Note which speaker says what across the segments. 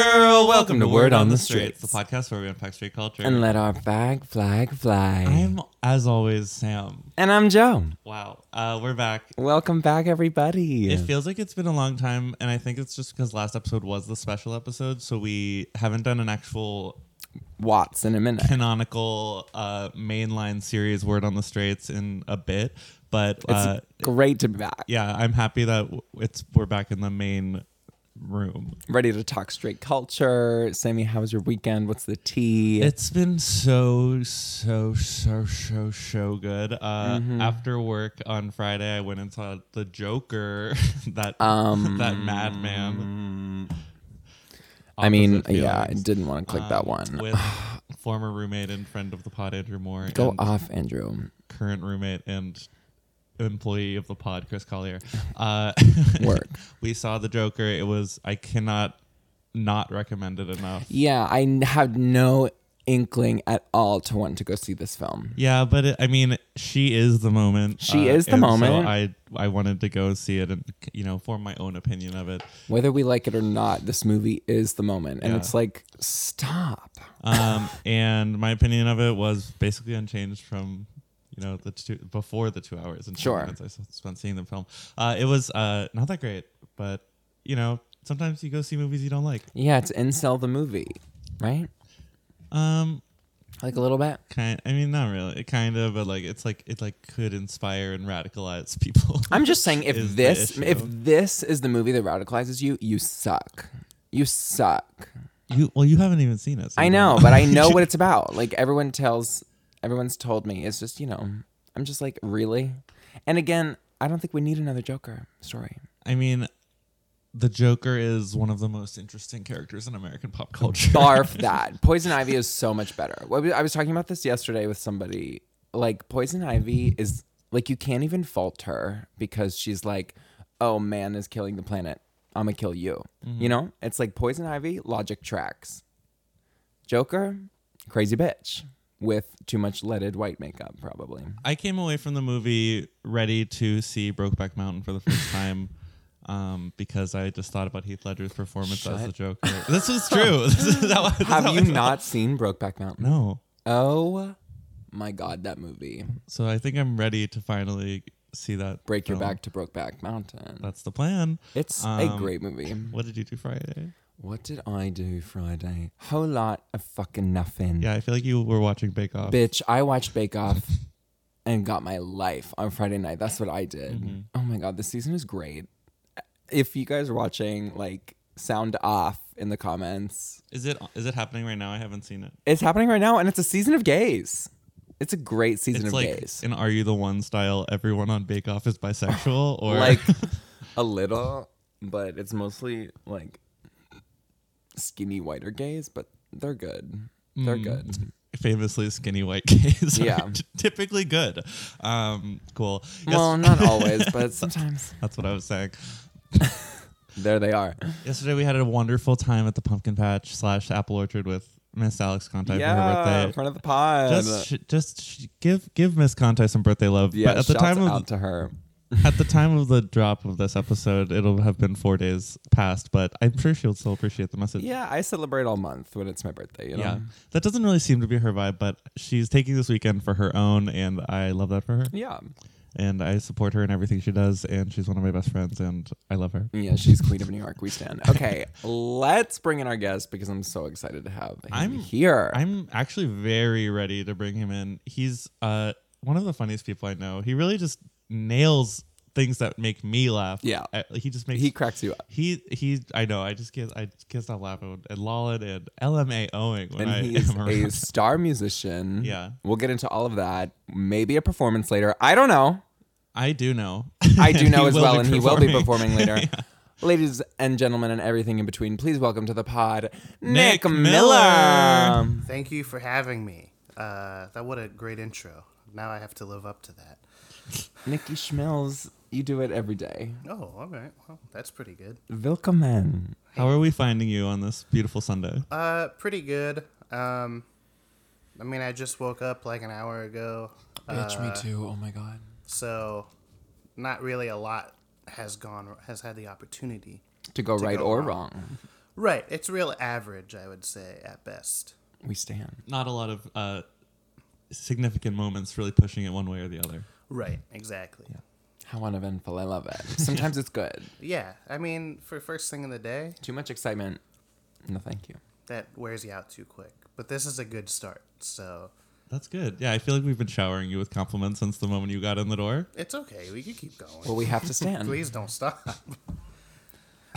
Speaker 1: Welcome to Word on the Streets.
Speaker 2: the podcast where we unpack street culture.
Speaker 1: and let our flag flag fly.
Speaker 2: I'm, as always, Sam.
Speaker 1: and I'm Joe.
Speaker 2: Wow, uh, we're back.
Speaker 1: Welcome back, everybody.
Speaker 2: It feels like it's been a long time, and I think it's just because last episode was the special episode, so we haven't done an actual
Speaker 1: Watts in a minute.
Speaker 2: canonical uh, mainline series Word on the Straits in a bit. But uh,
Speaker 1: Great to be back.
Speaker 2: yeah, I'm happy that w- it's we're back in the main room.
Speaker 1: Ready to talk straight culture. Sammy, how was your weekend? What's the tea?
Speaker 2: It's been so so so so so good. Uh,
Speaker 1: Mm-hmm.
Speaker 2: After work on Friday, I went and saw the Joker. that
Speaker 1: Um,
Speaker 2: that madman.
Speaker 1: I mean,
Speaker 2: Opposite
Speaker 1: yeah, I
Speaker 2: feelings.
Speaker 1: didn't want to click
Speaker 2: Um,
Speaker 1: that one.
Speaker 2: with former roommate and friend of the pod Andrew Moore
Speaker 1: Go
Speaker 2: and
Speaker 1: off, Andrew.
Speaker 2: current roommate and employee of the pod Chris Collier. Uh,
Speaker 1: Work.
Speaker 2: we saw the Joker. It was I cannot not recommend it enough.
Speaker 1: Yeah, I n- had no inkling at all to want to go see this film.
Speaker 2: Yeah, but it, I mean, she is the moment. Uh,
Speaker 1: She is the
Speaker 2: and so
Speaker 1: moment.
Speaker 2: I I wanted to go see it and you know form my own opinion of it.
Speaker 1: Whether we like it or not, this movie is the moment. And
Speaker 2: Yeah.
Speaker 1: it's like, stop.
Speaker 2: Um, and my opinion of it was basically unchanged from you know the two before the two hours and 10
Speaker 1: Sure.
Speaker 2: minutes I s- spent seeing the film. Uh, it was uh not that great, but you know sometimes you go see movies you don't like.
Speaker 1: Yeah, it's incel the movie, right?
Speaker 2: Um,
Speaker 1: Like a little bit.
Speaker 2: kind. I mean, not really. It kind of, but like it's like it like could inspire and radicalize people.
Speaker 1: I'm just saying if
Speaker 2: is the
Speaker 1: this
Speaker 2: issue.
Speaker 1: if this is the movie that radicalizes you, you suck. You suck.
Speaker 2: you well, you haven't even seen it. so
Speaker 1: I
Speaker 2: you don't
Speaker 1: know, but I know what it's about. Like everyone tells everyone's told me. It's just, you know, I'm just like, really? And again, I don't think we need another Joker story.
Speaker 2: I mean, the Joker is one of the most interesting characters in American pop culture.
Speaker 1: Barf that. Poison Ivy is so much better. What we- I was talking about this yesterday with somebody. Like Poison Ivy is like you can't even fault her because she's like, "Oh, man is killing the planet. I'm gonna kill you."
Speaker 2: Mm-hmm.
Speaker 1: You know? It's like Poison Ivy logic tracks. Joker, crazy bitch with too much leaded white makeup probably.
Speaker 2: I came away from the movie ready to see Brokeback Mountain for the first time. Um, because I just thought about Heath Ledger's performance as the Joker. This is true. This is how, this is how
Speaker 1: Have
Speaker 2: I
Speaker 1: you
Speaker 2: felt.
Speaker 1: not seen Brokeback Mountain?
Speaker 2: No.
Speaker 1: Oh my god, that movie.
Speaker 2: So I think I'm ready to finally see that.
Speaker 1: Break your
Speaker 2: film.
Speaker 1: back to Brokeback Mountain.
Speaker 2: That's the plan.
Speaker 1: It's a
Speaker 2: Um,
Speaker 1: great movie.
Speaker 2: What did you do Friday?
Speaker 1: What did I do Friday? Whole lot of fucking nothing.
Speaker 2: Yeah, I feel like you were watching Bake Off.
Speaker 1: Bitch, I watched Bake Off and got my life on Friday night. That's what I did.
Speaker 2: Mm-hmm.
Speaker 1: Oh my God, this season is great. If you guys are watching, like, sound off in the comments.
Speaker 2: Is it is it happening right now? I haven't seen it.
Speaker 1: It's happening right now, and it's a season of gays. It's a great season
Speaker 2: It's
Speaker 1: of
Speaker 2: like
Speaker 1: gays.
Speaker 2: in Are You the One style. Everyone on Bake Off is bisexual, or
Speaker 1: Like, a little, but it's mostly like skinny, whiter gays, but they're good.
Speaker 2: Mm-hmm.
Speaker 1: They're good.
Speaker 2: famously skinny white gays yeah.
Speaker 1: Yeah.
Speaker 2: typically good. Um, cool. Yes,
Speaker 1: Well, not always, but sometimes.
Speaker 2: that's what I was saying.
Speaker 1: There they are.
Speaker 2: Yesterday we had a wonderful time at the Pumpkin Patch slash Apple Orchard with Miss Alex Conti for her
Speaker 1: Yeah, in
Speaker 2: birthday.
Speaker 1: front of the pod.
Speaker 2: Just, sh- just sh- give give Miss Conti some birthday love.
Speaker 1: yeah,
Speaker 2: but at the
Speaker 1: shouts
Speaker 2: time
Speaker 1: out
Speaker 2: of
Speaker 1: to her.
Speaker 2: at the time of the drop of this episode, it'll have been four days past. But I'm sure she'll still appreciate the message.
Speaker 1: Yeah, I celebrate all month when it's my birthday. You know,
Speaker 2: Yeah, that doesn't really seem to be her vibe, but she's taking this weekend for her own, and I love that for her.
Speaker 1: yeah,
Speaker 2: and I support her in everything she does, and she's one of my best friends, and I love her.
Speaker 1: yeah. She's queen of New York. We stand. Okay, let's bring in our guest because I'm so excited to have him
Speaker 2: I'm-
Speaker 1: here.
Speaker 2: I'm actually very ready to bring him in. He's uh, one of the funniest people I know. He really just nails things that make me laugh.
Speaker 1: Yeah.
Speaker 2: I- he just makes
Speaker 1: he cracks you up,
Speaker 2: he he. I know. I just can't. I can't stop laughing and lolling and LMAOing when
Speaker 1: and
Speaker 2: I
Speaker 1: he is
Speaker 2: am around.
Speaker 1: a star musician.
Speaker 2: Yeah.
Speaker 1: we'll get into all of that. Maybe a performance later. I don't know.
Speaker 2: I do know.
Speaker 1: I do
Speaker 2: And
Speaker 1: know
Speaker 2: he
Speaker 1: as
Speaker 2: will
Speaker 1: well,
Speaker 2: be
Speaker 1: and he will be
Speaker 2: performing.
Speaker 1: performing later. Ladies and gentlemen, and everything in between, please welcome to the pod, Nick,
Speaker 2: Nick
Speaker 1: Miller.
Speaker 2: Miller.
Speaker 3: Thank you for having me. Uh, that what a great intro. Now I have to live up to that.
Speaker 1: Nikki Schmelz, you do it every day.
Speaker 3: Oh, all right. Well, that's pretty good.
Speaker 1: Willkommen.
Speaker 2: How are we finding you on this beautiful Sunday?
Speaker 3: Uh, pretty good. Um, I mean, I just woke up like an hour ago, Uh,
Speaker 1: Bitch, me too. Oh my god.
Speaker 3: so not really a lot has gone has had the opportunity
Speaker 1: To go right
Speaker 3: go
Speaker 1: or
Speaker 3: wrong.
Speaker 1: wrong.
Speaker 3: Right. It's real average, I would say, at best.
Speaker 1: We stand.
Speaker 2: Not a lot of uh, significant moments really pushing it one way or the other.
Speaker 3: Right. Exactly. Yeah.
Speaker 1: How uneventful. I love it. Sometimes it's good.
Speaker 3: I mean, for first thing in the day,
Speaker 1: Too much excitement. No, thank you.
Speaker 3: that wears you out too quick. But this is a good start. So
Speaker 2: That's good. Yeah, I feel like we've been showering you with compliments since the moment you got in the door.
Speaker 3: it's okay. We can keep going.
Speaker 1: Well, we have to stand.
Speaker 3: Please don't stop.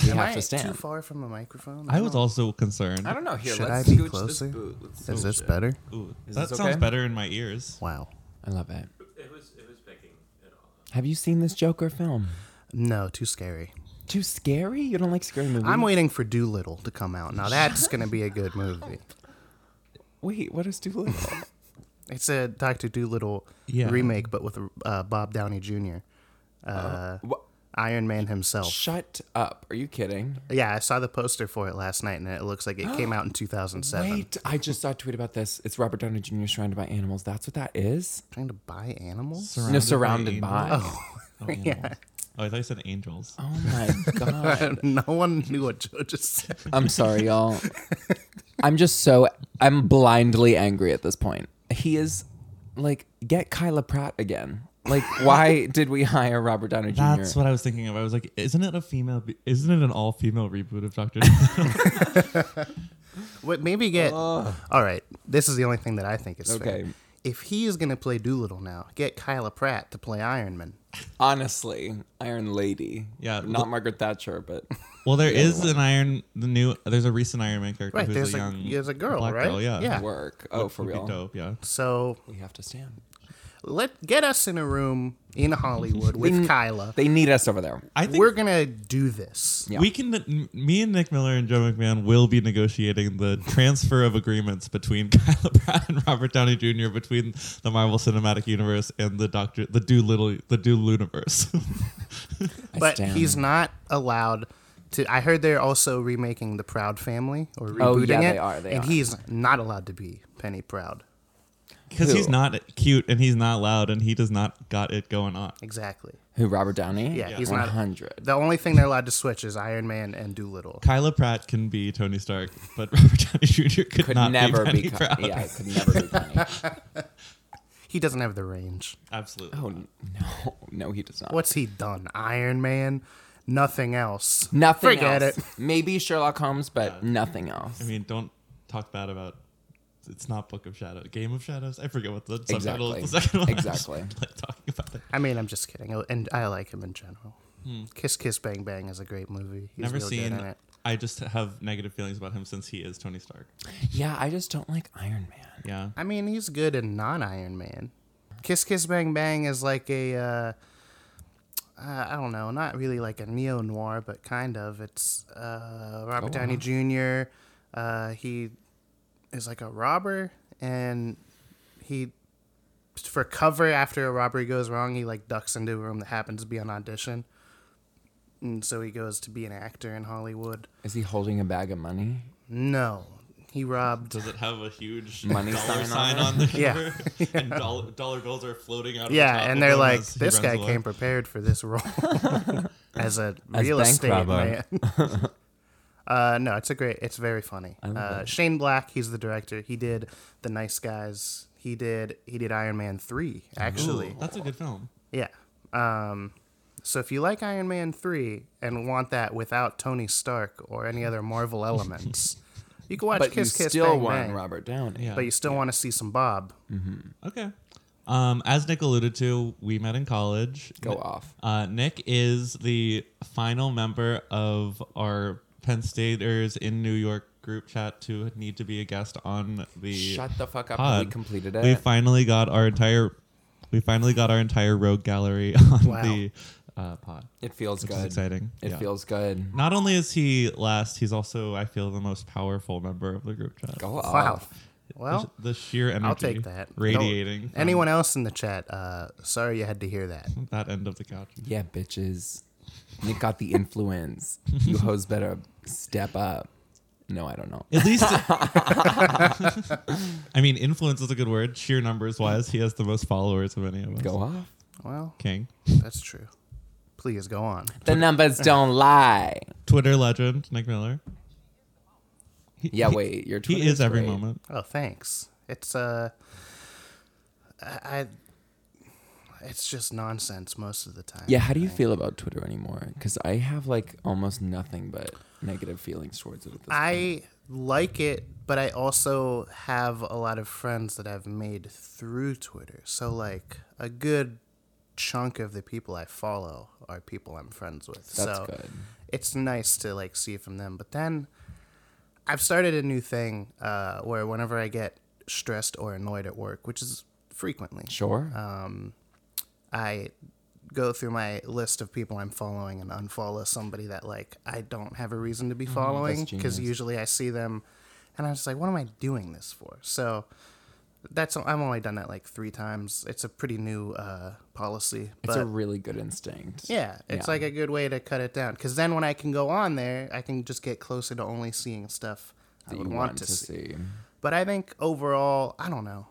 Speaker 1: we
Speaker 3: Am
Speaker 1: have
Speaker 3: I
Speaker 1: to stand.
Speaker 3: too far from the microphone?
Speaker 2: I was also concerned.
Speaker 1: I don't know. Here,
Speaker 3: Should
Speaker 1: let's
Speaker 3: I be
Speaker 1: scooch this
Speaker 3: closer?
Speaker 1: boot. Let's
Speaker 3: Is
Speaker 1: scooch
Speaker 3: this
Speaker 1: it.
Speaker 3: better?
Speaker 2: Ooh,
Speaker 1: Is
Speaker 2: that
Speaker 1: this
Speaker 2: sounds
Speaker 1: okay?
Speaker 2: better in my ears.
Speaker 3: Wow.
Speaker 1: I love it.
Speaker 4: It was it was picking it all up.
Speaker 1: Have you seen this Joker film?
Speaker 3: No, too scary.
Speaker 1: Too scary? You don't like scary movies?
Speaker 3: I'm waiting for Doolittle to come out. Now that's gonna be a good movie.
Speaker 1: Wait, what is Doolittle?
Speaker 3: It's a Doctor Doolittle
Speaker 2: Yeah.
Speaker 3: remake, but with uh, Bob Downey Jr. Uh,
Speaker 1: Wha-
Speaker 3: Iron Man himself.
Speaker 1: Shut up. Are you kidding?
Speaker 3: yeah, I saw the poster for it last night, and it looks like it came out in 2007.
Speaker 1: Wait, I just saw a tweet about this. It's Robert Downey Jr. surrounded by animals. That's what that is?
Speaker 3: Trying to buy animals?
Speaker 1: no, surrounded by.
Speaker 2: angels?
Speaker 3: yeah.
Speaker 2: Oh, I thought you said angels.
Speaker 1: Oh my god.
Speaker 3: no one knew what Joe just said.
Speaker 1: I'm sorry, y'all. I'm just so I'm blindly angry at this point. He is like get Kyla Pratt again. Like why did we hire Robert Downey Jr.?
Speaker 2: That's what I was thinking of. I was like, isn't it a female? Isn't it an all-female reboot of Doctor?
Speaker 3: Wait, maybe get. All right, this is the only thing that I think is fair.
Speaker 1: Uh. Okay.
Speaker 3: If he is going to play Doolittle now, get Kyla Pratt to play Iron Man.
Speaker 1: Honestly, Iron Lady.
Speaker 2: Yeah,
Speaker 1: not
Speaker 2: look-
Speaker 1: Margaret Thatcher, but
Speaker 2: well, there is an Iron. The new. There's a recent Iron Man character
Speaker 3: Right,
Speaker 2: who's
Speaker 3: there's
Speaker 2: a
Speaker 3: a-
Speaker 2: young.
Speaker 3: there's a girl,
Speaker 2: black
Speaker 3: right?
Speaker 2: Girl, yeah.
Speaker 3: Yeah.
Speaker 1: work. Oh, for
Speaker 2: Would be
Speaker 1: real.
Speaker 2: dope. Yeah.
Speaker 3: So
Speaker 1: We have to stand.
Speaker 3: let get us in a room in Hollywood with Kyla.
Speaker 1: They need us over there.
Speaker 2: I think
Speaker 3: We're gonna do this.
Speaker 1: Yeah.
Speaker 2: we can. m- Me and Nick Miller and Joe McMahon will be negotiating the transfer of agreements between Kyla Pratt and Robert Downey Jr. between the Marvel Cinematic Universe and the Doctor, the Doolittle, the Doolittle universe.
Speaker 1: I
Speaker 3: But
Speaker 1: stand.
Speaker 3: he's not allowed to. I heard they're also remaking the Proud Family or rebooting
Speaker 1: Oh, yeah,
Speaker 3: it,
Speaker 1: they are, they
Speaker 3: and
Speaker 1: are.
Speaker 3: he's not allowed to be Penny Proud.
Speaker 2: Because he's
Speaker 1: Who?
Speaker 2: not cute and he's not loud and he does not got it going on.
Speaker 3: Exactly.
Speaker 1: Who Robert Downey?
Speaker 3: Yeah, he's
Speaker 1: one
Speaker 3: not-
Speaker 1: hundred.
Speaker 3: The only thing they're allowed to switch is Iron Man and Doolittle.
Speaker 2: Kyla Pratt can be Tony Stark, but Robert Downey Jr. could,
Speaker 1: Could
Speaker 2: not
Speaker 1: never
Speaker 2: be, Penny
Speaker 1: be.
Speaker 2: Proud.
Speaker 1: Con- yeah, could never be. Connie.
Speaker 3: He doesn't have the range.
Speaker 2: Absolutely.
Speaker 1: oh no, no, he does not.
Speaker 3: What's he done? Iron Man, nothing else.
Speaker 1: Nothing
Speaker 3: Forget
Speaker 1: else.
Speaker 3: it.
Speaker 1: Maybe Sherlock Holmes, but nothing else.
Speaker 2: I mean, don't talk bad about. It's not Book of Shadows, Game of Shadows. I forget what the subtitle of the
Speaker 1: Exactly.
Speaker 2: second one. is.
Speaker 1: Exactly.
Speaker 2: like talking about it.
Speaker 3: I mean, I'm just kidding. Oh, And I like him in general. Kiss Kiss Bang Bang is a great movie. He's
Speaker 2: Hmm. Never
Speaker 3: real
Speaker 2: seen.
Speaker 3: Good in it.
Speaker 2: I just have negative feelings about him since he is Tony Stark.
Speaker 1: Yeah, I just don't like Iron Man.
Speaker 2: Yeah.
Speaker 3: I mean, he's good in non Iron Man. Kiss Kiss Bang Bang is like a. Uh, uh, I don't know, not really like a neo noir, but kind of. It's uh, Robert Downey Jr. Uh, he is like a robber, and he, for cover after a robbery goes wrong, he like ducks into a room that happens to be on audition, and so he goes to be an actor in Hollywood.
Speaker 1: Is he holding a bag of money?
Speaker 3: No, he robbed.
Speaker 2: Does it have a huge
Speaker 1: Money
Speaker 2: dollar
Speaker 1: sign
Speaker 2: sign
Speaker 1: on
Speaker 2: on, the
Speaker 3: Yeah.
Speaker 2: cover? and dollar, dollar bills are floating out. Of
Speaker 3: Yeah,
Speaker 2: the top
Speaker 3: and
Speaker 2: of
Speaker 3: they're
Speaker 2: him
Speaker 3: like,
Speaker 2: as he
Speaker 3: this
Speaker 2: runs
Speaker 3: guy
Speaker 2: away."
Speaker 3: came prepared for this role as a
Speaker 1: As
Speaker 3: real
Speaker 1: bank
Speaker 3: estate
Speaker 1: robber.
Speaker 3: man. uh, no, it's a great. It's very funny. Uh, Shane Black, he's the director. He did The Nice Guys. He did. He did Iron Man three. Actually,
Speaker 2: Ooh, that's a good film.
Speaker 3: yeah. Um, so if you like Iron Man three and want that without Tony Stark or any other Marvel elements, you can watch
Speaker 1: But
Speaker 3: Kiss
Speaker 1: you
Speaker 3: Kiss
Speaker 1: still
Speaker 3: Bang
Speaker 1: want
Speaker 3: Bang.
Speaker 1: Robert Downey.
Speaker 2: Yeah.
Speaker 3: But you still want to see some Bob.
Speaker 2: Okay. Um, as Nick alluded to, we met in college.
Speaker 1: Go off.
Speaker 2: Uh, Nick is the final member of our Penn Staters in New York group chat to need to be a guest on the.
Speaker 1: Shut the fuck up.
Speaker 2: pod.
Speaker 1: We completed it.
Speaker 2: We finally got our entire. We finally got our entire rogue gallery on
Speaker 3: Wow.
Speaker 2: the uh, pod.
Speaker 1: it feels
Speaker 2: Which
Speaker 1: good.
Speaker 2: is exciting.
Speaker 1: It
Speaker 2: Yeah.
Speaker 1: feels good.
Speaker 2: Not only is he last, he's also I feel the most powerful member of the group chat.
Speaker 1: Go
Speaker 3: Wow.
Speaker 1: off.
Speaker 3: Oh, Well,
Speaker 2: the, the sheer energy.
Speaker 3: I'll take that.
Speaker 2: Radiating.
Speaker 3: Don't-
Speaker 2: from
Speaker 3: anyone else in the chat? Uh, sorry you had to hear that.
Speaker 2: that end of the couch.
Speaker 1: Yeah, bitches. Nick got the influence. you hoes better step up. No, I don't know.
Speaker 2: At least, I mean, influence is a good word. Sheer numbers wise, he has the most followers of any of us.
Speaker 1: Go off.
Speaker 3: Well,
Speaker 2: King,
Speaker 3: that's true. Please go on.
Speaker 1: The numbers don't lie.
Speaker 2: Twitter legend Nick Miller.
Speaker 1: yeah, wait, your
Speaker 2: He
Speaker 1: Twitter
Speaker 2: is every
Speaker 1: great.
Speaker 2: moment.
Speaker 3: Oh, thanks. It's uh, I, I- it's just nonsense most of the time.
Speaker 1: Yeah, how do you feel about Twitter anymore? Because I have like almost nothing but negative feelings towards it. At this
Speaker 3: I like it, but I also have a lot of friends that I've made through Twitter. So like a good chunk of the people I follow are people I'm friends with.
Speaker 1: That's
Speaker 3: so
Speaker 1: good.
Speaker 3: it's nice to like see from them. But then I've started a new thing uh, where whenever I get stressed or annoyed at work, which is frequently,
Speaker 1: Sure.
Speaker 3: uh, I go through my list of people I'm following and unfollow somebody that like I don't have a reason to be following because
Speaker 1: Mm-hmm. genius.
Speaker 3: usually I see them and I'm just like, what am I doing this for? So that's I've only done that like three times. It's a pretty new uh, policy.
Speaker 1: it's
Speaker 3: But
Speaker 1: a really good instinct.
Speaker 3: yeah, it's
Speaker 1: Yeah.
Speaker 3: like a good way to cut it down because then when I can go on there, I can just get closer to only seeing stuff I
Speaker 1: that
Speaker 3: would
Speaker 1: you
Speaker 3: want, to see.
Speaker 1: see.
Speaker 3: But I think overall, I don't know.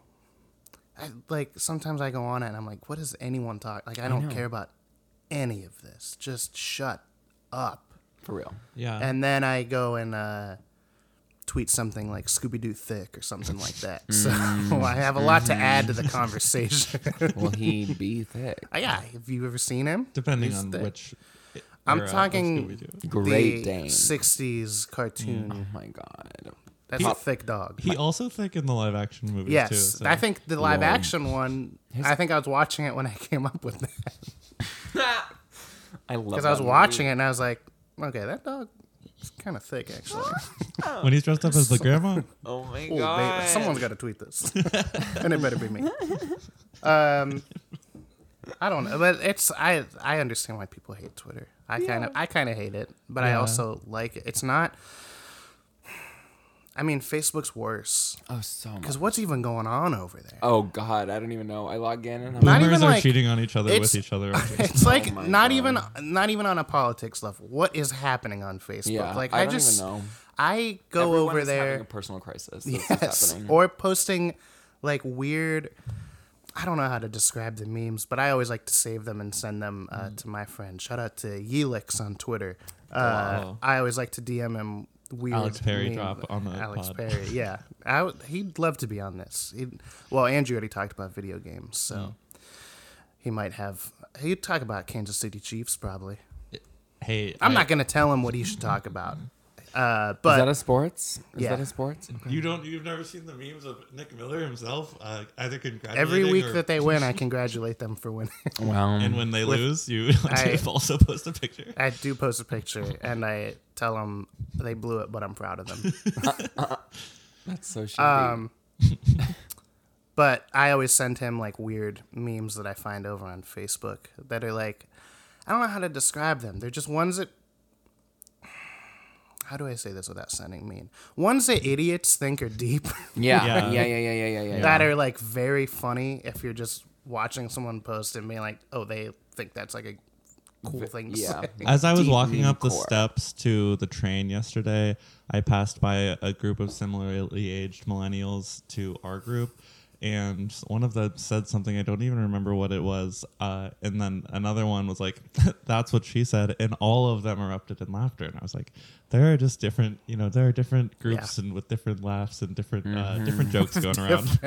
Speaker 3: I like sometimes I go on it and I'm like, what is anyone talk? Like I don't care about any of this. Just shut up.
Speaker 1: For real.
Speaker 2: Yeah.
Speaker 3: And then I go and uh, tweet something like Scooby Doo thick or something like that. So I have a lot to add to the conversation. Uh,
Speaker 1: Will he be thick?
Speaker 3: yeah, have you ever seen him?
Speaker 2: Depending
Speaker 3: He's
Speaker 2: on
Speaker 3: thick.
Speaker 2: which.
Speaker 3: I'm
Speaker 2: era of
Speaker 3: talking
Speaker 2: Scooby-Doo.
Speaker 1: Great
Speaker 3: the
Speaker 1: Dane.
Speaker 3: 60s cartoon.
Speaker 1: Oh my god.
Speaker 3: That's a thick dog.
Speaker 2: He also thick in the live action movies
Speaker 3: yes,
Speaker 2: too. so-
Speaker 3: I think the live
Speaker 1: Lord.
Speaker 3: action one. I think I was watching it when I came up with that.
Speaker 1: I love
Speaker 3: because I was watching it and I was like, okay, that dog is kind of thick actually.
Speaker 2: when he's dressed up as the grandma.
Speaker 1: Oh my
Speaker 3: Ooh, baby, someone's got to tweet this, and it better be me. Um, I don't know, but it's I I understand why people hate Twitter. I kind of I kind of hate it, but I
Speaker 2: Yeah.
Speaker 3: also like it. It's not. I mean, Facebook's worse
Speaker 1: Oh so much.
Speaker 3: because what's even going on over there?
Speaker 1: Oh god, I don't even know. I log in and I'm
Speaker 3: Not
Speaker 2: Boomers
Speaker 3: even,
Speaker 2: are
Speaker 3: like-
Speaker 2: cheating on each other
Speaker 3: it's-
Speaker 2: with each other. on Facebook.
Speaker 3: It's like
Speaker 1: Oh my
Speaker 3: not even not even on a politics level. What is happening on Facebook?
Speaker 1: Yeah,
Speaker 3: like
Speaker 1: I
Speaker 3: I,
Speaker 1: don't even
Speaker 3: just
Speaker 1: know.
Speaker 3: I go
Speaker 1: Everyone
Speaker 3: over
Speaker 1: is
Speaker 3: there.
Speaker 1: having a personal crisis. That's what's
Speaker 3: Yes,
Speaker 1: happening.
Speaker 3: or posting like weird. I don't know how to describe the memes, but I always like to save them and send them uh,
Speaker 2: Mm.
Speaker 3: to my friend. Shout out to Yelix on Twitter. Uh,
Speaker 2: Wow.
Speaker 3: I always like to DM him weird.
Speaker 2: Alex Perry
Speaker 3: meme-
Speaker 2: drop on the
Speaker 3: Alex
Speaker 2: pod.
Speaker 3: Perry, yeah, I would, he'd love to be on this. He'd, well, Andrew already talked about video games, so
Speaker 2: Mm.
Speaker 3: he might have. He'd talk about Kansas City Chiefs probably.
Speaker 2: hey,
Speaker 3: I'm
Speaker 2: I-
Speaker 3: not gonna tell him what he should talk about,
Speaker 2: Mm.
Speaker 3: uh,
Speaker 1: is
Speaker 3: but
Speaker 1: that a sports? Is
Speaker 3: Yeah.
Speaker 1: that a sports?
Speaker 2: You don't. You've never seen the memes of Nick Miller himself. Uh, either congratulating
Speaker 3: every week
Speaker 2: or,
Speaker 3: that they win, I congratulate them for winning.
Speaker 1: Well,
Speaker 2: and when they lose, you
Speaker 3: I-
Speaker 2: also post a picture.
Speaker 3: I do post a picture and I tell them they blew it, but I'm proud of them.
Speaker 1: that's so shitty.
Speaker 3: Um, but I always send him like weird memes that I find over on Facebook that are like, I don't know how to describe them. They're just ones that. How do I say this without sounding mean? Ones that idiots think are deep
Speaker 1: yeah, yeah, yeah,
Speaker 2: yeah.
Speaker 1: yeah, yeah, yeah, yeah. yeah.
Speaker 3: that are like very funny if you're just watching someone post and being like, oh, they think that's like a cool thing to
Speaker 1: yeah.
Speaker 3: say.
Speaker 2: As I was
Speaker 1: Deep
Speaker 2: walking up the
Speaker 1: core.
Speaker 2: steps to the train yesterday, I passed by a group of similarly aged millennials to our group, and one of them said something I don't even remember what it was, uh, and then another one was like, "That's what she said," and all of them erupted in laughter, and I was like, "There are just different, you know, there are different groups and with different laughs and different uh, different jokes going around."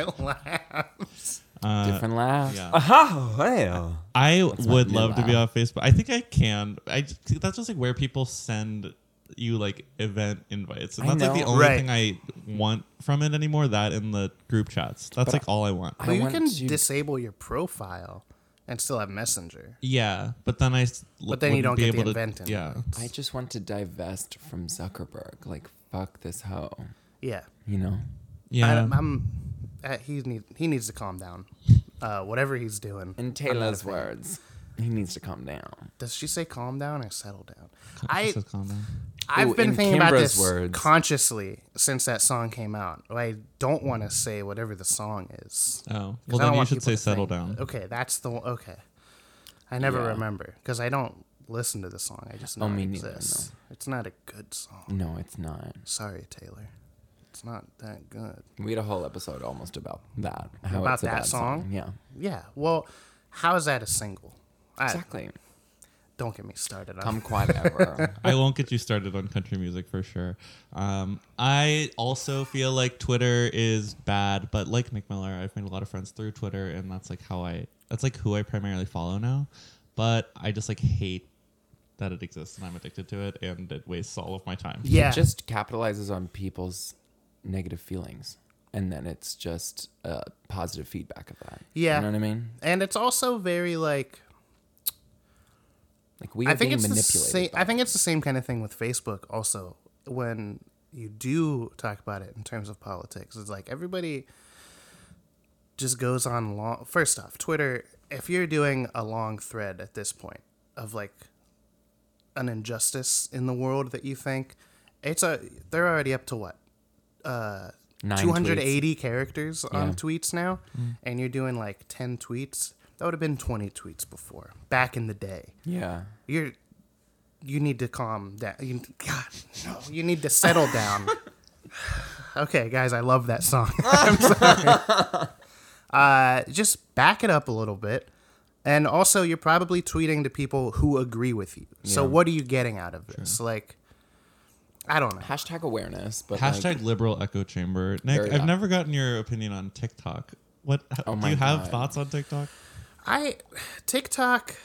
Speaker 1: Different laughs.
Speaker 2: yeah.
Speaker 1: Aha, well.
Speaker 2: I
Speaker 1: my
Speaker 2: would
Speaker 1: new
Speaker 2: love to be on
Speaker 1: app.
Speaker 2: Facebook. I think I can. I just, that's just like where people send you like event invites, and
Speaker 1: I
Speaker 2: that's like the
Speaker 1: know.
Speaker 2: only
Speaker 3: Right.
Speaker 2: thing I want from it anymore. That in the group chats, that's like all I want.
Speaker 1: I
Speaker 3: But you
Speaker 1: want
Speaker 3: can
Speaker 1: to-
Speaker 3: disable your profile and still have Messenger.
Speaker 2: yeah, but then I. s-
Speaker 3: But then you
Speaker 2: wouldn't
Speaker 3: don't
Speaker 2: be
Speaker 3: get the
Speaker 2: able
Speaker 3: event
Speaker 2: To, yeah,
Speaker 1: I just want to divest from Zuckerberg. Like, fuck this hoe.
Speaker 3: Yeah.
Speaker 1: You know?
Speaker 3: I,
Speaker 2: yeah.
Speaker 3: I'm. Uh, he needs. He needs to calm down. Uh, whatever he's doing.
Speaker 1: In Taylor's words, he needs to calm down.
Speaker 3: Does she say calm down or settle down?
Speaker 2: This
Speaker 3: I
Speaker 2: is common.
Speaker 3: I've
Speaker 1: Ooh,
Speaker 3: been
Speaker 1: in
Speaker 3: thinking about
Speaker 1: Kimbra's
Speaker 3: this
Speaker 1: words.
Speaker 3: consciously since that song came out. I don't want to say whatever the song is.
Speaker 2: Oh,
Speaker 3: 'Cause I
Speaker 2: well
Speaker 3: don't
Speaker 2: then you
Speaker 3: want
Speaker 2: should
Speaker 3: people
Speaker 2: say
Speaker 3: to
Speaker 2: settle
Speaker 3: think-
Speaker 2: down.
Speaker 3: Okay, that's the one. Okay, I never
Speaker 1: Mm-hmm. Yeah.
Speaker 3: remember because I don't listen to the song. I just know
Speaker 1: Oh,
Speaker 3: it
Speaker 1: me neither,
Speaker 3: exists. It's not a good song.
Speaker 1: No, it's not.
Speaker 3: Sorry, Taylor. It's not that good.
Speaker 1: We had a whole episode almost about that. How
Speaker 3: About
Speaker 1: it's a
Speaker 3: that
Speaker 1: bad song.
Speaker 3: song?
Speaker 1: Yeah.
Speaker 3: Yeah. Well, how is that a single? I,
Speaker 1: Exactly.
Speaker 3: Don't get me started on
Speaker 1: Kumquat ever.
Speaker 2: I won't get you started on country music for sure. Um, I also feel like Twitter is bad, but like Nick Miller, I've made a lot of friends through Twitter, and that's like how I that's like who I primarily follow now. But I just like hate that it exists, and I'm addicted to it, and it wastes all of my time.
Speaker 3: Yeah.
Speaker 1: It just capitalizes on people's negative feelings. And then it's just uh, positive feedback of that.
Speaker 3: Yeah.
Speaker 1: You know what I mean?
Speaker 3: and it's also very like
Speaker 1: Like we are
Speaker 3: I think
Speaker 1: being
Speaker 3: it's the
Speaker 1: manipulated.
Speaker 3: same.
Speaker 1: by
Speaker 3: I think it's the same kind of thing with Facebook. Also, when you do talk about it in terms of politics, it's like everybody just goes on long. First off, Twitter. If you're doing a long thread at this point of like an injustice in the world that you think it's a, they're already up to what
Speaker 1: nine tweets.
Speaker 3: 280 characters on
Speaker 1: Yeah.
Speaker 3: tweets now, and you're doing like 10 tweets. That would have been 20 tweets before, back in the day
Speaker 1: Yeah.
Speaker 3: you're you need to calm down. You, God, no, you need to settle down. okay, guys, I love that song. I'm sorry. Uh, just back it up a little bit, and also you're probably tweeting to people who agree with you. So what are you getting out of this? Like, I don't know.
Speaker 1: Hashtag awareness, but
Speaker 2: Hashtag
Speaker 1: like,
Speaker 2: liberal echo chamber. Nick,
Speaker 1: Very
Speaker 2: I've
Speaker 1: bad. Oh
Speaker 2: never gotten your opinion on TikTok. What do
Speaker 1: my
Speaker 2: you have
Speaker 1: God.
Speaker 2: thoughts on TikTok?
Speaker 3: I TikTok.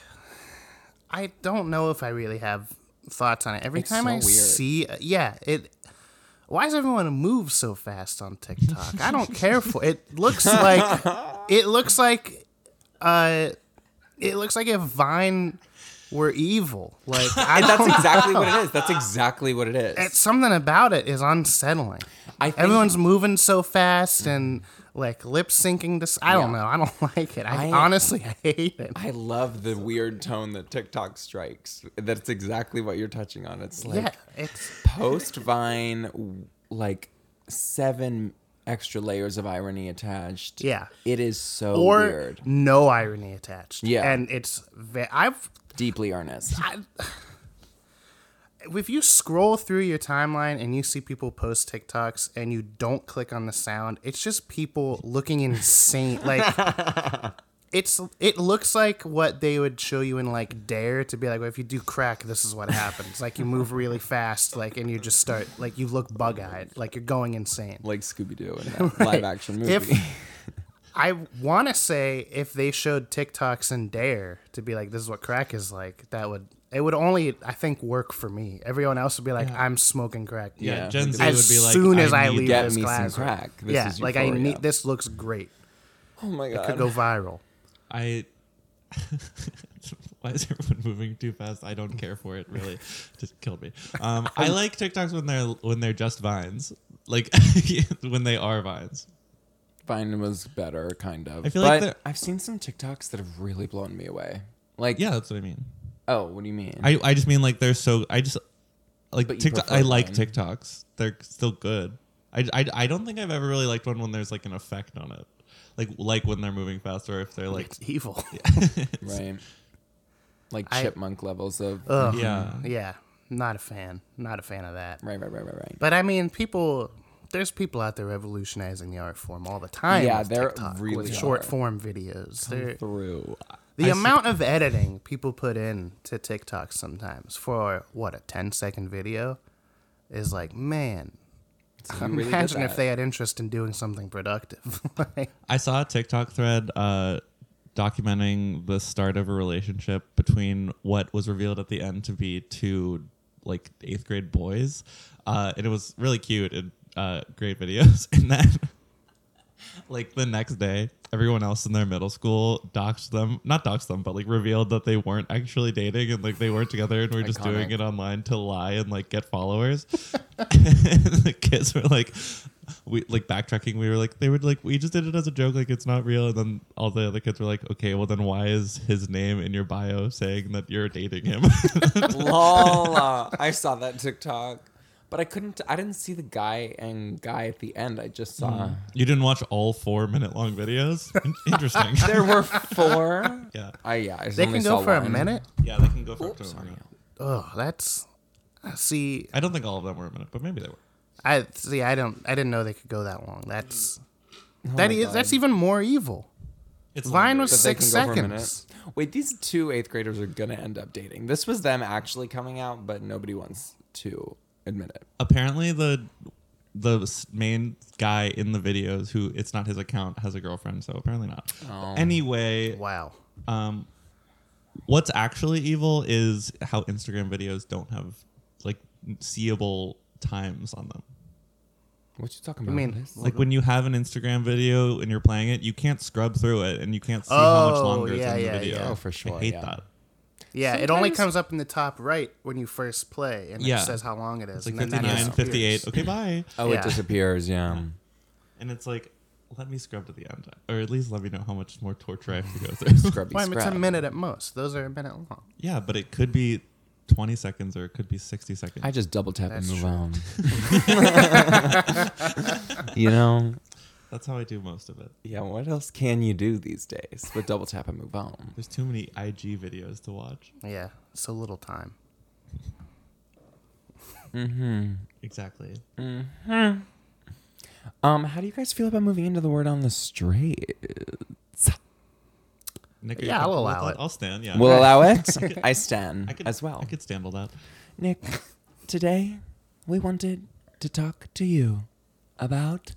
Speaker 3: I don't know if I really have thoughts on it. Every
Speaker 1: It's
Speaker 3: time
Speaker 1: so
Speaker 3: I
Speaker 1: weird.
Speaker 3: see, yeah, it. Why does everyone move so fast on TikTok? I don't care for it. Looks like it looks like, uh, it looks like if Vine were evil. Like I
Speaker 1: that's
Speaker 3: don't,
Speaker 1: exactly what it is. That's exactly what it is.
Speaker 3: it's something about it is unsettling.
Speaker 1: I think-
Speaker 3: Everyone's moving so fast and like lip syncing. This I don't
Speaker 1: Yeah.
Speaker 3: know. I don't like it. I,
Speaker 1: I-
Speaker 3: honestly I hate it.
Speaker 1: I love the weird tone that TikTok strikes. That's exactly what you're touching on. It's like
Speaker 3: yeah, it's
Speaker 1: post Vine, like seven extra layers of irony attached.
Speaker 3: Yeah.
Speaker 1: It is so
Speaker 3: or
Speaker 1: weird.
Speaker 3: no irony attached.
Speaker 1: Yeah.
Speaker 3: and it's ve- I've
Speaker 1: Deeply earnest.
Speaker 3: I, if you scroll through your timeline and you see people post TikToks and you don't click on the sound, it's just people looking insane. Like it's it looks like what they would show you in like Dare to be like, well, if you do crack, this is what happens. Like you move really fast, like and you just start like you look bug eyed, like you're going insane.
Speaker 1: Like Scooby Doo in that live action movie.
Speaker 3: If I want to say if they showed TikToks and Dare to be like, this is what crack is like, that would it would only I think work for me. Everyone else would be like, I'm smoking crack.
Speaker 2: Yeah,
Speaker 1: Yeah.
Speaker 2: Gen Z
Speaker 3: As
Speaker 2: would be like,
Speaker 3: soon as I
Speaker 2: need
Speaker 3: leave
Speaker 2: that.
Speaker 1: Get
Speaker 3: this
Speaker 1: me some
Speaker 3: class.
Speaker 1: crack. This
Speaker 3: yeah,
Speaker 1: is
Speaker 3: like I
Speaker 1: euphoria.
Speaker 3: need this looks great.
Speaker 1: Oh my god.
Speaker 3: Could go viral.
Speaker 2: I. Why is everyone moving too fast? I don't care for it. Really, just killed me. Um, I like TikToks when they're when they're just vines, like when they are vines.
Speaker 1: Vine was better, kind of.
Speaker 2: I feel like
Speaker 1: but
Speaker 2: the-
Speaker 1: I've seen some TikToks that have really blown me away. Like,
Speaker 2: Yeah, that's what I mean.
Speaker 1: oh, what do you mean?
Speaker 2: I, I just mean like they're so I just like
Speaker 1: But you
Speaker 2: TikTok.
Speaker 1: prefer
Speaker 2: I like
Speaker 1: vine.
Speaker 2: TikToks. They're still good. I, I, I don't think I've ever really liked one when there's like an effect on it, like like when they're moving fast or if they're like
Speaker 3: It's evil.
Speaker 1: right. Like
Speaker 3: I-
Speaker 1: chipmunk levels of.
Speaker 2: yeah.
Speaker 3: yeah, not a fan. Not a fan of that.
Speaker 1: Right, right, right, right, right.
Speaker 3: But I mean, people. There's people out there revolutionizing the art form all the time.
Speaker 1: Yeah,
Speaker 3: with
Speaker 1: there
Speaker 3: TikTok,
Speaker 1: really
Speaker 3: with short
Speaker 1: are.
Speaker 3: form videos. They're-
Speaker 1: Through.
Speaker 3: The
Speaker 2: I see.
Speaker 3: amount of editing people put in to TikTok sometimes for what a 10 second video is like, man.
Speaker 1: So you really did
Speaker 3: Imagine if
Speaker 1: that.
Speaker 3: they had interest in doing something productive. like,
Speaker 2: I saw a TikTok thread uh, documenting the start of a relationship between what was revealed at the end to be two like eighth grade boys, uh, and it was really cute and uh, great videos. And then, like the next day, everyone else in their middle school doxed them, not doxed them, but like revealed that they weren't actually dating and like they weren't together and were just doing
Speaker 1: Iconic.
Speaker 2: it online to lie and like get followers. And the kids were like we like backtracking we were like they were like we just did it as a joke like it's not real and then all the other kids were like okay well then why is his name in your bio saying that you're dating him
Speaker 1: Lol. uh, I saw that TikTok, but I couldn't. I didn't see the guy and guy at the end. I just
Speaker 3: Hmm.
Speaker 1: saw
Speaker 2: you didn't watch all four minute long videos interesting
Speaker 1: there were four.
Speaker 2: yeah
Speaker 1: I yeah. I
Speaker 3: they
Speaker 1: only
Speaker 3: can
Speaker 1: saw
Speaker 3: go for a
Speaker 1: one.
Speaker 3: minute.
Speaker 2: yeah they can go for up to a minute
Speaker 3: Oh, that's see,
Speaker 2: i don't think all of them were a minute but maybe they were
Speaker 3: I see.
Speaker 1: Oh
Speaker 3: I don't. I didn't know they could go that long. That's that is that's even more evil.
Speaker 2: It's
Speaker 3: Vine
Speaker 2: longer.
Speaker 3: was
Speaker 1: But they
Speaker 3: six
Speaker 1: can go for a minute.
Speaker 3: seconds.
Speaker 1: Wait, these two eighth graders are gonna end up dating. This was them actually coming out, but nobody wants to admit it.
Speaker 2: apparently the the s- main guy in the videos who it's not his account has a girlfriend so apparently not
Speaker 1: Oh.
Speaker 2: anyway
Speaker 3: Wow.
Speaker 2: um what's actually evil is how instagram videos don't have like seeable times on them
Speaker 1: What you talking about?
Speaker 3: mean-
Speaker 1: Liz?
Speaker 2: like when you have an instagram video and you're playing it you can't scrub through it and you can't see how much
Speaker 3: Oh,
Speaker 2: longer
Speaker 3: yeah,
Speaker 2: it's in
Speaker 3: yeah,
Speaker 2: the video
Speaker 3: yeah.
Speaker 1: Oh, for sure,
Speaker 2: i hate
Speaker 1: yeah.
Speaker 2: that
Speaker 3: Yeah, it only
Speaker 1: Sometimes-
Speaker 3: comes up in the top right when you first play, and
Speaker 2: Yeah.
Speaker 3: it says how long it
Speaker 2: it's
Speaker 3: is.
Speaker 2: like
Speaker 3: and then
Speaker 2: 59
Speaker 3: that disappears.
Speaker 2: 58 okay bye
Speaker 1: oh,
Speaker 3: yeah.
Speaker 1: it disappears. Yeah.
Speaker 2: and it's like let me scrub to the end or at least let me know how much more torture i have to go through
Speaker 1: Scrubby
Speaker 3: Well, I mean, it's a
Speaker 1: scrub.
Speaker 3: minute at most. Those are a minute long.
Speaker 2: Yeah, but it could be 20 seconds or it could be 60 seconds.
Speaker 1: I just double tap and
Speaker 3: That's
Speaker 1: move
Speaker 3: true.
Speaker 1: on. you know.
Speaker 2: That's how I do most of it.
Speaker 1: Yeah. What else can you do these days but double tap and move on?
Speaker 2: There's too many IG videos to watch.
Speaker 3: Yeah, so little time.
Speaker 2: Exactly.
Speaker 1: Um, how do you guys feel about moving into the word on the straight?
Speaker 2: Nick, are you
Speaker 3: Yeah,
Speaker 2: comfortable
Speaker 3: I'll
Speaker 2: with
Speaker 3: allow
Speaker 2: that?
Speaker 3: it.
Speaker 2: I'll stand. Yeah.
Speaker 1: We'll allow it. I stand
Speaker 2: I could,
Speaker 1: as well.
Speaker 2: I could stand all that.
Speaker 1: Nick, today we wanted to talk to you about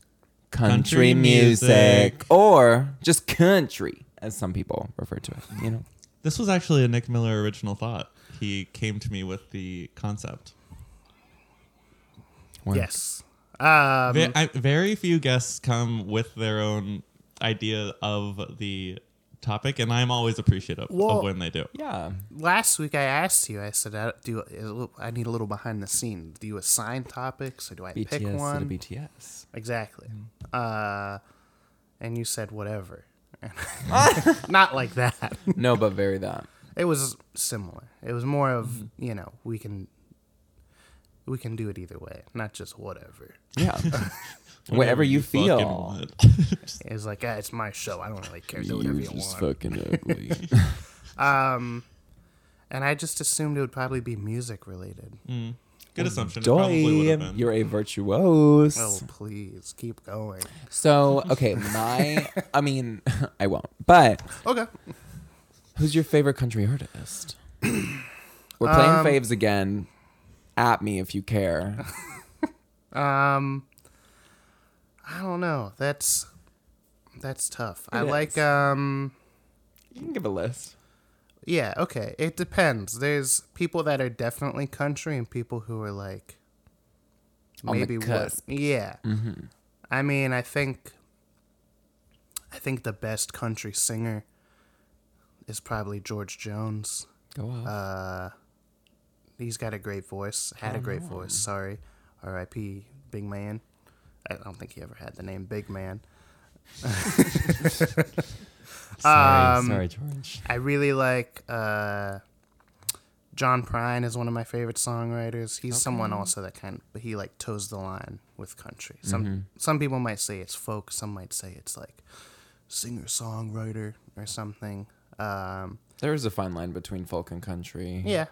Speaker 2: Country
Speaker 1: country
Speaker 2: music.
Speaker 1: music or just country as some people refer to it, you know.
Speaker 2: This was actually a Nick Miller original thought. He came to me with the concept.
Speaker 1: Word.
Speaker 3: Yes. Um,
Speaker 1: Mm-hmm.
Speaker 2: Ve- I- very few guests come with their own idea of the topic, and I'm always appreciative
Speaker 3: Well-
Speaker 2: of when they do.
Speaker 1: Yeah.
Speaker 3: last week I asked you. I said, I "Do I need a little behind the scene? Do you assign topics, or do I pick
Speaker 1: BTS
Speaker 3: one?"
Speaker 1: to the BTS.
Speaker 3: Exactly. Uh, and you said whatever. Not like that.
Speaker 1: No, but very that.
Speaker 3: It was similar. It was more of you know we can we can do it either way. Not just whatever.
Speaker 1: Yeah. Whatever you
Speaker 2: fucking
Speaker 1: feel.
Speaker 2: want. Just-
Speaker 3: It's like ah, it's my show. I don't really care. Do whatever you want.
Speaker 1: fucking ugly.
Speaker 3: Um, and I just assumed it would probably be music related.
Speaker 1: Mm.
Speaker 2: good assumption. It probably would have
Speaker 1: Joy,
Speaker 2: been.
Speaker 1: you're a virtuose.
Speaker 3: Oh please keep going.
Speaker 1: So, okay, my, I mean, I won't, but
Speaker 3: Okay.
Speaker 1: Who's your favorite country artist? We're playing faves again. At me if you care.
Speaker 3: Um, I don't know. That's that's tough. I
Speaker 1: It
Speaker 3: like
Speaker 1: is.
Speaker 3: um.
Speaker 1: You can give a list.
Speaker 3: Yeah, okay. It depends. There's people that are definitely country and people who are like
Speaker 1: On the
Speaker 3: maybe what
Speaker 1: cusp. Mm-hmm.
Speaker 3: yeah. I mean, I think I think the best country singer is probably George Jones.
Speaker 1: Go off.
Speaker 3: uh, He's got a great voice. Had a great voice. Sorry, R.I.P. Big Man. I don't think he ever had the name Big Man.
Speaker 1: sorry, sorry, George.
Speaker 3: Um, I really like uh, John Prine is one of my favorite songwriters. He's someone also that kind of he like toes the line with country. Some some people might say it's folk, some might say it's like singer songwriter or something. Um,
Speaker 1: There is a fine line between folk and country.
Speaker 3: yeah.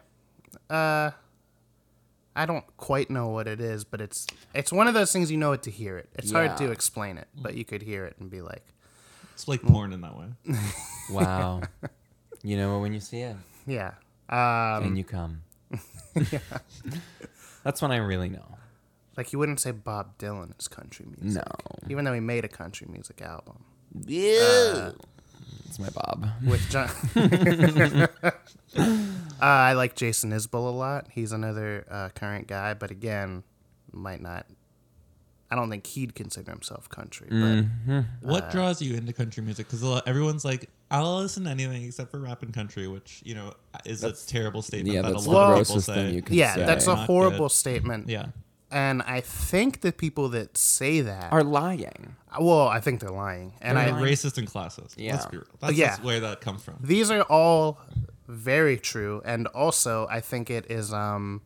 Speaker 3: Uh, I don't quite know what it is, but it's it's one of those things you know it to hear it. It's hard
Speaker 1: Yeah.
Speaker 3: to explain it, but you could hear it and be like,
Speaker 2: It's like porn in that way.
Speaker 1: Wow. you know it when you see it,
Speaker 3: yeah. Um,
Speaker 1: and you come. That's when I really know.
Speaker 3: like you wouldn't say Bob Dylan is country music.
Speaker 1: No.
Speaker 3: even though he made a country music album
Speaker 1: It's my Bob.
Speaker 3: with John. uh, I like Jason Isbell a lot. He's another uh, current guy, but again, might not. I don't think he'd consider himself country, but
Speaker 1: Mm, Uh,
Speaker 2: What draws you into country music? Because everyone's like, I'll listen to anything except for rap and country, which you know is a terrible statement
Speaker 1: Yeah,
Speaker 2: that
Speaker 1: that's
Speaker 2: a
Speaker 1: the
Speaker 2: lot of people
Speaker 1: grossest
Speaker 2: say.
Speaker 1: thing you can
Speaker 3: yeah,
Speaker 1: say.
Speaker 3: that's a
Speaker 2: Not
Speaker 3: horrible
Speaker 2: good.
Speaker 3: statement.
Speaker 2: yeah,
Speaker 3: and I think the people that say that
Speaker 1: Are lying.
Speaker 3: well, I think they're lying, and
Speaker 2: and
Speaker 3: I
Speaker 2: racist and classist. Yeah,
Speaker 1: Yeah.
Speaker 2: Let's be real. that's
Speaker 3: Yeah.
Speaker 2: just where that comes from.
Speaker 3: these are all very true and also i think it is um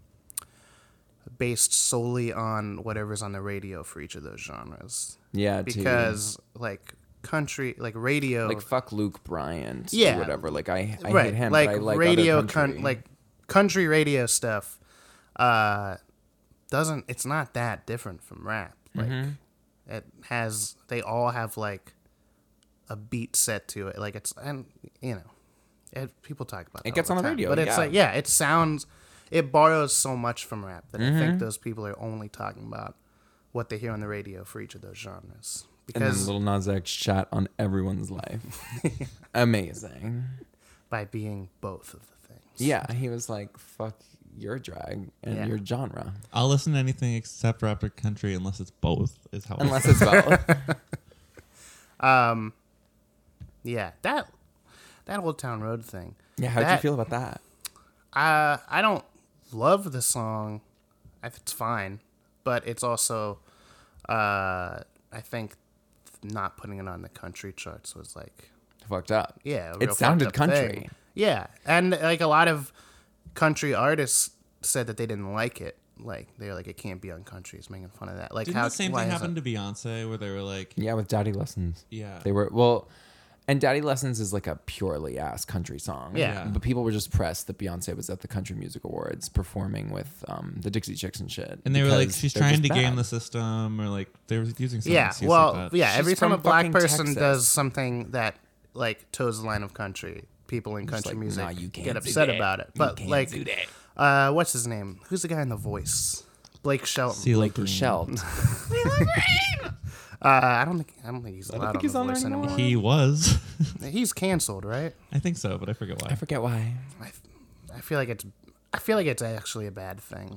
Speaker 3: based solely on whatever's on the radio for each of those genres
Speaker 1: Yeah, too.
Speaker 3: because like country like radio
Speaker 1: like fuck Luke Bryant.
Speaker 3: Yeah.
Speaker 1: Or whatever. Like I, I
Speaker 3: right
Speaker 1: hate him.
Speaker 3: like,
Speaker 1: but I like other
Speaker 3: radio
Speaker 1: country.
Speaker 3: Con- like country radio stuff uh doesn't it's not
Speaker 1: Mm-hmm.
Speaker 3: that different from rap like it has they all have like a beat set to it. Like it's and you know, it, people talk about
Speaker 1: It
Speaker 3: all
Speaker 1: gets on the
Speaker 3: time.
Speaker 1: radio,
Speaker 3: but it's
Speaker 1: yeah.
Speaker 3: like yeah, it sounds it borrows so much from rap that I
Speaker 1: Mm-hmm.
Speaker 3: think those people are only talking about what they hear on the radio for each of those genres
Speaker 1: And then
Speaker 3: because
Speaker 1: Little Nas X shot on everyone's life. Amazing.
Speaker 3: by being both of the things.
Speaker 1: Yeah, he was like, "Fuck your drag and
Speaker 3: Yeah.
Speaker 1: your genre,"
Speaker 2: I'll listen to anything except rap or country unless it's both. Is how. I
Speaker 1: unless it's both.
Speaker 3: Yeah, that that old town road thing.
Speaker 1: yeah, how'd you
Speaker 3: That-
Speaker 1: feel about that?
Speaker 3: Uh, I don't love the song. I th- It's fine, but it's also, uh, I think, not putting it on the country charts was like,
Speaker 1: Fucked up.
Speaker 3: yeah, a real
Speaker 1: it
Speaker 3: fucked
Speaker 1: sounded
Speaker 3: up thing.
Speaker 1: country.
Speaker 3: Yeah, and like a lot of country artists said that they didn't like it. Like they're like, it can't be on country. It's making fun of that. Like
Speaker 2: Didn't
Speaker 3: how
Speaker 2: the same
Speaker 3: why
Speaker 2: thing
Speaker 3: is
Speaker 2: happen
Speaker 3: it-
Speaker 2: to Beyonce where they were like,
Speaker 1: Yeah, with Daddy Lessons.
Speaker 2: Yeah.
Speaker 1: They were well and Daddy Lessons is like a purely ass country song.
Speaker 3: Yeah. Yeah.
Speaker 1: But people were just pressed that Beyonce was at the Country Music Awards performing with um, the Dixie Chicks and shit.
Speaker 2: and they were like,
Speaker 1: because
Speaker 2: she's
Speaker 1: they're
Speaker 2: trying
Speaker 1: just
Speaker 2: to game
Speaker 1: bad.
Speaker 2: the system, or like they were using some
Speaker 3: Yeah,
Speaker 2: excuse
Speaker 3: well,
Speaker 2: like that.
Speaker 3: yeah.
Speaker 1: She's
Speaker 3: every time
Speaker 1: from
Speaker 3: a black
Speaker 1: fucking
Speaker 3: person
Speaker 1: Texas.
Speaker 3: does something that like toes the line of country, people in country
Speaker 1: like,
Speaker 3: music
Speaker 1: "Nah, you can't
Speaker 3: get
Speaker 1: do
Speaker 3: upset
Speaker 1: that.
Speaker 3: about it.
Speaker 1: You
Speaker 3: But
Speaker 1: can't
Speaker 3: like,
Speaker 1: do that.
Speaker 3: uh, what's his name? Who's the guy in The Voice? Blake Shelton.
Speaker 2: See, like,
Speaker 1: Blakey Shelt.
Speaker 3: uh, I don't think I don't think he's allowed
Speaker 1: think
Speaker 3: on
Speaker 1: he's
Speaker 3: The
Speaker 1: on there
Speaker 3: Voice
Speaker 1: anymore.
Speaker 3: anymore.
Speaker 2: he was.
Speaker 3: He's canceled, right?
Speaker 2: I think so, but I forget why.
Speaker 1: I forget why.
Speaker 3: I, f- I feel like it's I feel like it's actually a bad thing.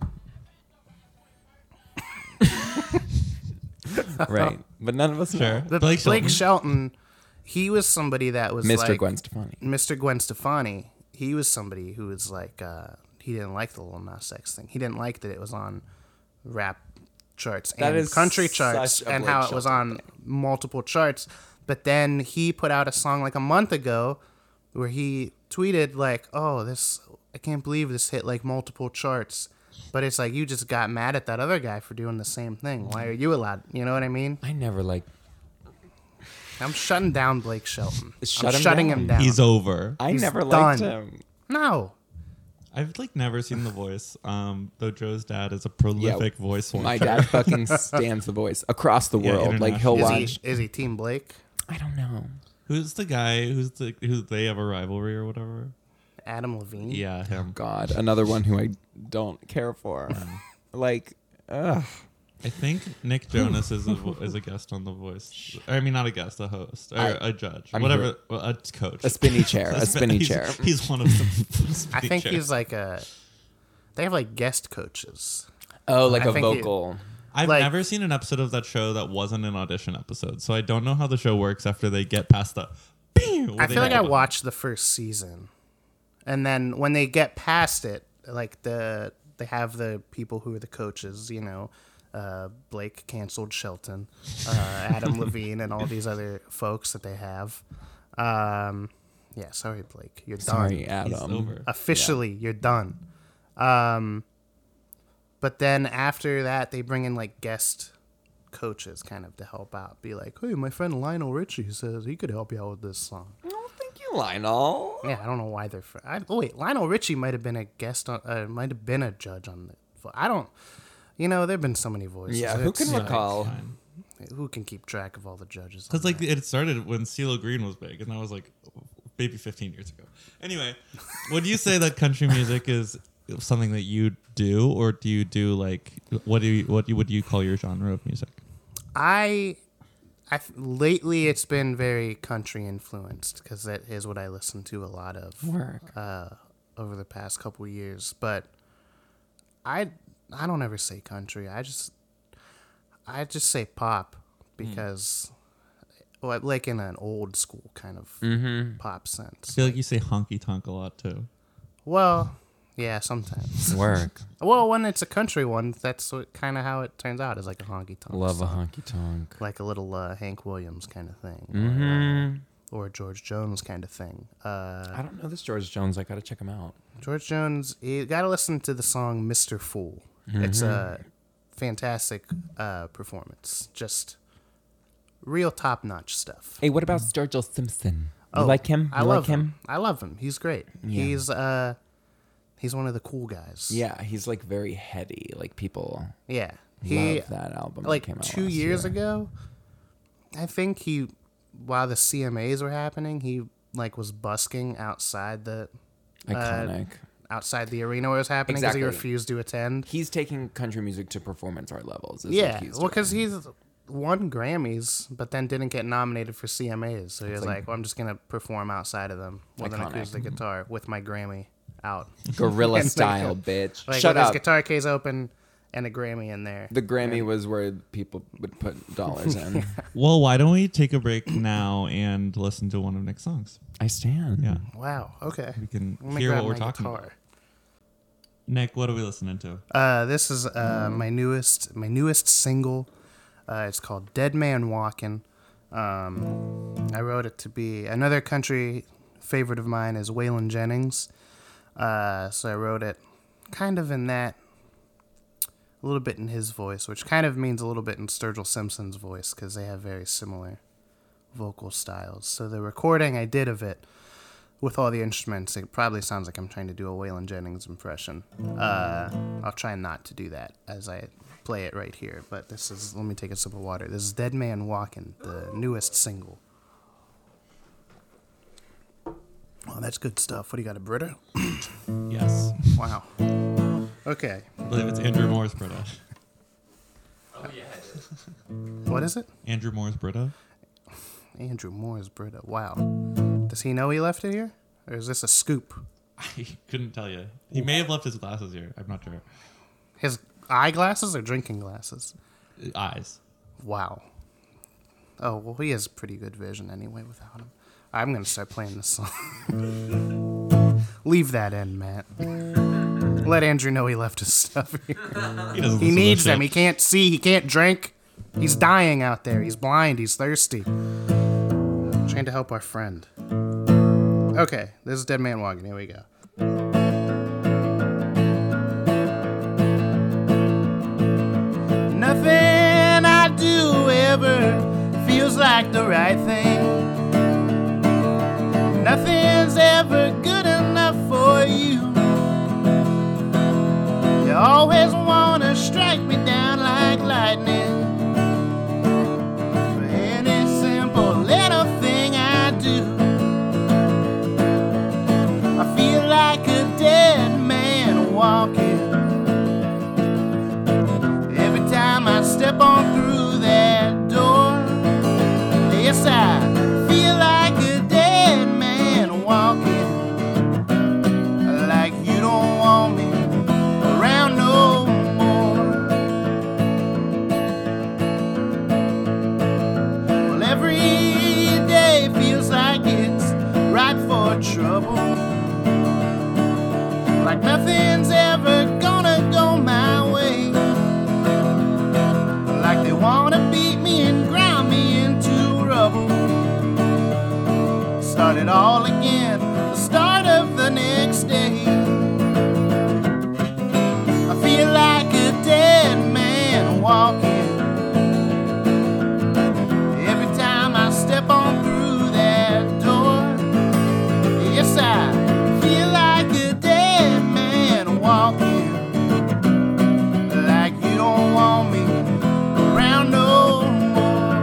Speaker 1: right. But none of us
Speaker 2: Sure.
Speaker 1: know.
Speaker 3: But
Speaker 2: Blake
Speaker 3: Blake
Speaker 2: Shelton.
Speaker 3: Shelton. he was somebody that was
Speaker 1: Mr.
Speaker 3: like-
Speaker 1: Gwen Stefani.
Speaker 3: Mr. Gwen Stefani, he was somebody who was like, uh, he didn't like the Lil Nas X thing. He didn't like that it was on rap charts
Speaker 1: That
Speaker 3: and
Speaker 1: is
Speaker 3: country charts
Speaker 1: such a
Speaker 3: and
Speaker 1: Blake
Speaker 3: how it was
Speaker 1: Shelton
Speaker 3: on multiple charts. But then he put out a song like a month ago where he tweeted like, "Oh, this I can't believe this hit like multiple charts." But it's like you just got mad at that other guy for doing the same thing. Why are you allowed? You know what I mean?
Speaker 1: I never like
Speaker 3: I'm shutting down Blake Shelton.
Speaker 1: Shut
Speaker 3: I'm
Speaker 1: him
Speaker 3: shutting
Speaker 1: down.
Speaker 3: him down.
Speaker 2: He's over.
Speaker 1: I
Speaker 3: He's
Speaker 1: never liked
Speaker 3: done.
Speaker 1: him.
Speaker 3: no.
Speaker 2: I've like never seen The Voice. Um, though Joe's dad is a prolific voice watcher.
Speaker 1: My dad fucking stands the voice across the
Speaker 2: Yeah,
Speaker 1: world. like he'll
Speaker 2: international.
Speaker 3: Is
Speaker 1: watch
Speaker 3: he, is he Team Blake?
Speaker 1: I don't know.
Speaker 2: Who's the guy? Who's the who? They have a rivalry or whatever.
Speaker 3: Adam
Speaker 1: Hmm?
Speaker 3: Levine?
Speaker 2: Yeah, him.
Speaker 1: Oh, God, another one who I don't care for. like ugh.
Speaker 2: I think Nick Jonas is a, vo- is a guest on The Voice. I mean, not a guest, a host or
Speaker 1: I-
Speaker 2: a judge,
Speaker 1: I'm
Speaker 2: whatever,
Speaker 1: here-
Speaker 2: well, a coach,
Speaker 1: A spinny chair. a
Speaker 2: spin-
Speaker 1: spinny
Speaker 2: he's-
Speaker 1: chair.
Speaker 2: He's one of them. Spinny
Speaker 3: I think
Speaker 2: chair.
Speaker 3: he's like a. They have like guest coaches.
Speaker 1: Oh, like
Speaker 3: I
Speaker 1: a
Speaker 3: think he-
Speaker 1: vocal.
Speaker 2: I've
Speaker 3: like-
Speaker 2: never seen an episode of that show that wasn't an audition episode, so I don't know how the show works after they get past the.
Speaker 3: I feel like I watched the first season, and then when they get past it, like the they have the people who are the coaches. You know, uh, Blake canceled Shelton, uh, Adam Levine, and all these other folks that they have. Um, yeah, sorry, Blake, you're done.
Speaker 1: Sorry,
Speaker 2: He's
Speaker 1: Adam.
Speaker 2: over.
Speaker 3: officially you're done um but then after that they bring in like guest coaches kind of to help out be like hey my friend lionel richie says he could help you out with this song
Speaker 1: Oh, thank you, Lionel.
Speaker 3: yeah i don't know why they're fr- I, oh wait lionel richie might have been a guest on uh, might have been a judge on the i don't you know there have been so many voices
Speaker 1: Yeah, who
Speaker 3: It's
Speaker 1: can
Speaker 3: like,
Speaker 1: recall?
Speaker 3: who can keep track of all the judges
Speaker 2: Because
Speaker 3: on
Speaker 2: like it started when CeeLo Green was big, and that was like maybe 15 years ago. Anyway, would you say that country music is something that you do, or do you do like what do you what you, would you call your genre of music?
Speaker 3: I, I lately it's been very country influenced because that is what I listen to a lot of
Speaker 1: Work.
Speaker 3: uh, over the past couple years. But I I don't ever say country. I just I just say pop because well, like in an old school kind of pop
Speaker 2: I
Speaker 3: sense.
Speaker 2: feel like you say honky tonk a lot too.
Speaker 3: Well, yeah, sometimes.
Speaker 1: Work.
Speaker 3: well, when it's a country one, that's what, kind of how it turns out. Is like a honky tonk.
Speaker 1: Love a honky tonk. Mm-hmm.
Speaker 3: like a little uh, Hank Williams kind of thing, uh, or, or a George Jones kind of thing. Uh,
Speaker 1: I don't know this George Jones. I gotta check him out.
Speaker 3: George Jones, you gotta listen to the song "Mr. Fool." It's a
Speaker 1: Mm-hmm.
Speaker 3: fantastic uh, performance, just real top-notch stuff.
Speaker 1: Hey, what about Sturgill Simpson? You like him?
Speaker 3: Oh, I
Speaker 1: You
Speaker 3: love
Speaker 1: like him?
Speaker 3: I love him. He's great. He's uh, he's one of the cool guys.
Speaker 1: Yeah, he's like very heady. Like people
Speaker 3: yeah. He
Speaker 1: love that album. that
Speaker 3: like
Speaker 1: came out
Speaker 3: two
Speaker 1: last
Speaker 3: years
Speaker 1: year.
Speaker 3: ago. I think he while the CMAs were happening, he like was busking outside the uh,
Speaker 1: Iconic.
Speaker 3: outside the arena where it was happening because he
Speaker 1: Exactly.
Speaker 3: refused to attend.
Speaker 1: he's taking country music to performance art levels. Is
Speaker 3: yeah,
Speaker 1: what he's
Speaker 3: well,
Speaker 1: doing.
Speaker 3: because he's won Grammys, but then didn't get nominated for CMAs, so he was like, "Well, I'm just gonna perform outside of them with an
Speaker 1: Iconic.
Speaker 3: acoustic guitar with my Grammy out,
Speaker 1: gorilla
Speaker 3: And, like,
Speaker 1: style,
Speaker 3: uh,
Speaker 1: bitch.
Speaker 3: like
Speaker 1: Shut
Speaker 3: with
Speaker 1: up.
Speaker 3: his guitar case open and a Grammy in there."
Speaker 1: the Grammy was where people would put dollars in.
Speaker 2: Well, why don't we take a break now and listen to one of Nick's songs?
Speaker 1: I stand.
Speaker 2: Yeah.
Speaker 3: wow. Okay.
Speaker 2: We can
Speaker 3: Let me
Speaker 2: hear
Speaker 3: grab
Speaker 2: what we're
Speaker 3: my
Speaker 2: talking
Speaker 3: guitar.
Speaker 2: about. Nick, what are we listening to?
Speaker 3: Uh, this is uh, my newest my newest single. Uh, it's called "Dead Man Walking." Um, I wrote it to be another country favorite of mine is Waylon Jennings. Uh, so I wrote it kind of in that, a little bit in his voice, which kind of means a little bit in Sturgill Simpson's voice because they have very similar vocal styles. So the recording I did of it with all the instruments, it probably sounds like I'm trying to do a Waylon Jennings impression. Uh, I'll try not to do that as I play it right here. But this is, let me take a sip of water. This is Dead Man Walking, the newest single. Oh, that's good stuff. What do you got, a Brita?
Speaker 2: Yes.
Speaker 3: Wow. Okay.
Speaker 2: I believe it's Andrew Moore's Brita.
Speaker 4: Oh yeah, it is.
Speaker 3: What is it?
Speaker 2: Andrew Moore's Brita.
Speaker 3: Andrew Moore's Brita. Wow. Does he know he left it here? Or is this a scoop?
Speaker 2: I couldn't tell you. He may have left his glasses here. I'm not sure.
Speaker 3: His eyeglasses or drinking glasses?
Speaker 2: Eyes.
Speaker 3: Wow. Oh well, he has pretty good vision anyway. Without him, I'm gonna start playing this song. Leave that in, Matt. Let Andrew know he left his stuff here.
Speaker 2: He, doesn't
Speaker 3: He
Speaker 2: listen to
Speaker 3: needs
Speaker 2: this
Speaker 3: them. He
Speaker 2: shit.
Speaker 3: can't see. He can't drink. He's dying out there. He's blind. He's thirsty. trying to help our friend. Okay, this is Dead Man Walking. Here we go. Nothing I do ever feels like the right thing. Nothing's ever good enough for you. You always wanna strike me down like lightning. For any simple little thing I do, I feel like a dead man walking. Every time I step on through that door, yes, I feel like a dead man walking. Like you don't want me around no more. Well, every day feels like it's ripe for trouble. Like nothing's ever gonna go my way. Like they wanna beat me and ground me into rubble. Start it all again, the start of the next day. I feel like a dead man walking. Every time I step on through that door, yes, I feel like a dead man walking. Like you don't want me around no more.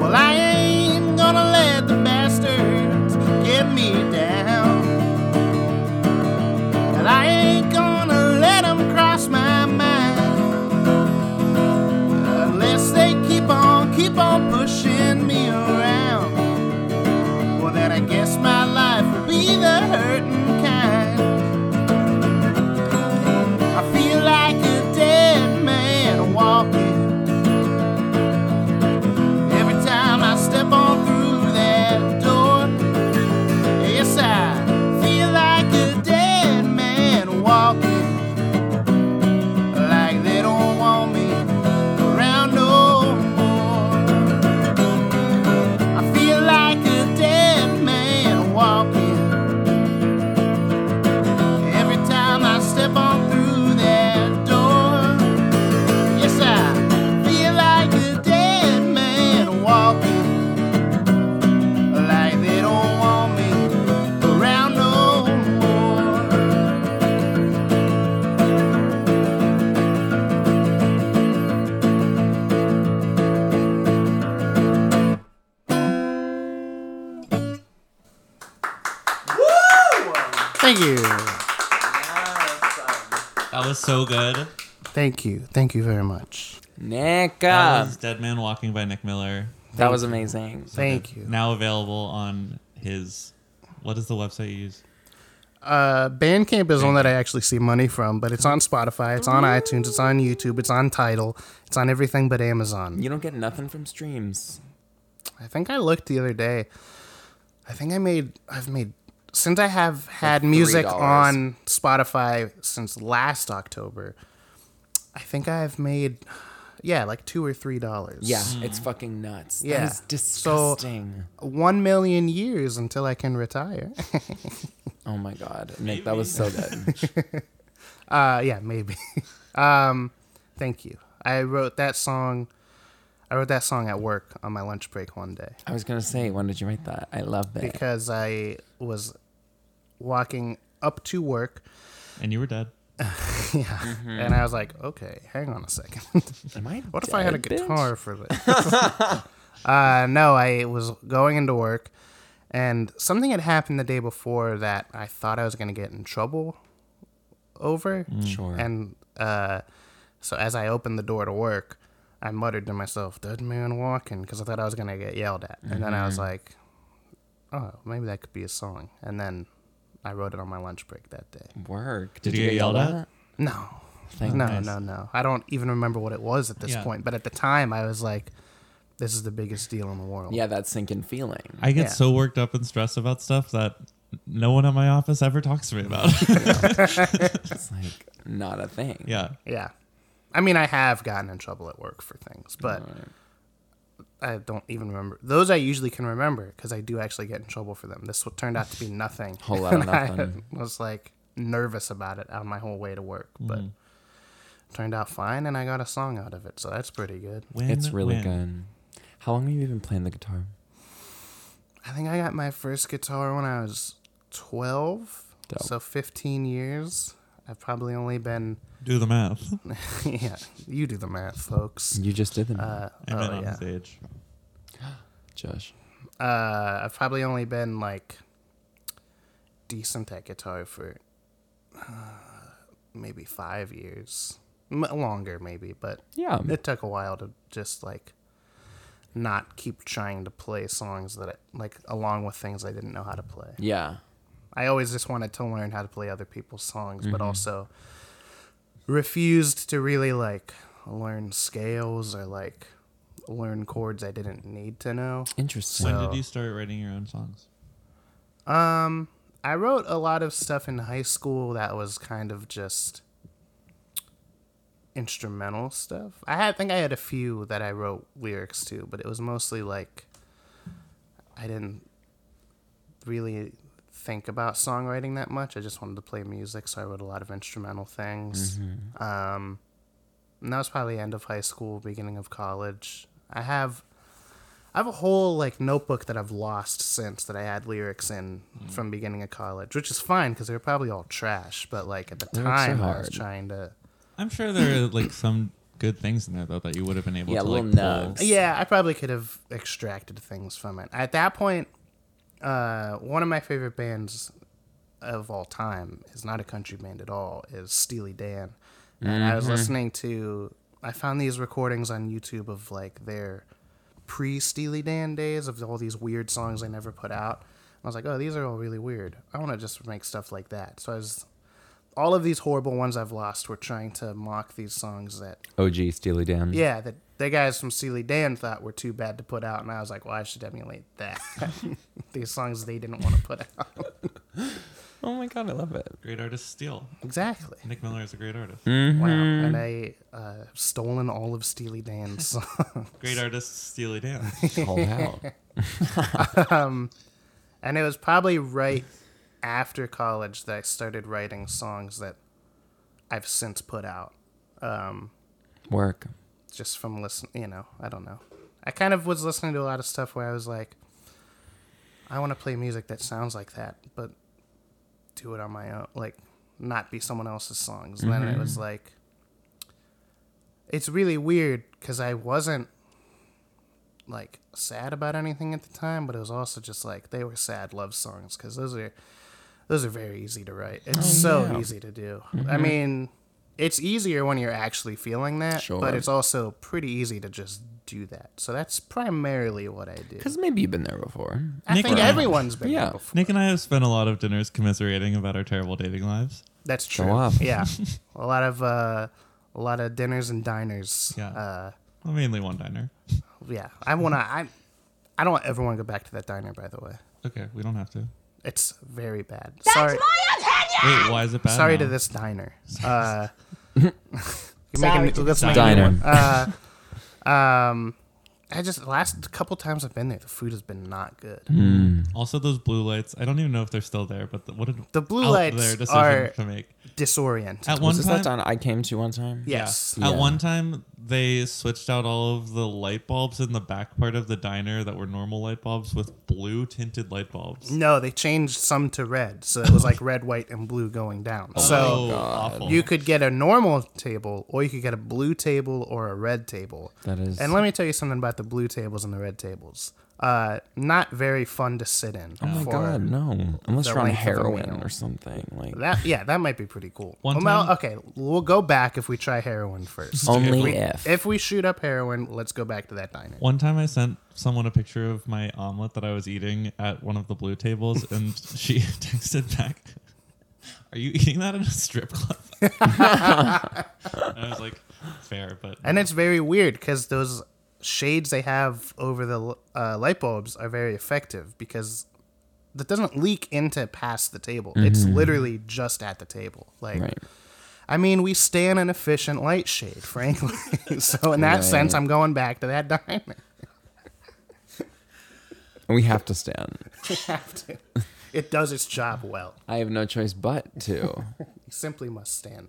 Speaker 3: Well, I ain't gonna let the bastards get me down. And I ain't gonna let them cross my mind. Unless they keep on, keep on pushing me around. Well, then I guess my life will be the hurting kind. I feel like a dead man walking. Every time I step on through that door, yes, I feel like a dead man walking. Like they don't want me around no more. I feel like a dead man walking. Thank you.
Speaker 2: That was so good.
Speaker 3: Thank you. Thank you very much.
Speaker 1: Nick,
Speaker 2: That
Speaker 1: uh,
Speaker 2: was Dead Man Walking by Nick Miller.
Speaker 1: that was amazing.
Speaker 3: Thank you.
Speaker 2: Now available on his. What is the website you use?
Speaker 3: Uh, Bandcamp is one that I actually see money from, but it's on Spotify, it's on
Speaker 1: Mm.
Speaker 3: iTunes, it's on YouTube, it's on Tidal, it's on everything but Amazon.
Speaker 1: You don't get nothing from streams.
Speaker 3: I think I looked the other day. I think I made I've made since I have had
Speaker 1: Like
Speaker 3: music
Speaker 1: $3.
Speaker 3: on Spotify since last October. I think I've made yeah, like 2 or 3 dollars.
Speaker 1: Yeah, it's fucking nuts.
Speaker 3: Yeah.
Speaker 1: That is
Speaker 3: So-
Speaker 1: disgusting.
Speaker 3: 1 million years until I can retire.
Speaker 1: oh my god. Nick, that was so good.
Speaker 3: Uh, yeah, maybe. um, thank you. I wrote that song. I wrote that song at work on my lunch break one day
Speaker 1: I was gonna say, when did you write that? I love that.
Speaker 3: because I was walking up to work.
Speaker 2: And you were dead.
Speaker 3: Yeah, and I was like, okay, hang on a second.
Speaker 1: Am I
Speaker 3: what if I had a
Speaker 1: dead, bitch?
Speaker 3: guitar for this? uh, no, I was going into work, and something had happened the day before that I thought I was gonna get in trouble over.
Speaker 1: Sure.
Speaker 3: And uh, so as I opened the door to work, I muttered to myself, "Dead man walking," because I thought I was gonna get yelled at. And then I was like, "Oh, maybe that could be a song." And then I wrote it on my lunch break that day.
Speaker 1: Work.
Speaker 2: Did you get yelled at?
Speaker 3: No,
Speaker 1: Thank
Speaker 3: no,
Speaker 2: goodness.
Speaker 3: no, no. I don't even remember what it was at this
Speaker 2: Yeah.
Speaker 3: point. But at the time, I was like, "This is the biggest deal in the world."
Speaker 1: Yeah, that sinking feeling.
Speaker 2: I get
Speaker 3: Yeah.
Speaker 2: so worked up and stressed about stuff that no one at my office ever talks to me about.
Speaker 1: It's like not a thing.
Speaker 2: yeah.
Speaker 3: Yeah. I mean, I have gotten in trouble at work for things, but I don't even remember. Those I usually can remember because I do actually get in trouble for them. This one turned out to be nothing.
Speaker 1: Whole lot of
Speaker 3: And I
Speaker 1: nothing.
Speaker 3: was like nervous about it on my whole way to work, but
Speaker 1: Mm-hmm.
Speaker 3: turned out fine and I got a song out of it. So that's pretty good.
Speaker 2: When,
Speaker 1: It's really
Speaker 2: when?
Speaker 1: good. How long have you been playing the guitar?
Speaker 3: I think I got my first guitar when I was 12.
Speaker 1: Dope.
Speaker 3: So 15 years. I've probably only been.
Speaker 2: Do the math.
Speaker 3: Oh, yeah, you do the math, folks.
Speaker 1: You just did them,
Speaker 3: Uh,
Speaker 2: I'm
Speaker 3: oh,
Speaker 2: on
Speaker 3: yeah.
Speaker 2: stage.
Speaker 1: Josh.
Speaker 3: uh, I've probably only been like decent at guitar for uh, maybe five years, M- longer maybe, but
Speaker 1: Yeah.
Speaker 3: it took a while to just like not keep trying to play songs that I, like along with things I didn't know how to play.
Speaker 1: Yeah.
Speaker 3: I always just wanted to learn how to play other people's songs, but also refused to really like learn scales or like learn chords I didn't need to know.
Speaker 1: Interesting.
Speaker 2: When
Speaker 3: So-
Speaker 2: did you start writing your own songs?
Speaker 3: Um, I wrote a lot of stuff in high school that was kind of just instrumental stuff. I had, think I had a few that I wrote lyrics to, but it was mostly like I didn't really think about songwriting that much. I just wanted to play music, so I wrote a lot of instrumental things.
Speaker 1: Mm-hmm.
Speaker 3: Um, and that was probably end of high school, beginning of college. I have I have a whole like notebook that I've lost since that I had lyrics in
Speaker 1: Mm.
Speaker 3: from beginning of college, which is fine because they were probably all trash. But like at the
Speaker 1: Lyrics are
Speaker 3: time, I was
Speaker 1: hard.
Speaker 3: trying to.
Speaker 2: I'm sure there are like some good things in there though that you would have been able
Speaker 1: Yeah,
Speaker 2: to like
Speaker 1: little
Speaker 2: pull.
Speaker 1: nugs.
Speaker 3: Yeah, I probably could have extracted things from it. At that point, uh, one of my favorite bands of all time is not a country band at all. Is Steely Dan, and I was listening to. I found these recordings on YouTube of like their pre Steely Dan days of all these weird songs they never put out. I was like, oh, these are all really weird. I want to just make stuff like that. So I was. All of these horrible ones I've lost were trying to mock these songs that
Speaker 1: OG Steely Dan.
Speaker 3: yeah, that the guys from Steely Dan thought were too bad to put out, and I was like, well, I should emulate that. These songs they didn't want to put out.
Speaker 1: Oh my god, I love it.
Speaker 2: Great artist steal.
Speaker 3: Exactly.
Speaker 2: Nick Miller is a great artist.
Speaker 1: Mm.
Speaker 3: Wow. And I uh, stolen all of Steely Dan's songs.
Speaker 2: Great artist Steely Dan.
Speaker 1: Called out.
Speaker 3: and it was probably right after college that I started writing songs that I've since put out. Um,
Speaker 1: Work.
Speaker 3: just from listen, you know, I don't know. I kind of was listening to a lot of stuff where I was like, I want to play music that sounds like that, but do it on my own, like not be someone else's songs. And then it
Speaker 1: Mm-hmm.
Speaker 3: was like, it's really weird because I wasn't like sad about anything at the time, but it was also just like they were sad love songs because those are Those are very easy to write. It's so
Speaker 1: Oh, yeah. Mm-hmm.
Speaker 3: easy to do. I mean, it's easier when you're actually feeling that,
Speaker 1: Sure.
Speaker 3: but it's also pretty easy to just do that. So that's primarily what I do.
Speaker 1: Because maybe you've been there before.
Speaker 3: I
Speaker 2: Nick
Speaker 3: think
Speaker 2: and I-
Speaker 3: everyone's been
Speaker 1: Yeah.
Speaker 3: there before.
Speaker 2: Nick and I have spent a lot of dinners commiserating about our terrible dating lives.
Speaker 3: That's
Speaker 1: Show
Speaker 3: true.
Speaker 1: up.
Speaker 3: Yeah, a lot of uh, a lot of dinners and diners.
Speaker 2: Yeah.
Speaker 3: uh,
Speaker 2: Well, mainly one diner.
Speaker 3: yeah. I wanna. I I don't ever want to go back to that diner. By the way,
Speaker 2: Okay, we don't have to.
Speaker 3: it's very bad.
Speaker 5: That's
Speaker 3: sorry,
Speaker 5: my opinion.
Speaker 2: Wait, why is it bad?
Speaker 3: sorry
Speaker 2: now?
Speaker 3: to this diner. Uh, you're
Speaker 5: Sorry
Speaker 3: making,
Speaker 5: to
Speaker 3: let's
Speaker 2: this
Speaker 3: make
Speaker 2: diner.
Speaker 3: it more. Uh, um, I just the last couple times I've been there, the food has been not good.
Speaker 2: Hmm. Also, those blue lights. I don't even know if they're still there, but the, what an
Speaker 3: The blue
Speaker 2: out
Speaker 3: lights
Speaker 2: there decision
Speaker 3: are-
Speaker 2: to make.
Speaker 3: Disoriented.
Speaker 2: At one
Speaker 1: Was this
Speaker 2: time,
Speaker 1: that down I came to one time?
Speaker 2: yeah.
Speaker 3: yes.
Speaker 2: At
Speaker 1: Yeah.
Speaker 2: one time, they switched out all of the light bulbs in the back part of the diner that were normal light bulbs with blue tinted light bulbs.
Speaker 3: No, they changed some to red, so it was like red, white, and blue going down. So
Speaker 2: oh, awful.
Speaker 3: You could get a normal table, or you could get a blue table or a red table.
Speaker 1: That is.
Speaker 3: And let me tell you something about the blue tables and the red tables. Uh, not very fun to sit in.
Speaker 1: oh my
Speaker 3: for-
Speaker 1: God, no. Unless
Speaker 3: the
Speaker 1: you're on
Speaker 3: length of a
Speaker 1: heroin
Speaker 3: meal.
Speaker 1: or something. Like,
Speaker 3: That yeah, that might be pretty cool.
Speaker 2: One
Speaker 3: well,
Speaker 2: time-
Speaker 3: okay, we'll go back if we try heroin first.
Speaker 1: only
Speaker 2: we-
Speaker 1: if.
Speaker 3: If we shoot up heroin, let's go back to that diner.
Speaker 2: One time I sent someone a picture of my omelet that I was eating at one of the blue tables, and she texted back, Are you eating that in a strip club? and I was like, Fair, but.
Speaker 3: And it's very weird because those shades they have over the uh, light bulbs are very effective because that doesn't leak into past the table. It's literally just at the table. Like,
Speaker 1: Right.
Speaker 3: I mean, we stay in an efficient light shade, frankly. so in that sense,
Speaker 1: Right.
Speaker 3: I'm going back to that diner.
Speaker 1: we have to stand.
Speaker 3: It does its job well.
Speaker 1: I have no choice but to.
Speaker 3: You simply must stand.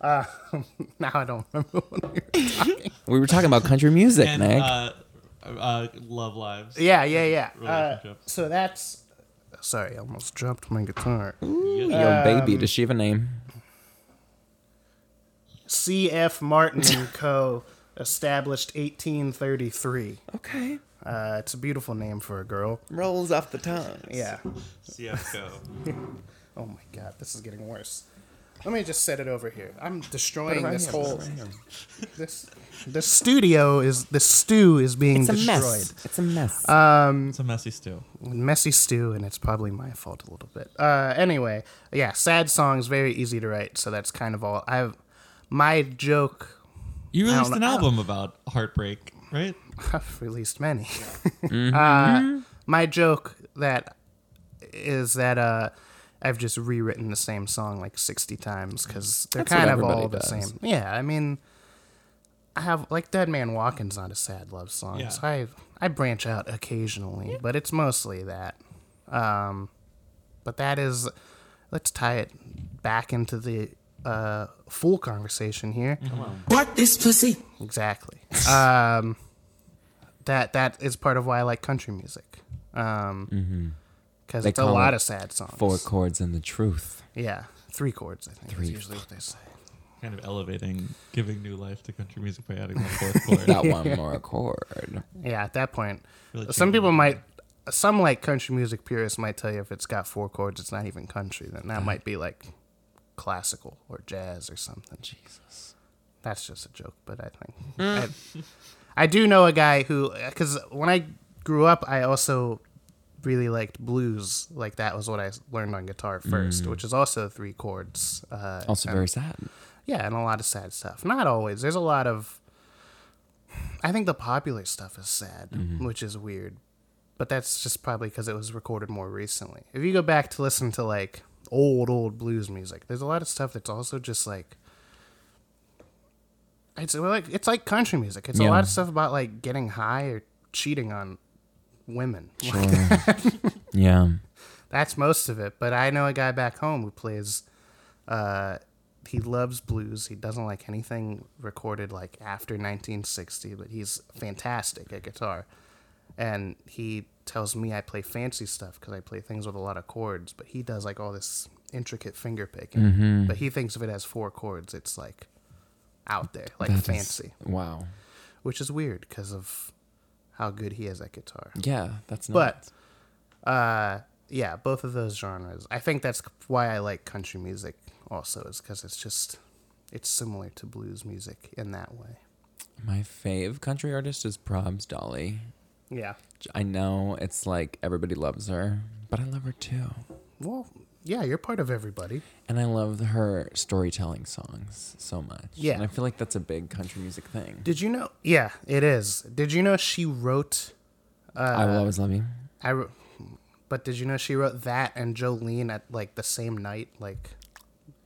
Speaker 3: Uh, now I don't remember. What we-
Speaker 1: we were talking about country music,
Speaker 2: and
Speaker 1: Nick.
Speaker 2: uh, uh, Love Lives.
Speaker 3: yeah, yeah, yeah. Uh,
Speaker 2: Relationships.
Speaker 3: so that's. Sorry, I almost dropped my guitar.
Speaker 1: Yo, baby, does she have a name?
Speaker 3: C.F. Martin and Co. established 1833.
Speaker 1: Okay.
Speaker 3: Uh, it's a beautiful name for a girl.
Speaker 1: Rolls off the tongue.
Speaker 3: Yeah.
Speaker 2: CFCO.
Speaker 3: Oh my god, this is getting worse. Let me just set it over here. I'm destroying this whole this this studio is the stew is being
Speaker 1: It's a
Speaker 3: destroyed.
Speaker 1: mess. It's a mess.
Speaker 2: It's a messy stew.
Speaker 3: messy stew, and it's probably my fault a little bit. Uh, anyway, yeah, sad songs very easy to write, so that's kind of all. I've my joke.
Speaker 2: You
Speaker 3: don't
Speaker 2: released an
Speaker 3: know.
Speaker 2: album about heartbreak, right?
Speaker 3: I've released many.
Speaker 1: Mm-hmm.
Speaker 3: uh, my joke that is that uh, I've just rewritten the same song like sixty times because they're
Speaker 1: what
Speaker 3: kind of all
Speaker 1: everybody
Speaker 3: the
Speaker 1: does.
Speaker 3: same. Yeah, I mean, I have like Dead Man Walking's not a sad love song.
Speaker 2: Yeah.
Speaker 3: So I I branch out occasionally, but it's mostly that. Um, but that is, let's tie it back into the uh, full conversation here.
Speaker 6: What this pussy?
Speaker 3: Exactly. Um, that that is part of why I like country music. Um, because
Speaker 1: Mm-hmm. They
Speaker 3: it's a
Speaker 1: call it
Speaker 3: lot of sad songs.
Speaker 1: Four chords and the truth.
Speaker 3: Yeah, three chords. I think is usually what they say.
Speaker 2: Kind of elevating, giving new life to country music by adding the fourth chord.
Speaker 1: That one more chord.
Speaker 3: Yeah, at that point,
Speaker 2: Really
Speaker 3: some
Speaker 2: changing
Speaker 3: people
Speaker 2: it.
Speaker 3: might, some like country music purists might tell you if it's got four chords, it's not even country. Then
Speaker 2: Uh-huh.
Speaker 3: that might be like classical or jazz or something. Jesus, that's just a joke. But I think
Speaker 2: Hmm.
Speaker 3: I, I do know a guy who, because when I grew up, I also really liked blues. Like that was what I learned on guitar
Speaker 2: Mm.
Speaker 3: first, which is also three chords. Uh,
Speaker 1: Also very sad.
Speaker 3: yeah, and a lot of sad stuff. Not always. There's a lot of. I think the popular stuff is sad, which is weird, but that's just probably because it was recorded more recently. If you go back to listen to like old old blues music, there's a lot of stuff that's also just like. It's well, like it's like country music. It's
Speaker 1: Yeah.
Speaker 3: a lot of stuff about like getting high or cheating on women.
Speaker 1: Yeah.
Speaker 3: That's most of it. But I know a guy back home who plays. Uh, he loves blues. He doesn't like anything recorded like after 1960, but he's fantastic at guitar. And he tells me I play fancy stuff because I play things with a lot of chords, but he does like all this intricate finger picking.
Speaker 1: Mm-hmm.
Speaker 3: But he thinks if it has four chords, it's like out there, like
Speaker 1: That is-
Speaker 3: fancy,
Speaker 1: wow.
Speaker 3: which is weird because of how good he is at guitar.
Speaker 1: Yeah, that's
Speaker 3: But
Speaker 1: not.
Speaker 3: uh, yeah, both of those genres. I think that's why I like country music also is because it's just it's similar to blues music in that way.
Speaker 1: My fave country artist is Probs Dolly.
Speaker 3: Yeah.
Speaker 1: I know it's like everybody loves her, but I love her too.
Speaker 3: Well, yeah, you're part of everybody.
Speaker 1: And I love her storytelling songs so much.
Speaker 3: Yeah.
Speaker 1: And I feel like that's a big country music thing.
Speaker 3: Did you know? Yeah, it is. Did you know she wrote? Uh,
Speaker 1: I will always love you.
Speaker 3: I, wr- but did you know she wrote that and Jolene at like the same night? Like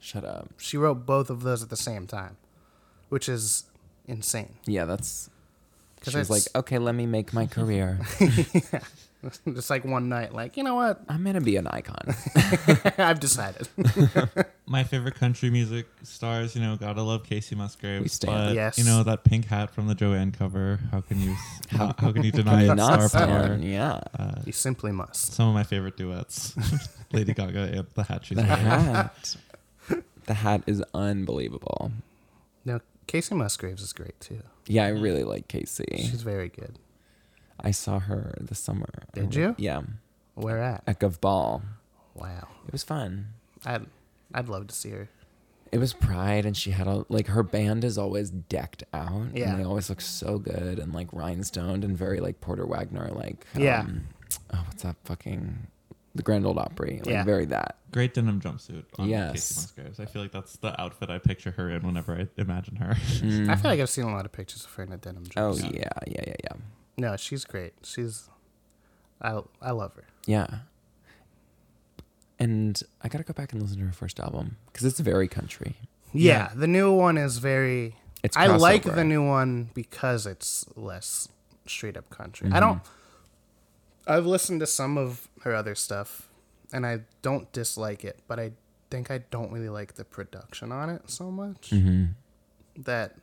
Speaker 1: Shut up.
Speaker 3: she wrote both of those at the same time, which is insane.
Speaker 1: Yeah, that's.
Speaker 3: 'Cause
Speaker 1: She was like,
Speaker 3: it's-
Speaker 1: okay, let me make my career.
Speaker 3: Just like one night, like you know what?
Speaker 1: I'm going to be an icon.
Speaker 3: I've decided.
Speaker 2: my favorite country music stars, you know, gotta love Casey Musgraves.
Speaker 1: We stand.
Speaker 2: But,
Speaker 3: Yes.
Speaker 2: You know that pink hat from the Joanne cover. How can you? how, how can you deny it?
Speaker 1: Not
Speaker 2: Star power.
Speaker 1: stand. Yeah.
Speaker 3: you simply must.
Speaker 2: Some of my favorite duets: Lady Gaga and the hat she's
Speaker 1: The
Speaker 2: wearing.
Speaker 1: hat. the hat is unbelievable.
Speaker 3: No, Casey Musgraves is great too.
Speaker 1: Yeah, I really like Casey.
Speaker 3: She's very good.
Speaker 1: I saw her this summer.
Speaker 3: Did you?
Speaker 1: Yeah.
Speaker 3: Where at?
Speaker 1: At Gov Ball.
Speaker 3: Wow.
Speaker 1: It was fun.
Speaker 3: I'd I'd love to see her.
Speaker 1: It was Pride, and she had a like her band is always decked out.
Speaker 3: Yeah.
Speaker 1: and they always look so good and like rhinestoned and very like Porter Wagner like.
Speaker 3: Yeah.
Speaker 1: oh, what's that fucking the Grand Old Opry? Like
Speaker 3: Yeah.
Speaker 1: very that.
Speaker 2: Great denim jumpsuit on
Speaker 1: Yes.
Speaker 2: Casey Musgraves. I feel like that's the outfit I picture her in whenever I imagine
Speaker 1: Mm.
Speaker 2: her.
Speaker 3: I feel like I've seen a lot of pictures of her in a denim
Speaker 1: Mm-hmm. Oh
Speaker 3: dress.
Speaker 1: yeah, yeah, yeah, yeah, yeah.
Speaker 3: No, she's great. She's I I love her.
Speaker 1: And I gotta go back and listen to her first album because it's very country.
Speaker 3: Yeah, the new one is very.
Speaker 1: It's
Speaker 3: I like
Speaker 1: crossover.
Speaker 3: the new one because it's less straight up country.
Speaker 1: Mm-hmm.
Speaker 3: I don't. I've listened to some of her other stuff, and I don't dislike it, but I think I don't really like the production on it so much
Speaker 1: Mm-hmm.
Speaker 3: that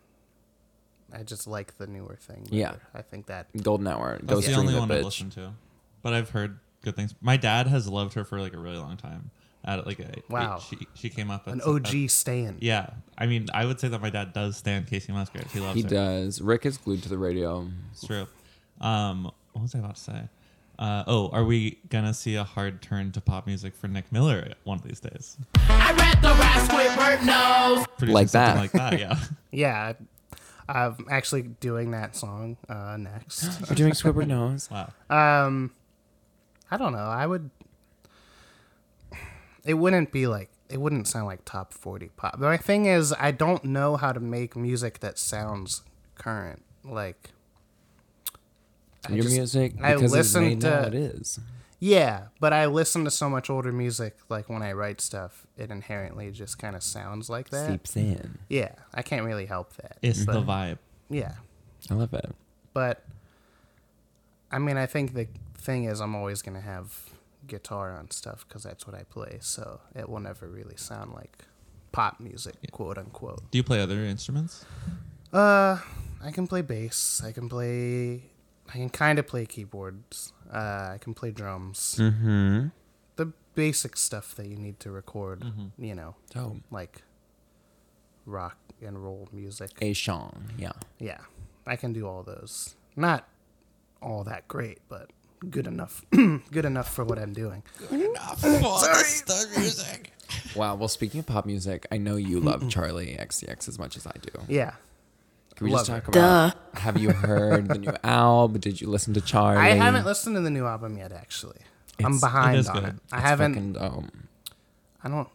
Speaker 3: I just like the newer thing.
Speaker 1: Yeah.
Speaker 3: better. I think that.
Speaker 1: Golden Hour
Speaker 2: That's
Speaker 1: goes
Speaker 2: the
Speaker 1: through
Speaker 2: only
Speaker 1: the
Speaker 2: one I've
Speaker 1: bitch.
Speaker 2: listened to, but I've heard good things. My dad has loved her for like a really long time. At like a,
Speaker 3: Wow.
Speaker 2: she she came up
Speaker 3: An
Speaker 2: as-
Speaker 1: uh,
Speaker 3: OG stand.
Speaker 2: Yeah, I mean, I would say that my dad does stand Casey Musgraves. He loves
Speaker 1: He
Speaker 2: her.
Speaker 1: does. Rick is glued to the radio.
Speaker 2: It's true. Um, what was I about to say? Uh, oh, are we gonna see a hard turn to pop music for Nick Miller one of these days?
Speaker 5: I read the rats with bird nose.
Speaker 2: Producing
Speaker 1: Like
Speaker 2: something
Speaker 1: that.
Speaker 2: like that, yeah.
Speaker 3: Yeah. I- I'm actually doing that song uh, next.
Speaker 1: You're doing Swibber Nose.
Speaker 2: Wow.
Speaker 3: Um, I don't know. I would. It wouldn't be like it wouldn't sound like top forty pop. My thing is, I don't know how to make music that sounds current. Like, I
Speaker 1: Your
Speaker 3: just-
Speaker 1: music,
Speaker 3: I
Speaker 1: because it's
Speaker 3: listened
Speaker 1: made now
Speaker 3: to-
Speaker 1: it is.
Speaker 3: yeah, but I listen to so much older music. Like when I write stuff, it inherently just kind of sounds like that.
Speaker 1: Seeps in.
Speaker 3: Yeah, I can't really help that.
Speaker 2: It's the vibe.
Speaker 3: Yeah,
Speaker 1: I love it.
Speaker 3: but I mean, I think the thing is, I'm always gonna have guitar on stuff because that's what I play, so it will never really sound like pop music, quote unquote.
Speaker 2: Do you play other instruments?
Speaker 3: Uh, I can play bass. I can play. I can kind of play keyboards. Uh, I can play drums. Mm-hmm. The basic stuff that you need to record, you know,
Speaker 1: So
Speaker 3: like rock and roll music.
Speaker 1: a song, yeah.
Speaker 3: Yeah, I can do all those. Not all that great, but good enough. good enough for what I'm doing.
Speaker 1: Wow. Well, speaking of pop music, I know you love Charlie XCX as much as I do.
Speaker 3: Yeah,
Speaker 1: Can we just
Speaker 3: Love
Speaker 1: talk about? Have you heard the new album? Did you listen to Charlie?
Speaker 3: I haven't listened to the new album yet. Actually, I'm
Speaker 1: It's-
Speaker 3: behind
Speaker 2: it is
Speaker 3: on
Speaker 2: good.
Speaker 3: it. I
Speaker 1: It's
Speaker 3: haven't.
Speaker 1: fucking dope.
Speaker 3: I don't.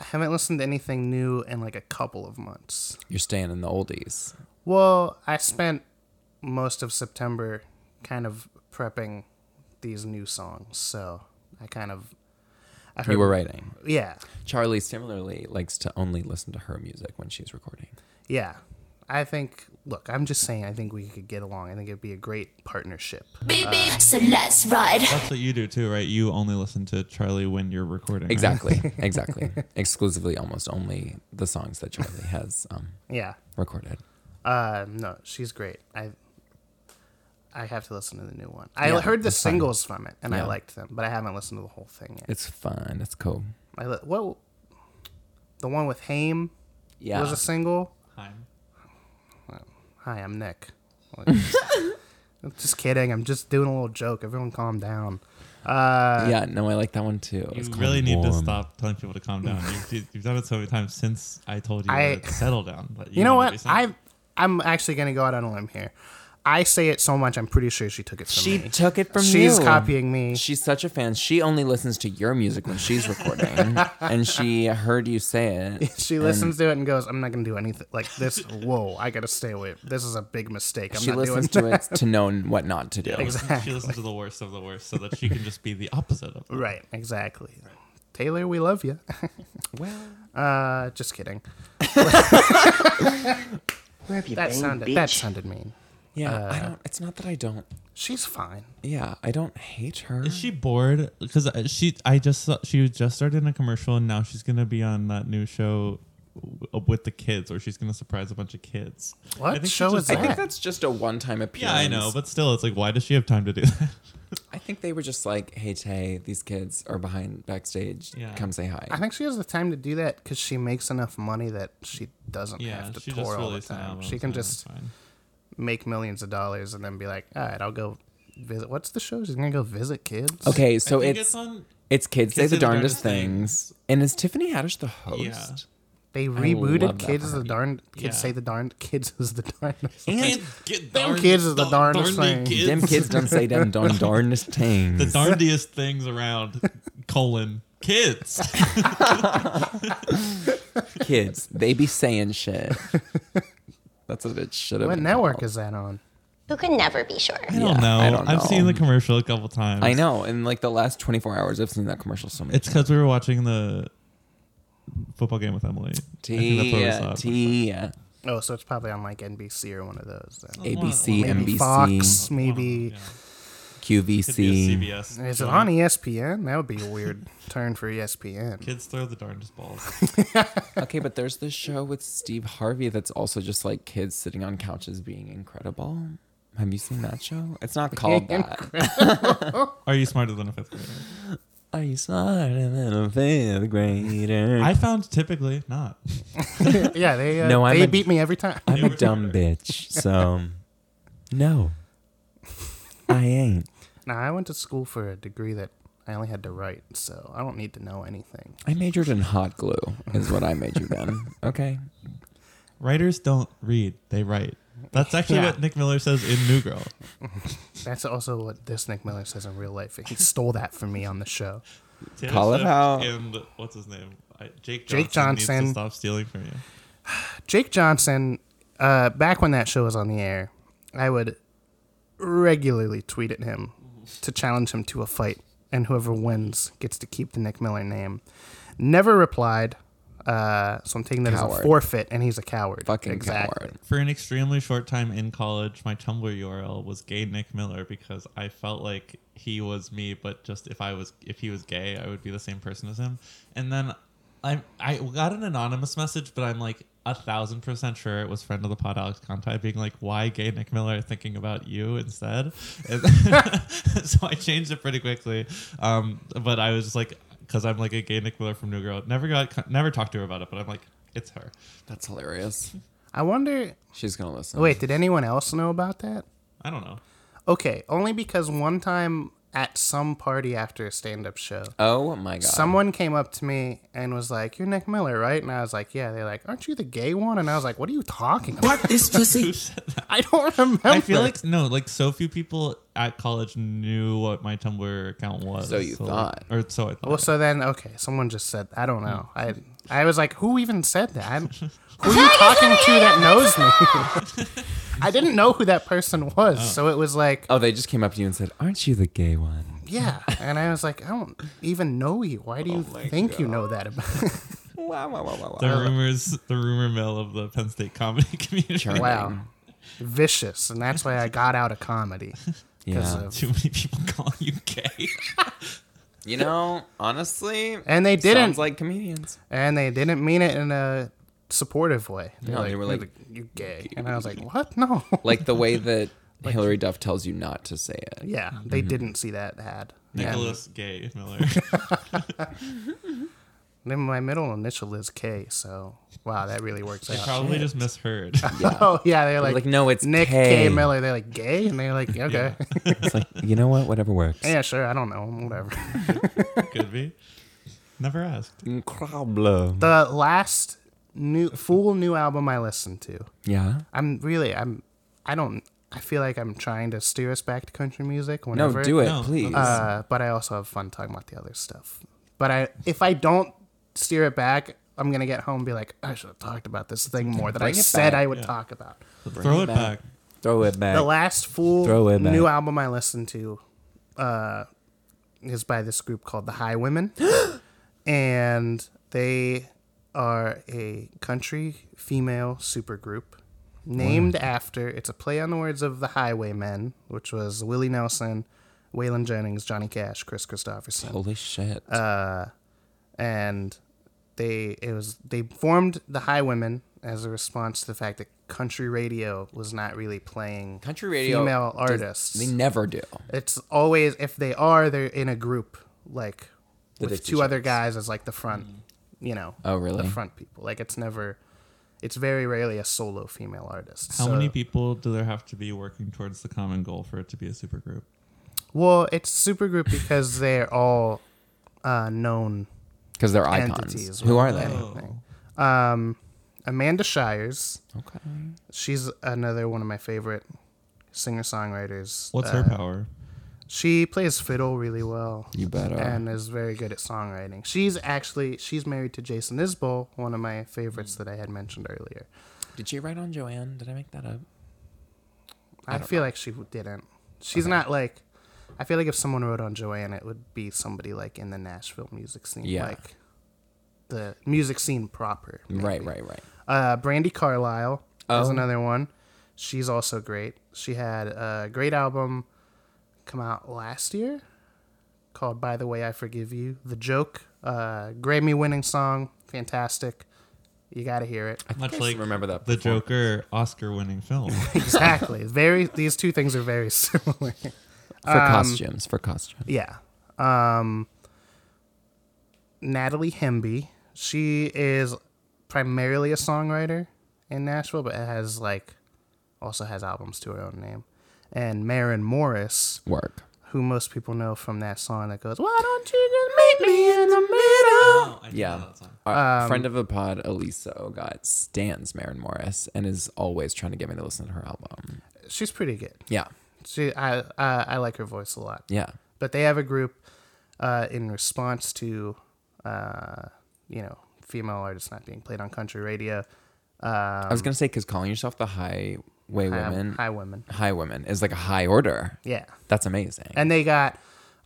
Speaker 3: I haven't listened to anything new in like a couple of months.
Speaker 1: You're staying in the oldies.
Speaker 3: Well, I spent most of September kind of prepping these new songs, so I kind of. I
Speaker 1: You were writing.
Speaker 3: Yeah,
Speaker 1: Charlie similarly likes to only listen to her music when she's recording.
Speaker 3: yeah. I think. Look, I'm just saying. I think we could get along. I think it'd be a great partnership.
Speaker 5: Beep beep. So let's ride.
Speaker 2: That's what you do too, right? You only listen to Charlie when you're recording. right?
Speaker 1: Exactly. exactly. Exclusively, almost only the songs that Charlie has um,
Speaker 3: Yeah.
Speaker 1: recorded.
Speaker 3: Uh, no, she's great. I I have to listen to the new one. I
Speaker 1: Yeah,
Speaker 3: heard the
Speaker 1: it's fun.
Speaker 3: singles from it and I
Speaker 1: Yeah.
Speaker 3: liked them, but I haven't listened to the whole thing yet.
Speaker 1: It's fun. It's cool.
Speaker 3: I li- what the one with Haim
Speaker 1: Yeah.
Speaker 3: was a single.
Speaker 2: Time.
Speaker 3: Hi, I'm Nick. Like, I'm just kidding. I'm just doing a little joke. Everyone, calm down. Uh,
Speaker 1: yeah, no, I like that one too.
Speaker 2: You
Speaker 1: It's called
Speaker 2: really need to
Speaker 1: Warm.
Speaker 2: stop telling people to calm down. You've, you- you've done it so many times since I told you
Speaker 3: I-
Speaker 2: to settle down. But
Speaker 3: You know
Speaker 2: need to
Speaker 3: what?
Speaker 2: be settled.
Speaker 3: I I'm actually gonna go out on a limb here. I say it so much, I'm pretty sure she took it from
Speaker 1: She
Speaker 3: me.
Speaker 1: took it from you.
Speaker 3: She's copying me.
Speaker 1: She's such a fan. She only listens to your music when she's recording, and she heard you say it.
Speaker 3: She listens to it and goes, "I'm not gonna do anything like this." Whoa, I gotta stay away. This is a big mistake. I'm
Speaker 1: She
Speaker 3: not
Speaker 1: listens
Speaker 3: doing
Speaker 1: to it to know what not to do.
Speaker 2: Yeah, listen- She listens to the worst of the worst so that she can just be the opposite of.
Speaker 3: that. Right, exactly. Taylor, we love you.
Speaker 1: Well,
Speaker 3: Uh, just kidding.
Speaker 6: Where have you
Speaker 3: That
Speaker 6: been,
Speaker 3: sounded
Speaker 6: bitch?
Speaker 3: that sounded mean.
Speaker 1: yeah, I don't. It's not that I don't.
Speaker 3: She's fine.
Speaker 1: Yeah, I don't hate her.
Speaker 2: Is she bored? Because she, I just saw, she was just started in a commercial and now she's gonna be on that new show w- uh, with the kids, or she's gonna surprise a bunch of kids.
Speaker 3: What
Speaker 2: I think she
Speaker 3: show
Speaker 2: just-
Speaker 3: is
Speaker 1: I think
Speaker 3: that?
Speaker 1: that's just a one-time appearance.
Speaker 2: Yeah, I know, but still, it's like, why does she have time to do that?
Speaker 1: I think they were just like, "Hey, Tay, these kids are behind backstage.
Speaker 2: Yeah.
Speaker 1: Come say hi."
Speaker 3: I think she has the time to do that because she makes enough money that she doesn't
Speaker 2: yeah,
Speaker 3: have to
Speaker 2: she
Speaker 3: tour
Speaker 2: just
Speaker 3: all the
Speaker 2: released an
Speaker 3: time.
Speaker 2: album.
Speaker 3: She can
Speaker 2: so it's
Speaker 3: just
Speaker 2: fine.
Speaker 3: make millions of dollars and then be like, all right, I'll go visit. What's the show? She's gonna go visit kids.
Speaker 1: okay,
Speaker 2: I
Speaker 1: so
Speaker 2: think
Speaker 1: it's
Speaker 2: it's
Speaker 1: it's,
Speaker 2: on.
Speaker 1: kids, say
Speaker 2: Kids
Speaker 1: the
Speaker 2: Say the
Speaker 1: darndest
Speaker 2: Darndest
Speaker 1: things. and is Tiffany Haddish the host?
Speaker 2: Yeah.
Speaker 3: They
Speaker 1: love
Speaker 3: rebooted
Speaker 1: that
Speaker 3: Kids is the
Speaker 1: part.
Speaker 3: darn kids
Speaker 2: Yeah.
Speaker 3: say the darn kids is the darn.
Speaker 1: And
Speaker 2: get
Speaker 3: Them
Speaker 2: darn-
Speaker 3: kids is the
Speaker 2: dar-
Speaker 3: darndest
Speaker 2: darnly
Speaker 3: thing.
Speaker 2: kids.
Speaker 1: Them kids don't say them darn darndest things.
Speaker 2: the darndest things around colon kids
Speaker 1: kids, they be saying shit. That's what it should have
Speaker 3: What
Speaker 1: been.
Speaker 3: network
Speaker 1: called.
Speaker 3: is that on?
Speaker 7: You can never be sure.
Speaker 2: i don't know
Speaker 1: I don't
Speaker 2: i've
Speaker 1: know.
Speaker 2: seen the commercial a couple times
Speaker 1: I know. In like the last 24 hours, I've seen that commercial so many
Speaker 2: it's because we were watching the football game with emily
Speaker 1: times. Tia, Tia,
Speaker 3: Oh, so it's probably on like NBC or one of those. Then.
Speaker 1: ABC,
Speaker 3: Maybe
Speaker 1: NBC,
Speaker 3: Fox, maybe.
Speaker 2: Uh-huh, could be a
Speaker 1: QVC.
Speaker 2: cbs
Speaker 3: Is it
Speaker 2: show.
Speaker 3: on E ESPN? That would be a weird turn for E ESPN.
Speaker 2: kids throw the darndest balls
Speaker 1: Okay, but there's this show with Steve Harvey that's also just like kids sitting on couches being incredible. Have you seen that show? It's not called that.
Speaker 2: are you smarter than a fifth grader
Speaker 1: Are you smarter than a fifth grader?
Speaker 2: i found typically not
Speaker 3: yeah, they uh,
Speaker 1: No, I'm
Speaker 3: they
Speaker 1: a-
Speaker 3: beat me every time.
Speaker 1: I'm a dumb bitch, so no, I ain't.
Speaker 3: Now I went to school for a degree that I only had to write, so I don't need to know anything.
Speaker 1: I majored in hot glue, is what I majored in. Okay.
Speaker 2: writers don't read they write that's actually
Speaker 3: Yeah.
Speaker 2: what nick miller says in new girl
Speaker 3: That's also what this Nick Miller says in real life. He stole that from me on the show.
Speaker 2: Taylor
Speaker 1: Call it
Speaker 2: Swift
Speaker 1: out.
Speaker 2: and what's his name I- jake johnson,
Speaker 3: Jake
Speaker 2: needs
Speaker 3: Johnson.
Speaker 2: to stop stealing from you
Speaker 3: Jake Johnson, uh, back when that show was on the air, I would regularly tweet at him to challenge him to a fight, and whoever wins gets to keep the Nick Miller name. Never replied, uh, so I'm taking that as a
Speaker 1: Coward.
Speaker 3: forfeit, and he's a coward.
Speaker 1: Fucking
Speaker 3: Exactly.
Speaker 1: coward.
Speaker 2: For an extremely short time in college, my Tumblr URL was gay Nick Miller because I felt like he was me, but just if I was if he was gay, I would be the same person as him. And then I I got an anonymous message, but I'm like a thousand percent sure it was friend of the pod Alex Conti being like, "Why gay Nick Miller? Thinking about you instead." And so I changed it pretty quickly, um, but I was just like, because I'm like a gay Nick Miller from New Girl. Never got never talked to her about it, but I'm like, it's her.
Speaker 1: That's hilarious.
Speaker 3: I wonder.
Speaker 1: She's going to listen.
Speaker 3: Wait, did anyone else know about that?
Speaker 2: I don't know.
Speaker 3: Okay, only because one time at some party after a stand-up show,
Speaker 1: Oh my God.
Speaker 3: someone came up to me and was like, "You're Nick Miller, right?" And I was like, "Yeah." They're like, "Aren't you the gay one?" And I was like, "What are you talking about?
Speaker 2: Who said that?
Speaker 3: I don't remember."
Speaker 2: I feel like no, like so few people at college knew what my Tumblr account was.
Speaker 1: So you thought.
Speaker 2: or so I thought.
Speaker 3: Well, so then, okay, someone just said, "I don't know." I I was like, "Who even said that?" I'm- who are you talking to that knows me? I didn't know who that person was, so it was like,
Speaker 1: oh, they just came up to you and said, Aren't you the gay one?
Speaker 3: yeah. And I was like, I don't even know you. Why do you think you know that about?
Speaker 1: Wow, wow, wow, wow,
Speaker 2: the rumors, the rumor mill of the Penn State comedy community.
Speaker 3: wow, vicious, and that's why I got out of comedy. 'Cause
Speaker 1: Yeah.
Speaker 3: of-
Speaker 2: Too many people calling you gay.
Speaker 1: You know, honestly,
Speaker 3: And they didn't.
Speaker 1: sounds like comedians.
Speaker 3: and they didn't mean it in a supportive way. They're
Speaker 1: No, they were
Speaker 3: "You're
Speaker 1: like-
Speaker 3: the- "You gay," and I was like, "What? No."
Speaker 1: Like the way that Hillary Duff tells you not to say it.
Speaker 3: yeah,
Speaker 1: mm-hmm.
Speaker 3: they didn't see that ad. And-
Speaker 2: Nicholas Gay Miller.
Speaker 3: Then my middle initial is K, so wow, that really works
Speaker 2: They
Speaker 3: out.
Speaker 2: probably just misheard.
Speaker 3: Oh yeah, they're like,
Speaker 1: like, "No, it's
Speaker 3: Nick
Speaker 1: K."
Speaker 3: K. Miller. They're like gay, and they're like okay, yeah,
Speaker 1: It's like you know what, whatever works.
Speaker 3: sure, I don't know, whatever.
Speaker 2: Could be. Never asked.
Speaker 1: Incredible.
Speaker 3: the last new full new album I listened to.
Speaker 1: Yeah.
Speaker 3: I'm really I'm I don't I feel like I'm trying to steer us back to country music.
Speaker 1: No,
Speaker 3: Whenever,
Speaker 1: do it,
Speaker 2: No,
Speaker 1: please.
Speaker 3: Uh, but I also have fun talking about the other stuff. But I if I don't steer it back, I'm gonna get home and be like, I should have talked about this thing more that I
Speaker 1: Bring it
Speaker 3: said
Speaker 1: back,
Speaker 3: I would talk about.
Speaker 2: Throw it back.
Speaker 1: Throw it back.
Speaker 3: The last full
Speaker 1: Throw it back.
Speaker 3: new album I listened to uh, is by this group called the High Women, and they are a country female supergroup named after. It's a play on the words of the Highwaymen, which was Willie Nelson, Waylon Jennings, Johnny Cash, Chris Christopherson
Speaker 1: Holy shit.
Speaker 3: uh, and they it was they formed the High Women as a response to the fact that country radio was not really playing
Speaker 1: Country radio
Speaker 3: female
Speaker 1: does-
Speaker 3: artists.
Speaker 1: they never do.
Speaker 3: it's always if they are they're in a group like
Speaker 1: The
Speaker 3: with
Speaker 1: Dixie Mm.
Speaker 3: two other guys as like the front, you know.
Speaker 1: Oh, really?
Speaker 3: The front people. Like it's never it's very rarely a solo female artist.
Speaker 2: How
Speaker 3: So-
Speaker 2: many people do there have to be working towards the common goal for it to be a supergroup?
Speaker 3: Well, it's supergroup because they're all uh, known
Speaker 1: Because they're icons.
Speaker 3: Entities,
Speaker 1: Who are
Speaker 3: right.
Speaker 1: they?
Speaker 3: Oh. Um, Amanda Shires. Okay. She's another one of my favorite singer songwriters.
Speaker 2: What's her power?
Speaker 3: She plays fiddle really well.
Speaker 1: You better.
Speaker 3: And is very good at songwriting. She's actually she's married to Jason Isbell, one of my favorites that I had mentioned earlier.
Speaker 1: Did she write on Joanne? Did I make that up?
Speaker 3: I, feel like she didn't. She's not like. I feel like if someone wrote on Joanne, it would be somebody like in the Nashville music scene,
Speaker 1: Yeah.
Speaker 3: like the music scene proper.
Speaker 1: Right, right, right.
Speaker 3: Uh, Brandy Carlisle is another one. She's also great. She had a great album come out last year called "By the Way I Forgive You." The joke, uh, Grammy-winning song, fantastic. You got to hear it.
Speaker 2: Much like
Speaker 1: remember that
Speaker 2: the Joker Oscar-winning film.
Speaker 3: Exactly. very. These two things are very similar.
Speaker 1: For costumes, for costumes.
Speaker 3: Yeah. Um, Natalie Hemby. She is primarily a songwriter in Nashville, but has like also has albums to her own name. And Marin Morris,
Speaker 1: Work.
Speaker 3: who most people know from that song that goes, "Why don't you just meet me in the middle?" Um,
Speaker 1: Yeah. Our friend of the pod, Elisa got stands Marin Morris and is always trying to get me to listen to her album.
Speaker 3: She's pretty good.
Speaker 1: Yeah.
Speaker 3: She, I, I, I like her voice a lot.
Speaker 1: Yeah.
Speaker 3: but they have a group uh, in response to uh, you know female artists not being played on country radio. Um,
Speaker 1: I was going to say, because calling yourself the highway women,
Speaker 3: high women,
Speaker 1: high women is like a high order.
Speaker 3: yeah.
Speaker 1: That's amazing.
Speaker 3: And they got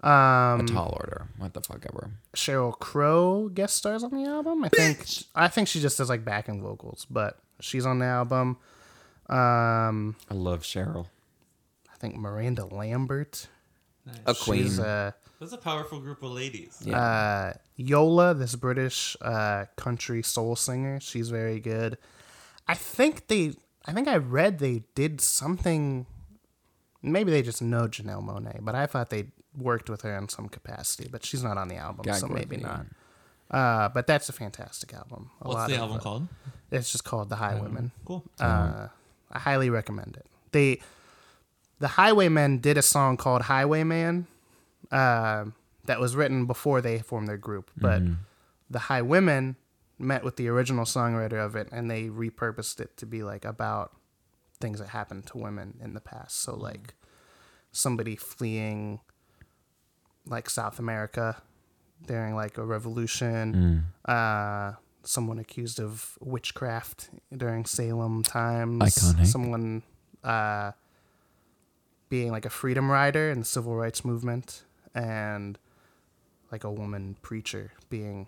Speaker 3: um,
Speaker 1: a tall order. What the fuck ever.
Speaker 3: Cheryl Crow guest stars on the album. I think I think she just does like backing vocals, but she's on the album. Um,
Speaker 1: I love Cheryl.
Speaker 3: I think Miranda Lambert.
Speaker 1: A queen.
Speaker 3: She's uh,
Speaker 2: That's a powerful group of ladies.
Speaker 1: yeah.
Speaker 3: uh, Yola, this British uh, country soul singer. She's very good. I think they, I think I read they did something. Maybe they just know Janelle Monet, but I thought they worked with her in some capacity. But she's not on the album,
Speaker 1: Gag
Speaker 3: so maybe
Speaker 1: worthy.
Speaker 3: not. Uh, but that's a fantastic album. A
Speaker 2: What's
Speaker 3: lot
Speaker 2: the
Speaker 3: of,
Speaker 2: album
Speaker 3: uh,
Speaker 2: called?
Speaker 3: It's just called The High Women.
Speaker 2: Cool.
Speaker 3: Uh, I highly recommend it. They, the Highwaymen did a song called Highwayman uh, that was written before they formed their group, but the High Women met with the original songwriter of it and they repurposed it to be like about things that happened to women in the past. So, like somebody fleeing like South America during like a revolution uh, someone accused of witchcraft during Salem times.
Speaker 1: Iconic.
Speaker 3: Someone uh, being like a freedom rider in the civil rights movement, and like a woman preacher being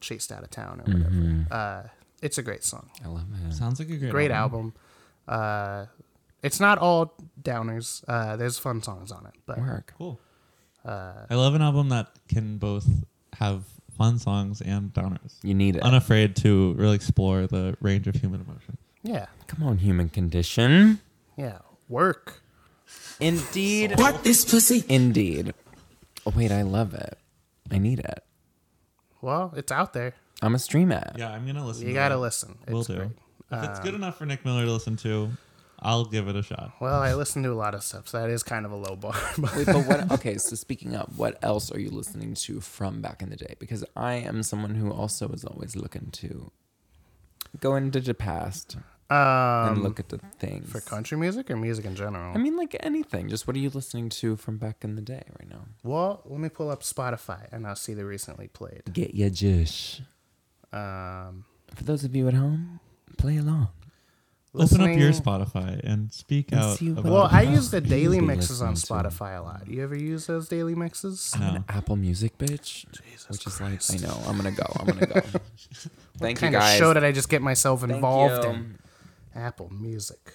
Speaker 3: chased out of town or whatever. Uh, it's a great song,
Speaker 1: I love it.
Speaker 2: Sounds like a great,
Speaker 3: great album. Uh, it's not all downers. Uh, there's fun songs on it, but
Speaker 1: Work.
Speaker 2: Cool.
Speaker 3: Uh,
Speaker 2: I love an album that can both have fun songs and downers.
Speaker 1: You need it.
Speaker 2: Unafraid to really explore the range of human emotion.
Speaker 3: yeah,
Speaker 1: Come on, human condition.
Speaker 3: yeah, work.
Speaker 1: Indeed. What this pussy? Indeed. Oh, wait, I love it. I need it.
Speaker 3: Well, it's out there.
Speaker 1: I'm a stream it.
Speaker 2: Yeah, I'm gonna listen.
Speaker 3: You
Speaker 2: to
Speaker 3: gotta
Speaker 2: that.
Speaker 3: listen.
Speaker 2: Will
Speaker 3: It's
Speaker 2: do.
Speaker 3: great. Um,
Speaker 2: If it's good enough for Nick Miller to listen to, I'll give it a shot.
Speaker 3: Well, I listen to a lot of stuff, so that is kind of a low bar. But
Speaker 1: Wait, but what? Okay, so speaking of, what else are you listening to from back in the day? Because I am someone who also is always looking to go into the past
Speaker 3: um,
Speaker 1: and look at the things.
Speaker 3: for country music or music in general.
Speaker 1: I mean, like anything. Just what are you listening to from back in the day right now?
Speaker 3: well, let me pull up Spotify and I'll see the recently played.
Speaker 1: Get your jush.
Speaker 3: Um,
Speaker 1: For those of you at home, play along.
Speaker 2: Open up your
Speaker 3: listening-
Speaker 2: Spotify and speak
Speaker 1: And
Speaker 2: out
Speaker 1: see
Speaker 2: about.
Speaker 1: what-
Speaker 3: Well, I
Speaker 1: What
Speaker 3: use the
Speaker 1: else
Speaker 3: daily
Speaker 1: you be
Speaker 3: mixes on
Speaker 1: listening to? Uh,
Speaker 3: Spotify a lot. You ever use those daily mixes?
Speaker 1: I'm an
Speaker 2: No.
Speaker 1: Apple Music bitch.
Speaker 3: Jesus
Speaker 1: which is like, I know. I'm gonna go. I'm gonna go. Thank you
Speaker 3: kind
Speaker 1: guys.
Speaker 3: of show did I just get myself
Speaker 1: Thank
Speaker 3: involved
Speaker 1: you.
Speaker 3: in? Apple Music.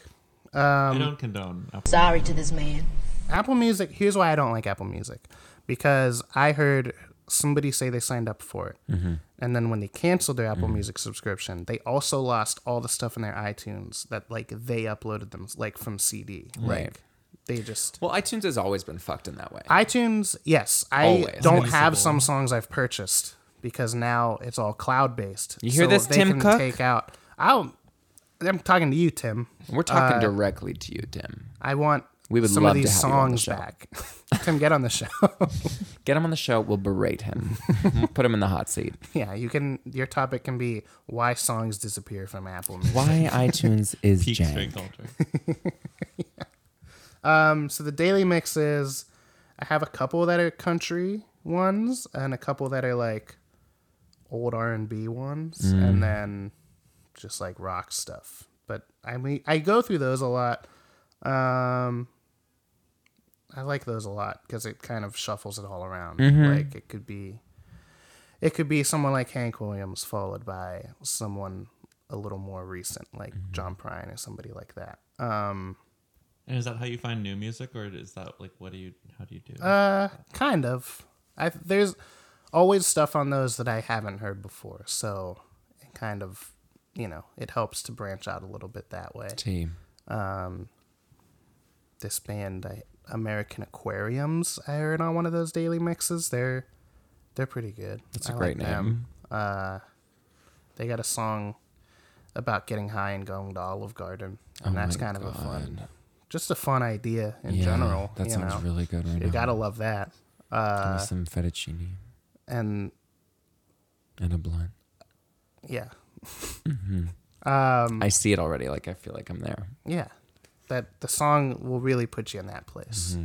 Speaker 2: I don't condone. Apple.
Speaker 6: Sorry to this man.
Speaker 3: Apple Music. Here's why I don't like Apple Music, because I heard somebody say they signed up for it,
Speaker 1: Mm-hmm.
Speaker 3: and then when they canceled their Apple Music subscription, they also lost all the stuff in their iTunes that like they uploaded them like from CD.
Speaker 1: Right.
Speaker 3: Like, they just
Speaker 1: Well, iTunes has always been fucked in that way.
Speaker 3: iTunes, yes. I
Speaker 1: Always.
Speaker 3: don't have some songs I've purchased because now it's all cloud based.
Speaker 1: You hear this, Tim
Speaker 3: can
Speaker 1: Cook?
Speaker 3: Take out. I'll, I'm talking to you, Tim.
Speaker 1: We're
Speaker 3: uh,
Speaker 1: talking directly to you, Tim.
Speaker 3: I want
Speaker 1: We would
Speaker 3: some
Speaker 1: love
Speaker 3: of
Speaker 1: to
Speaker 3: these
Speaker 1: have you on the
Speaker 3: songs
Speaker 1: show.
Speaker 3: back. Tim, get on the show.
Speaker 1: Get him on the show. We'll berate him. We'll Put him in the hot seat.
Speaker 3: yeah, you can. Your topic can be why songs disappear from Apple Music.
Speaker 1: Why iTunes is
Speaker 2: Peak straight
Speaker 1: jank.
Speaker 2: culture.
Speaker 3: Um, so the daily mix is, I have a couple that are country ones and a couple that are like old R and B ones, and then just like rock stuff. But I mean, I go through those a lot. Um, I like those a lot because it kind of shuffles it all around. Like it could be, it could be someone like Hank Williams followed by someone a little more recent, like John Prine or somebody like that. Um.
Speaker 2: And is that how you find new music, or is that like what do you? How do you do?
Speaker 3: Uh, kind of. I there's always stuff on those that I haven't heard before, so it kind of, you know, it helps to branch out a little bit that way.
Speaker 1: T.
Speaker 3: This band, I, American Aquariums, I heard on one of those daily mixes. They're they're pretty good.
Speaker 1: That's a
Speaker 3: I
Speaker 1: great
Speaker 3: like them. Uh,
Speaker 1: name.
Speaker 3: They got a song about getting high and going to Olive Garden,
Speaker 1: Oh
Speaker 3: and that's
Speaker 1: my
Speaker 3: kind of a fun,
Speaker 1: God.
Speaker 3: just a fun idea in
Speaker 1: Yeah,
Speaker 3: general.
Speaker 1: That
Speaker 3: you
Speaker 1: sounds
Speaker 3: know.
Speaker 1: really good right
Speaker 3: You
Speaker 1: now.
Speaker 3: gotta love that. Uh,
Speaker 1: Give me some fettuccine
Speaker 3: And
Speaker 1: and a blunt.
Speaker 3: yeah, Mm.
Speaker 1: I see it already. Like I feel like I'm there.
Speaker 3: Yeah. That the song will really put you in that place.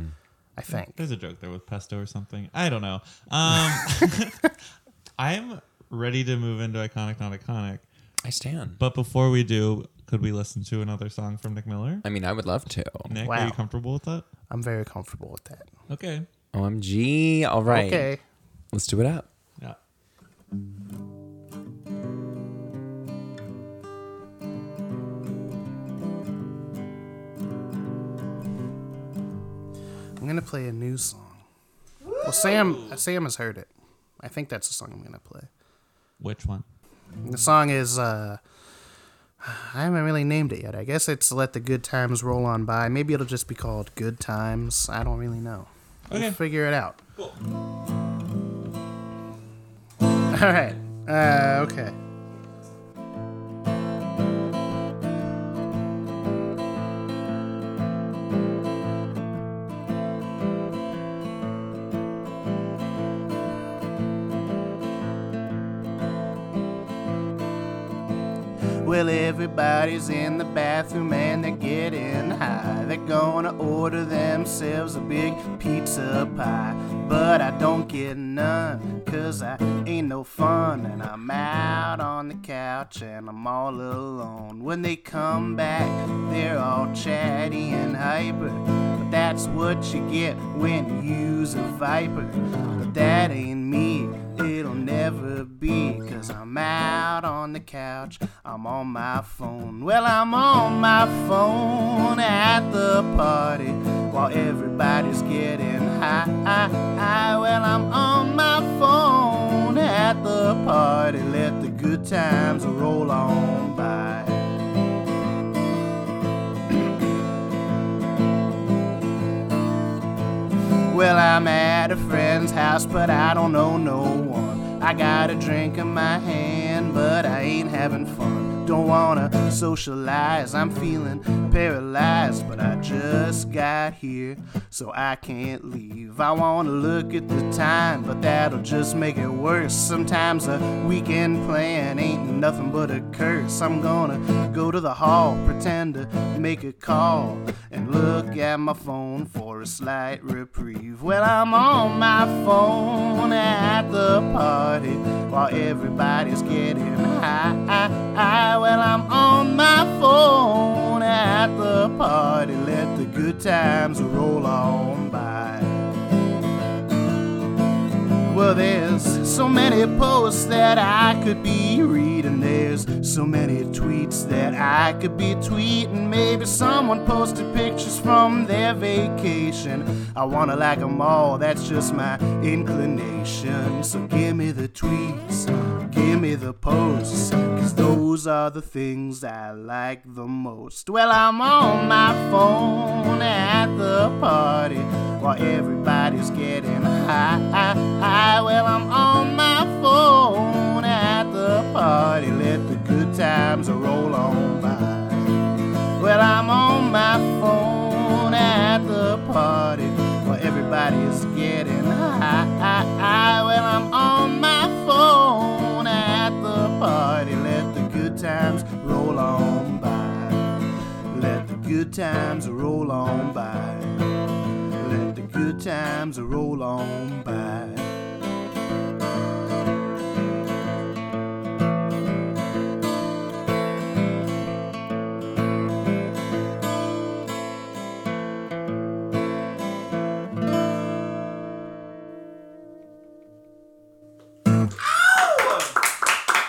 Speaker 3: I think.
Speaker 2: There's a joke there with pesto or something. I don't know. Um, I'm ready to move into iconic, not iconic.
Speaker 1: I stand.
Speaker 2: But before we do, could we listen to another song from Nick Miller?
Speaker 1: I mean, I would love to.
Speaker 2: Nick, are
Speaker 3: Wow.
Speaker 2: you comfortable with that?
Speaker 3: I'm very comfortable with that.
Speaker 2: Okay.
Speaker 1: OMG. All right.
Speaker 3: Okay.
Speaker 1: Let's do it up.
Speaker 2: Yeah.
Speaker 3: I'm gonna play a new song. Well Sam uh, Sam has heard it. I think that's the song I'm gonna play.
Speaker 2: Which one?
Speaker 3: The song is uh I haven't really named it yet. I guess it's Let the Good Times Roll On By. Maybe it'll just be called Good Times. I don't really know.
Speaker 2: Okay.
Speaker 3: We'll figure it out. All right. Uh, okay. Well, everybody's in the bathroom and they're getting high. They're gonna order themselves a big pizza pie. But I don't get none, cause I ain't no fun. And I'm out on the couch and I'm all alone. When they come back, they're all chatty and hyper. But that's what you get when you use a viper. But that ain't me it'll never be cause i'm out on the couch i'm on my phone well i'm on my phone at the party while everybody's getting high, high, high. well i'm on my phone at the party let the good times roll on by Well, I'm at a friend's house, but I don't know no one. I got a drink in my hand, but I ain't having fun. Don't wanna socialize, I'm feeling paralyzed, but I just got here, so I can't leave. I wanna look at the time, but that'll just make it worse. Sometimes a weekend plan ain't nothing but a curse. I'm gonna go to the hall, pretend to make a call, and look at my phone for a slight reprieve. Well, I'm on my phone at the party while everybody's getting high. Well, I'm on my phone at the party. Let the good times roll on by. Well, there's so many posts that I could be reading. There's so many tweets that I could be tweeting. Maybe someone posted pictures from their vacation. I wanna like 'em all, that's just my inclination. So give me the tweets, give me the posts, cause those are the things I like the most. Well, I'm on my phone at the party while everybody's getting high. Well, I'm on my phone at the party. Let the good times roll on by. Well, I'm on my phone at the party while everybody's getting high. Well, I'm on my phone at the party. Let the good times roll on by. Let the good times roll on by. Let the good times roll on by.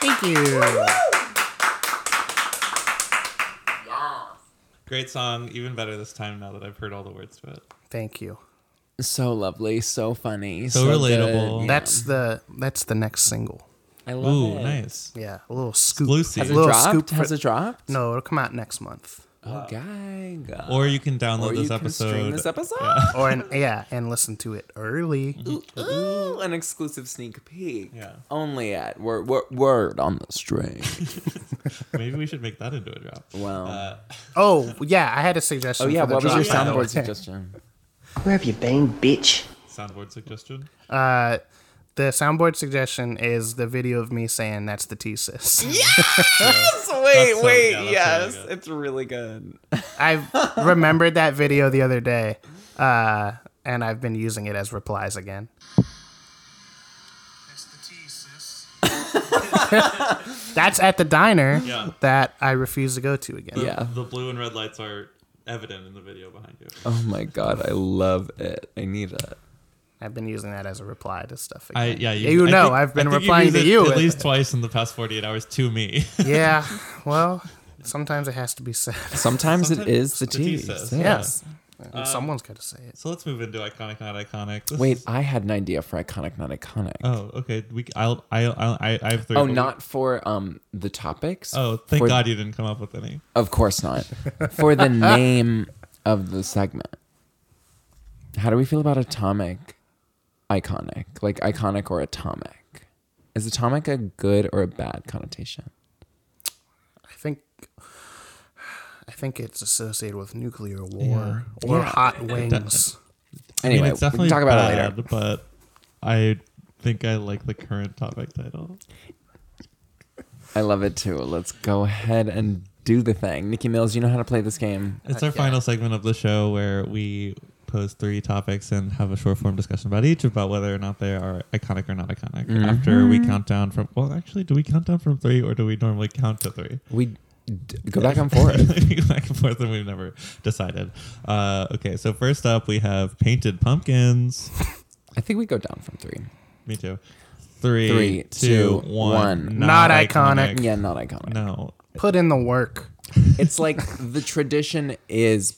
Speaker 3: Thank you.
Speaker 2: Great song, even better this time now that I've heard all the words to it.
Speaker 3: Thank you.
Speaker 1: So lovely, so funny,
Speaker 2: So relatable.
Speaker 1: good.
Speaker 3: That's the that's the next single.
Speaker 1: I love
Speaker 2: Ooh,
Speaker 1: it.
Speaker 2: nice.
Speaker 3: Yeah, a little scoop.
Speaker 2: Lucy.
Speaker 3: A
Speaker 1: Has it
Speaker 3: little
Speaker 1: dropped?
Speaker 3: scoop.
Speaker 1: Has
Speaker 3: for-
Speaker 1: it dropped?
Speaker 3: No, it'll come out next month.
Speaker 1: Oh, God.
Speaker 2: Or you can
Speaker 1: Or
Speaker 2: download this
Speaker 1: you can
Speaker 2: episode.
Speaker 1: stream this episode.
Speaker 3: Or an, yeah, and listen to it early.
Speaker 1: Ooh, an exclusive sneak peek.
Speaker 2: Yeah.
Speaker 1: Only at word, word, word on the string.
Speaker 2: Maybe we should make that into a drop.
Speaker 1: Wow.
Speaker 2: Uh,
Speaker 3: Oh yeah, I had a suggestion.
Speaker 1: oh, yeah.
Speaker 3: for the
Speaker 1: What was your
Speaker 3: drop.
Speaker 1: soundboard suggestion?
Speaker 6: Where have you been, bitch?
Speaker 2: soundboard suggestion.
Speaker 3: Uh, the soundboard suggestion is the video of me saying that's the thesis.
Speaker 1: Wait,
Speaker 2: so-
Speaker 1: wait.
Speaker 2: yeah,
Speaker 1: yes.
Speaker 2: that's really good.
Speaker 1: it's really good.
Speaker 3: I remembered that video the other day, uh, and I've been using it as replies again. That's at the diner
Speaker 2: Yeah.
Speaker 3: that I refuse to go to again.
Speaker 1: Yeah.
Speaker 2: The blue and red lights are evident in the video behind you.
Speaker 1: Oh, my God. I love it. I need it.
Speaker 3: I've been using that as a reply to stuff
Speaker 2: I,
Speaker 3: again.
Speaker 2: yeah,
Speaker 3: You
Speaker 2: I
Speaker 3: know
Speaker 2: think-
Speaker 3: I've been
Speaker 2: I think
Speaker 3: replying
Speaker 2: you've used it
Speaker 3: to you
Speaker 2: at
Speaker 3: with
Speaker 2: least twice in the past 48 hours to me.
Speaker 3: yeah. Well, sometimes it has to be said.
Speaker 2: Uh,
Speaker 1: Sometimes, it is the
Speaker 2: the tea
Speaker 1: tease.
Speaker 2: says.
Speaker 1: Yeah.
Speaker 3: Yes.
Speaker 2: uh,
Speaker 3: And someone's got to say it.
Speaker 2: so let's move into iconic, not iconic. This
Speaker 1: Wait,
Speaker 2: is-
Speaker 1: I had an idea for iconic, not iconic.
Speaker 2: oh, okay. We. I'll. I. I'll, I. I have three.
Speaker 1: oh,
Speaker 2: but we-
Speaker 1: not for um the topics.
Speaker 2: Oh, thank
Speaker 1: For-
Speaker 2: God you didn't come up with any.
Speaker 1: Of course not. For the name of the segment. How do we feel about atomic iconic? Like iconic or atomic? Is atomic a good or a bad connotation?
Speaker 3: I think. I think it's associated with nuclear war or hot wings.
Speaker 1: Anyway,
Speaker 2: I mean, it's
Speaker 1: we
Speaker 2: definitely
Speaker 1: can talk about it later.
Speaker 2: bad, But I think I like the current topic title.
Speaker 1: I love it too. Let's go ahead and do the thing. Nikki Mills, you know how to play this game.
Speaker 2: It's our final segment of the show where we pose three topics and have a short form discussion about each about whether or not they are iconic or not iconic.
Speaker 1: Mm-hmm.
Speaker 2: After we count down from well, actually, do we count down from three or do we normally count to three?
Speaker 1: We d- go back and forth.
Speaker 2: back and forth, and we've never decided. Uh, okay, so first up, we have painted pumpkins.
Speaker 1: I think we go down from three.
Speaker 2: Me too.
Speaker 1: Three,
Speaker 2: Three, two, one.
Speaker 1: two, one.
Speaker 3: Not iconic.
Speaker 1: Yeah, not iconic.
Speaker 2: No.
Speaker 3: Put in the work.
Speaker 1: It's like the tradition is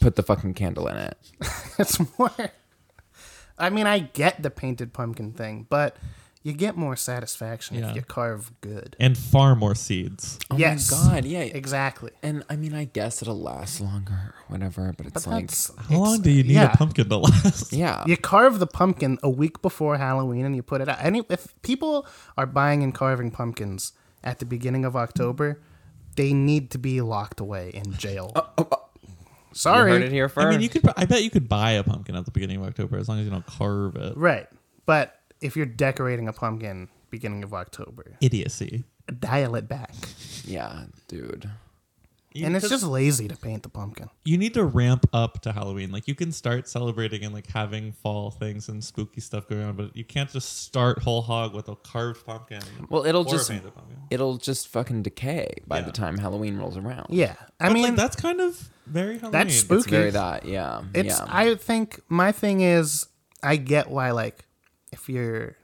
Speaker 1: put the fucking candle in it.
Speaker 3: It's more. I mean, I get the painted pumpkin thing, but
Speaker 6: you get more satisfaction
Speaker 2: Yeah.
Speaker 6: if you carve good.
Speaker 2: and far more seeds.
Speaker 1: Oh
Speaker 6: yes.
Speaker 1: my god, yeah.
Speaker 6: Exactly.
Speaker 1: And I mean, I guess it'll last longer, or whatever. But it's
Speaker 6: But
Speaker 1: like,
Speaker 6: that's
Speaker 2: How long do you need
Speaker 6: yeah.
Speaker 2: a pumpkin to last?
Speaker 1: yeah,
Speaker 6: You carve the pumpkin a week before Halloween and you put it out. Any if people are buying and carving pumpkins at the beginning of October, they need to be locked away in jail.
Speaker 2: Uh, oh,
Speaker 1: you heard
Speaker 6: Sorry.
Speaker 1: it here first.
Speaker 2: I mean, you could. I bet you could buy a pumpkin at the beginning of October as long as you don't carve it.
Speaker 6: Right. But if you're decorating a pumpkin beginning of October,
Speaker 2: Idiocy.
Speaker 6: dial it back.
Speaker 1: yeah, dude.
Speaker 2: You-
Speaker 6: and it's
Speaker 2: 'cause
Speaker 6: just lazy to paint the pumpkin.
Speaker 2: you need to ramp up to Halloween. Like you can start celebrating and like having fall things and spooky stuff going on, but you can't just start whole hog with a carved pumpkin.
Speaker 1: Well, it'll
Speaker 2: or a
Speaker 1: just
Speaker 2: painted pumpkin.
Speaker 1: it'll just fucking decay by the
Speaker 2: Yeah.
Speaker 1: time Halloween rolls around.
Speaker 6: Yeah. I
Speaker 2: But,
Speaker 6: mean,
Speaker 2: like that's kind of very Halloween.
Speaker 6: that's
Speaker 2: It's-
Speaker 1: it's very
Speaker 6: spooky.
Speaker 1: that. Yeah,
Speaker 6: It's
Speaker 1: yeah.
Speaker 6: I think my thing is I get why like if you're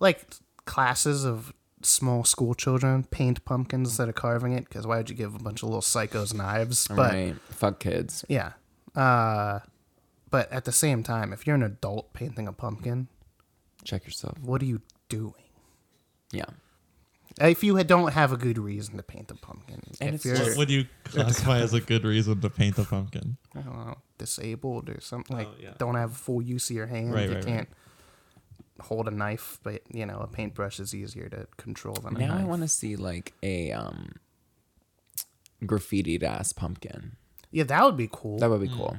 Speaker 6: like classes of small school children paint pumpkins instead of carving it because why would you give a bunch of little psychos knives? But
Speaker 1: right. Fuck kids.
Speaker 6: yeah, uh, but at the same time, if you're an adult painting a pumpkin,
Speaker 1: Check yourself.
Speaker 6: what are you doing?
Speaker 1: Yeah.
Speaker 6: If you don't have a good reason to paint a pumpkin,
Speaker 1: And it's
Speaker 6: if you're
Speaker 2: What would you classify as a good reason to paint a pumpkin?
Speaker 6: I don't know, disabled or something like
Speaker 2: Oh, yeah.
Speaker 6: don't have full use of your hands.
Speaker 2: Right,
Speaker 6: you
Speaker 2: right, right.
Speaker 6: can't hold a knife, but you know a paintbrush is easier to control than a
Speaker 1: Now I
Speaker 6: knife.
Speaker 1: want to see like a um graffitied ass pumpkin.
Speaker 6: yeah, that would be cool.
Speaker 1: That would be cool.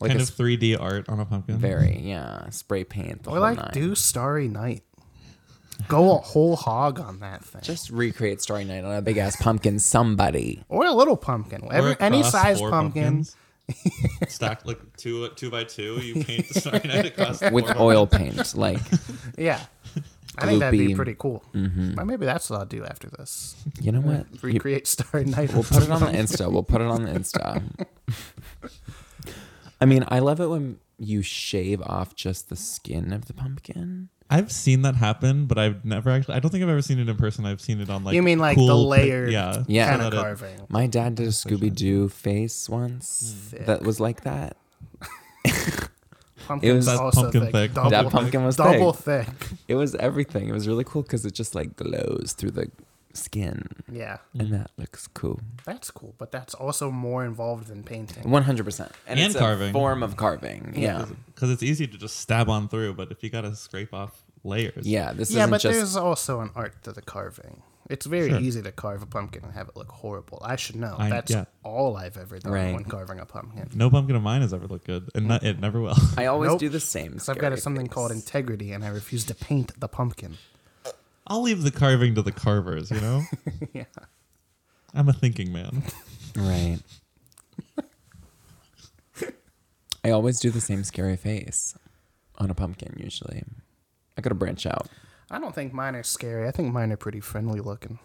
Speaker 1: Like
Speaker 2: kind
Speaker 1: a
Speaker 2: of 3D art on a pumpkin.
Speaker 1: very yeah spray paint. The
Speaker 6: or
Speaker 1: whole
Speaker 6: like
Speaker 1: nine.
Speaker 6: do Starry Night. Go a whole hog on that thing,
Speaker 1: just recreate Starry Night on a big ass pumpkin. Somebody.
Speaker 6: or a little pumpkin,
Speaker 2: Or
Speaker 6: Every, any
Speaker 2: across
Speaker 6: size
Speaker 2: four
Speaker 6: pumpkin.
Speaker 2: pumpkins. Stacked like two two by two, you paint the starry night across the
Speaker 1: with
Speaker 2: four
Speaker 1: oil paint. Like,
Speaker 6: Yeah, I think that'd be
Speaker 1: Gloopy.
Speaker 6: pretty cool.
Speaker 1: Mm-hmm.
Speaker 6: Or maybe that's what I'll do after this:
Speaker 1: you know what? You-
Speaker 6: recreate Starry Night.
Speaker 1: we'll put it on the Insta. We'll put it on the Insta. I mean, I love it when you shave off just the skin of the pumpkin.
Speaker 2: I've seen that happen, but I've never actually. I don't think I've ever seen it in person. I've seen it on like
Speaker 6: You mean like the
Speaker 2: cool pic-
Speaker 6: layered
Speaker 2: yeah,
Speaker 1: Yeah.
Speaker 6: kind
Speaker 2: So
Speaker 6: of
Speaker 2: that it-
Speaker 6: carving.
Speaker 1: My dad did a Scooby Doo face once that was like that.
Speaker 6: Pumpkin
Speaker 1: was-
Speaker 6: was
Speaker 1: That's
Speaker 6: also
Speaker 2: pumpkin
Speaker 6: thick.
Speaker 2: thick.
Speaker 6: Double
Speaker 1: that
Speaker 6: thick.
Speaker 1: pumpkin was
Speaker 6: double
Speaker 1: thick.
Speaker 6: thick.
Speaker 1: It was everything. It was really cool because it just like glows through the skin,
Speaker 6: Yeah,
Speaker 1: and that looks cool.
Speaker 6: that's cool, but that's also more involved than painting.
Speaker 1: One hundred percent, and
Speaker 2: And
Speaker 1: it's a
Speaker 2: carving.
Speaker 1: form of carving. Yeah,
Speaker 2: because it's easy to just stab on through, but if you gotta scrape off layers,
Speaker 1: yeah. This
Speaker 6: Yeah,
Speaker 1: isn't
Speaker 6: but
Speaker 1: just
Speaker 6: there's also an art to the carving. It's very easy to carve a pumpkin and have it look horrible. I should know.
Speaker 2: I-
Speaker 6: that's
Speaker 2: yeah.
Speaker 6: all I've ever done
Speaker 1: Right.
Speaker 6: when carving a pumpkin.
Speaker 2: no pumpkin of mine has ever looked good, and not, it never will.
Speaker 1: I always
Speaker 6: Nope.
Speaker 1: do the same.
Speaker 6: Because I've got
Speaker 1: scary
Speaker 6: something
Speaker 1: face.
Speaker 6: called integrity, and I refuse to paint the pumpkin.
Speaker 2: I'll leave the carving to the carvers. You know,
Speaker 6: yeah.
Speaker 2: I'm a thinking man.
Speaker 1: Right. I always do the same scary face on a pumpkin, usually. I gotta branch out.
Speaker 6: I don't think mine are scary. I think mine are pretty friendly looking.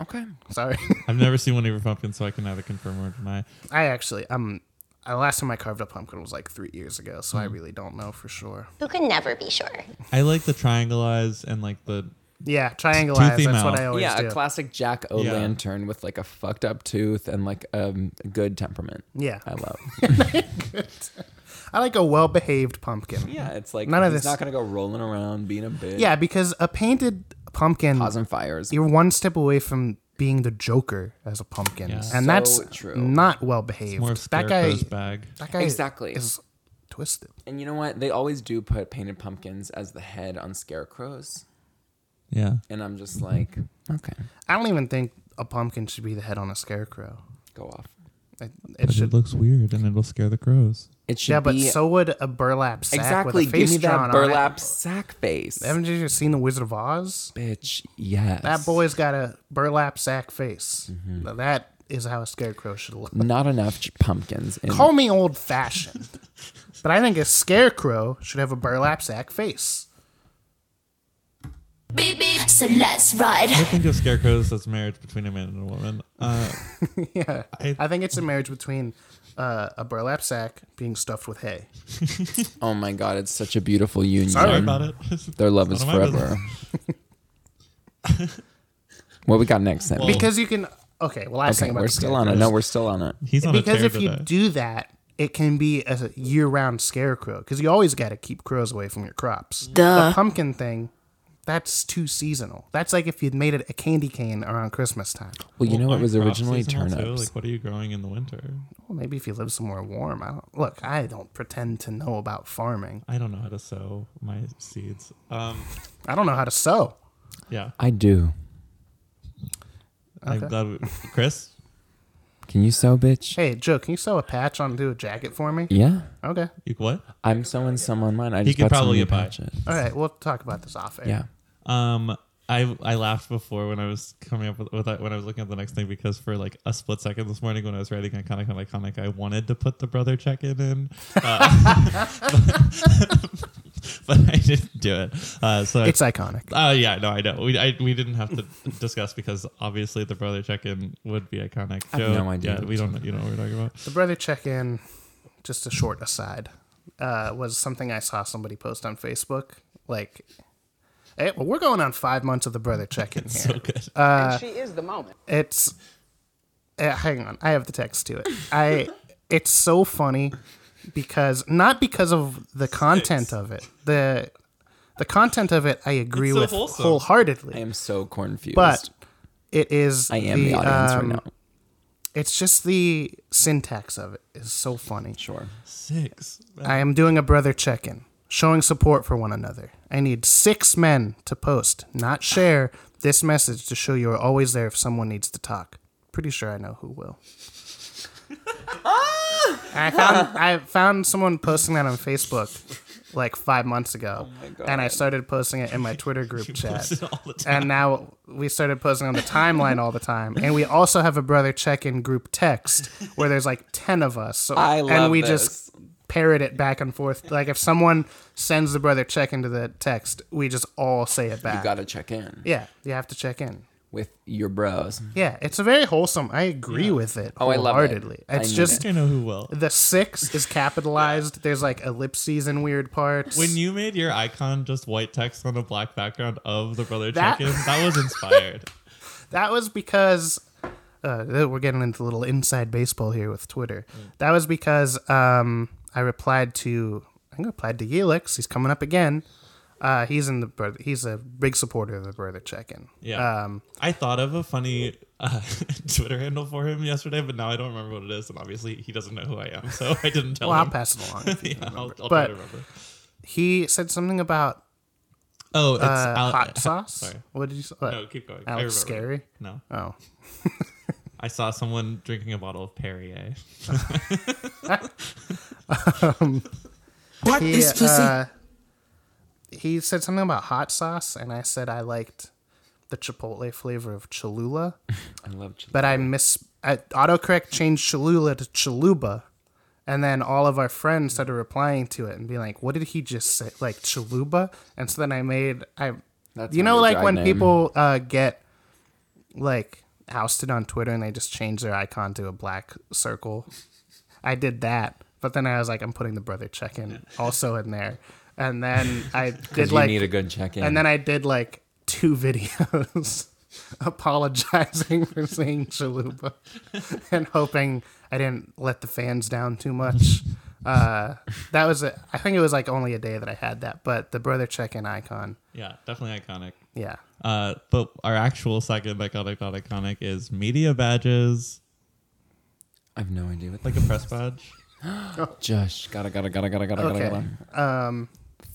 Speaker 1: Okay.
Speaker 6: Sorry.
Speaker 2: I've never seen one of your pumpkins, so I can neither confirm or deny.
Speaker 6: I actually, um, the last time I carved a pumpkin was like three years ago, so I
Speaker 1: Hmm.
Speaker 6: really don't know for sure.
Speaker 7: Who can never be sure?
Speaker 2: I like the triangle eyes and like the
Speaker 6: Yeah, triangle eyes.
Speaker 2: Toothy
Speaker 6: That's what
Speaker 2: mouth.
Speaker 6: I always
Speaker 1: yeah,
Speaker 6: do.
Speaker 1: a classic Jack O'
Speaker 2: Yeah.
Speaker 1: Lantern with like a fucked up tooth and like a um, good temperament.
Speaker 6: Yeah.
Speaker 1: I love.
Speaker 6: I like a well behaved pumpkin.
Speaker 1: yeah, it's like
Speaker 6: None of
Speaker 1: he's
Speaker 6: this-
Speaker 1: not gonna go rolling around being a bitch,
Speaker 6: Yeah, because a painted pumpkin,
Speaker 1: causing fires.
Speaker 6: you're one step away from being the Joker as a pumpkin,
Speaker 2: Yeah.
Speaker 6: and
Speaker 1: So
Speaker 6: that's
Speaker 1: true.
Speaker 6: not well behaved.
Speaker 2: more of
Speaker 6: That guy,
Speaker 2: scarecrow's bag.
Speaker 6: that guy,
Speaker 1: Exactly.
Speaker 6: is twisted.
Speaker 1: And you know what? They always do put painted pumpkins as the head on scarecrows,
Speaker 2: Yeah,
Speaker 1: and I'm just like, okay,
Speaker 6: I don't even think a pumpkin should be the head on a scarecrow.
Speaker 1: go off.
Speaker 6: It, it
Speaker 2: but
Speaker 6: should.
Speaker 2: it looks weird, and it'll scare the crows.
Speaker 1: It should
Speaker 6: Yeah, but
Speaker 1: be
Speaker 6: so would a burlap sack
Speaker 1: exactly.
Speaker 6: with a face
Speaker 1: Give me
Speaker 6: drawn
Speaker 1: that
Speaker 6: on
Speaker 1: burlap sack face.
Speaker 6: it. Haven't you just seen the Wizard of Oz?
Speaker 1: Bitch, yes.
Speaker 6: That boy's got a burlap sack face.
Speaker 2: Mm-hmm.
Speaker 6: Now That is how a scarecrow should look.
Speaker 1: Not enough ch- pumpkins. In-
Speaker 6: Call me old fashioned, but I think a scarecrow should have a burlap sack face.
Speaker 8: Beep beep, so let's ride.
Speaker 2: I think of scarecrows as marriage between a man and a woman. Uh,
Speaker 6: yeah, I,
Speaker 2: I-
Speaker 6: think it's a marriage between uh, a burlap sack being stuffed with hay.
Speaker 1: oh my god, it's such a beautiful union.
Speaker 2: sorry about it.
Speaker 1: Their love
Speaker 2: It's
Speaker 1: is
Speaker 2: none of my
Speaker 1: forever. what we got next, Sam?
Speaker 2: Well,
Speaker 6: Because you can. Okay, well, I was
Speaker 1: okay,
Speaker 6: thinking about
Speaker 1: we're
Speaker 6: the
Speaker 1: still on it.
Speaker 6: scarecrows.
Speaker 1: No, we're still on it.
Speaker 2: He's on a
Speaker 6: because
Speaker 2: tear
Speaker 6: if you
Speaker 2: today.
Speaker 6: do that, it can be a year-round scarecrow because you always got to keep crows away from your crops.
Speaker 9: Duh.
Speaker 6: The pumpkin thing, that's too seasonal. That's like if you'd made it a candy cane around Christmas time.
Speaker 1: Well, you know what
Speaker 2: aren't
Speaker 1: was
Speaker 2: crops
Speaker 1: originally
Speaker 2: seasonal, too?
Speaker 1: turnips.
Speaker 2: Like, what are you growing in the winter?
Speaker 6: Well, maybe if you live somewhere warm. I don't, look, I don't pretend to know about farming.
Speaker 2: I don't know how to sow my seeds. Um,
Speaker 6: I don't know how to sew.
Speaker 2: yeah,
Speaker 1: I do.
Speaker 2: I'm glad. We, Chris,
Speaker 1: Can you sew, bitch?
Speaker 6: Hey, Joe, can you sew a patch onto a jacket for me?
Speaker 1: Yeah.
Speaker 6: Okay.
Speaker 2: you what?
Speaker 1: I'm sewing some on mine. I just
Speaker 2: could
Speaker 1: got
Speaker 2: probably
Speaker 1: some new
Speaker 2: get by.
Speaker 1: patches.
Speaker 6: All right, we'll talk about this off air.
Speaker 1: Yeah.
Speaker 2: Um, I I laughed before when I was coming up with, with that, when I was looking at the next thing because for like a split second this morning when I was writing iconic on iconic I wanted to put the brother check in in, uh, but, I didn't do it. Uh, so I-
Speaker 6: It's iconic.
Speaker 2: Oh yeah, no, I know. We I, we didn't have to discuss because obviously the brother check-in would be iconic.
Speaker 1: I have no idea
Speaker 2: Yeah,
Speaker 1: what
Speaker 2: we don't. You know what we're talking about.
Speaker 6: The brother check in, just a short aside, uh, was something I saw somebody post on Facebook. Like, hey, well, we're going on five months of the brother check in here.
Speaker 2: So good.
Speaker 6: it's uh, hang on i have the text to it i it's so funny because not because of the content of it the the content of it i agree
Speaker 2: It's so
Speaker 6: with
Speaker 2: wholesome.
Speaker 1: I
Speaker 6: wholeheartedly
Speaker 1: am so confused.
Speaker 6: but um, it is
Speaker 1: I am the, audience right now.
Speaker 6: it's just the syntax of it is so funny
Speaker 1: Sure.
Speaker 2: Six.
Speaker 6: i am doing a brother check-in showing support for one another i need six men to post not share this message to show you're always there if someone needs to talk pretty sure i know who will
Speaker 1: Ah!
Speaker 6: I found I found someone posting that on Facebook like five months
Speaker 1: Oh
Speaker 6: ago, and I started posting it in my Twitter group chat.
Speaker 2: Posted all the time.
Speaker 6: And now we started posting on the timeline all the time, and we also have a brother check-in group text where there's like ten of us. So,
Speaker 1: I love
Speaker 6: and we
Speaker 1: this.
Speaker 6: just parrot it back and forth. Like if someone sends the brother check-in to the text, we just all say it back.
Speaker 1: You gotta check in
Speaker 6: yeah, you have to check in.
Speaker 1: with your bros.
Speaker 6: Yeah, it's a very wholesome. I agree with it.
Speaker 1: Oh, I love it.
Speaker 6: wholeheartedly.
Speaker 1: I
Speaker 6: It's
Speaker 1: need
Speaker 6: just
Speaker 1: it.
Speaker 2: I know who will.
Speaker 6: the six is capitalized. There's like ellipses and weird parts.
Speaker 2: When you made your icon just white text on a black background of the brother
Speaker 6: That-
Speaker 2: check-in, that was inspired.
Speaker 6: that was because uh, we're getting into a little inside baseball here with Twitter.
Speaker 1: Mm.
Speaker 6: That was because um, I replied to I think I replied to Yelix. He's coming up again. Uh, he's in the brother. He's a big supporter of the brother check-in.
Speaker 2: Yeah.
Speaker 6: Um,
Speaker 2: I thought of a funny uh, Twitter handle for him yesterday, but now I don't remember what it is, and obviously he doesn't know who I am, so I didn't tell
Speaker 6: well, I'll
Speaker 2: him.
Speaker 6: pass it along. If you
Speaker 2: yeah,
Speaker 6: remember.
Speaker 2: I'll, I'll try
Speaker 6: But-
Speaker 2: to remember.
Speaker 6: he said something about
Speaker 2: Oh, it's
Speaker 6: uh,
Speaker 2: Al-
Speaker 6: hot sauce.
Speaker 2: Sorry.
Speaker 6: What did you? What?
Speaker 2: No, keep going. I remember.
Speaker 6: Alex Scary.
Speaker 2: No,
Speaker 6: Oh,
Speaker 2: I saw someone drinking a bottle of Perrier.
Speaker 6: he, uh, he said something about hot sauce, and I said I liked the chipotle flavor of Cholula,
Speaker 1: I love chili.
Speaker 6: but I miss. I, autocorrect changed Cholula to Chaluba, and then all of our friends started replying to it and being like, "What did he just say? Like Chaluba?" And so then I made I,
Speaker 1: That's
Speaker 6: you
Speaker 1: my
Speaker 6: know,
Speaker 1: new
Speaker 6: like
Speaker 1: drag
Speaker 6: when
Speaker 1: name.
Speaker 6: people uh, get like ousted on Twitter and they just change their icon to a black circle. I did that, but then I was like, I'm putting the brother check in also in there, and then I did
Speaker 1: you
Speaker 6: like,
Speaker 1: need a good check in.
Speaker 6: and then I did like two videos apologizing for saying Chalupa and hoping I didn't let the fans down too much. Uh, that was a, I think it was like only a day that I had that, but the brother check in icon,
Speaker 2: yeah, definitely iconic.
Speaker 6: yeah.
Speaker 2: Uh, but our actual second iconic, not iconic, is media badges,
Speaker 1: I have no idea what
Speaker 2: like a press badge.
Speaker 1: Josh, gotta, gotta, gotta, gotta, gotta,
Speaker 6: Okay.
Speaker 1: gotta, gotta.
Speaker 6: Um,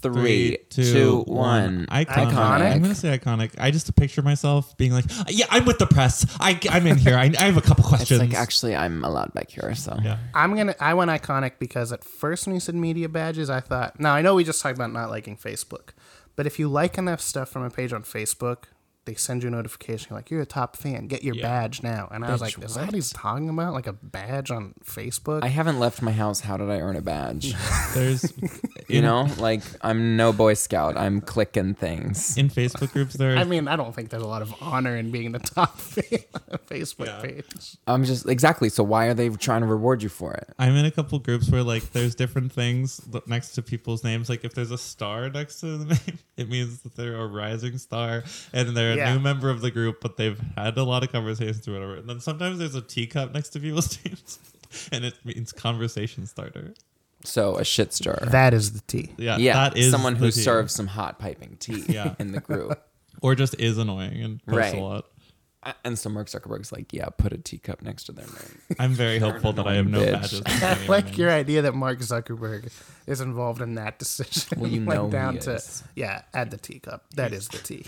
Speaker 1: Three, two, one.
Speaker 2: Iconic.
Speaker 6: Iconic.
Speaker 2: I'm gonna say iconic. I just picture myself being like, yeah, I'm with the press. I, I'm in here. I, I have a couple
Speaker 1: It's
Speaker 2: questions.
Speaker 1: like actually, I'm allowed back here, so
Speaker 2: yeah.
Speaker 6: I'm gonna. I went iconic because at first when you said media badges, I thought. Now I know we just talked about not liking Facebook, but if you like enough stuff from a page on Facebook, they send you a notification you're like you're a top fan. Get your
Speaker 2: Yeah.
Speaker 6: badge now. And I was like, is that what he's talking about? Like a badge on Facebook?
Speaker 1: I haven't left my house. How did I earn a badge?
Speaker 2: There's,
Speaker 1: you know, like I'm no Boy Scout. I'm clicking things.
Speaker 2: in Facebook groups, there.
Speaker 6: I mean, I don't think there's a lot of honor in being the top fan on a Facebook page.
Speaker 1: I'm just exactly. So why are they trying to reward you for it?
Speaker 2: I'm in a couple groups where like there's different things th- next to people's names. Like if there's a star next to the name, it means that they're a rising star and they're
Speaker 6: Yeah.
Speaker 2: a new member of the group, but they've had a lot of conversations or whatever. And then sometimes there's a teacup next to people's names. and it means conversation starter.
Speaker 1: So a shit stirrer.
Speaker 6: That is the T.
Speaker 2: Yeah,
Speaker 1: yeah,
Speaker 2: that is
Speaker 1: someone
Speaker 2: the
Speaker 1: who
Speaker 2: tea.
Speaker 1: serves some hot piping tea
Speaker 2: Yeah.
Speaker 1: in the group.
Speaker 2: or just is annoying and posts
Speaker 1: Right.
Speaker 2: a lot.
Speaker 1: A- And so Mark Zuckerberg's like, yeah, put a teacup next to their name.
Speaker 2: I'm very hopeful that I have no
Speaker 1: bitch.
Speaker 2: badges.
Speaker 6: like your idea that Mark Zuckerberg is involved in that decision.
Speaker 1: Well, you
Speaker 6: like
Speaker 1: know he
Speaker 6: down to
Speaker 1: is.
Speaker 6: yeah, add the teacup. That is the T.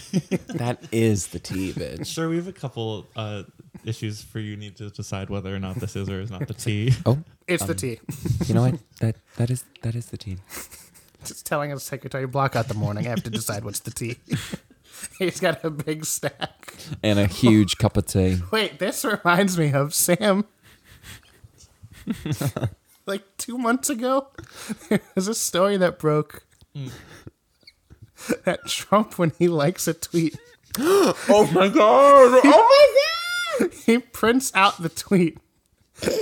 Speaker 1: that is the tea, bitch.
Speaker 2: Sure, we have a couple uh, issues for you need to decide whether or not this is or is not the tea.
Speaker 1: Oh,
Speaker 6: It's the T.
Speaker 1: you know what? That that is that is the tea.
Speaker 6: Just telling his secretary block out the morning. I have to decide what's the T. He's got a big stack.
Speaker 1: And a huge cup of tea.
Speaker 6: Wait, this reminds me of Sam. like two months ago, there was a story that broke that Trump, when he likes a tweet,
Speaker 1: Oh my god! Oh
Speaker 6: he prints out the tweet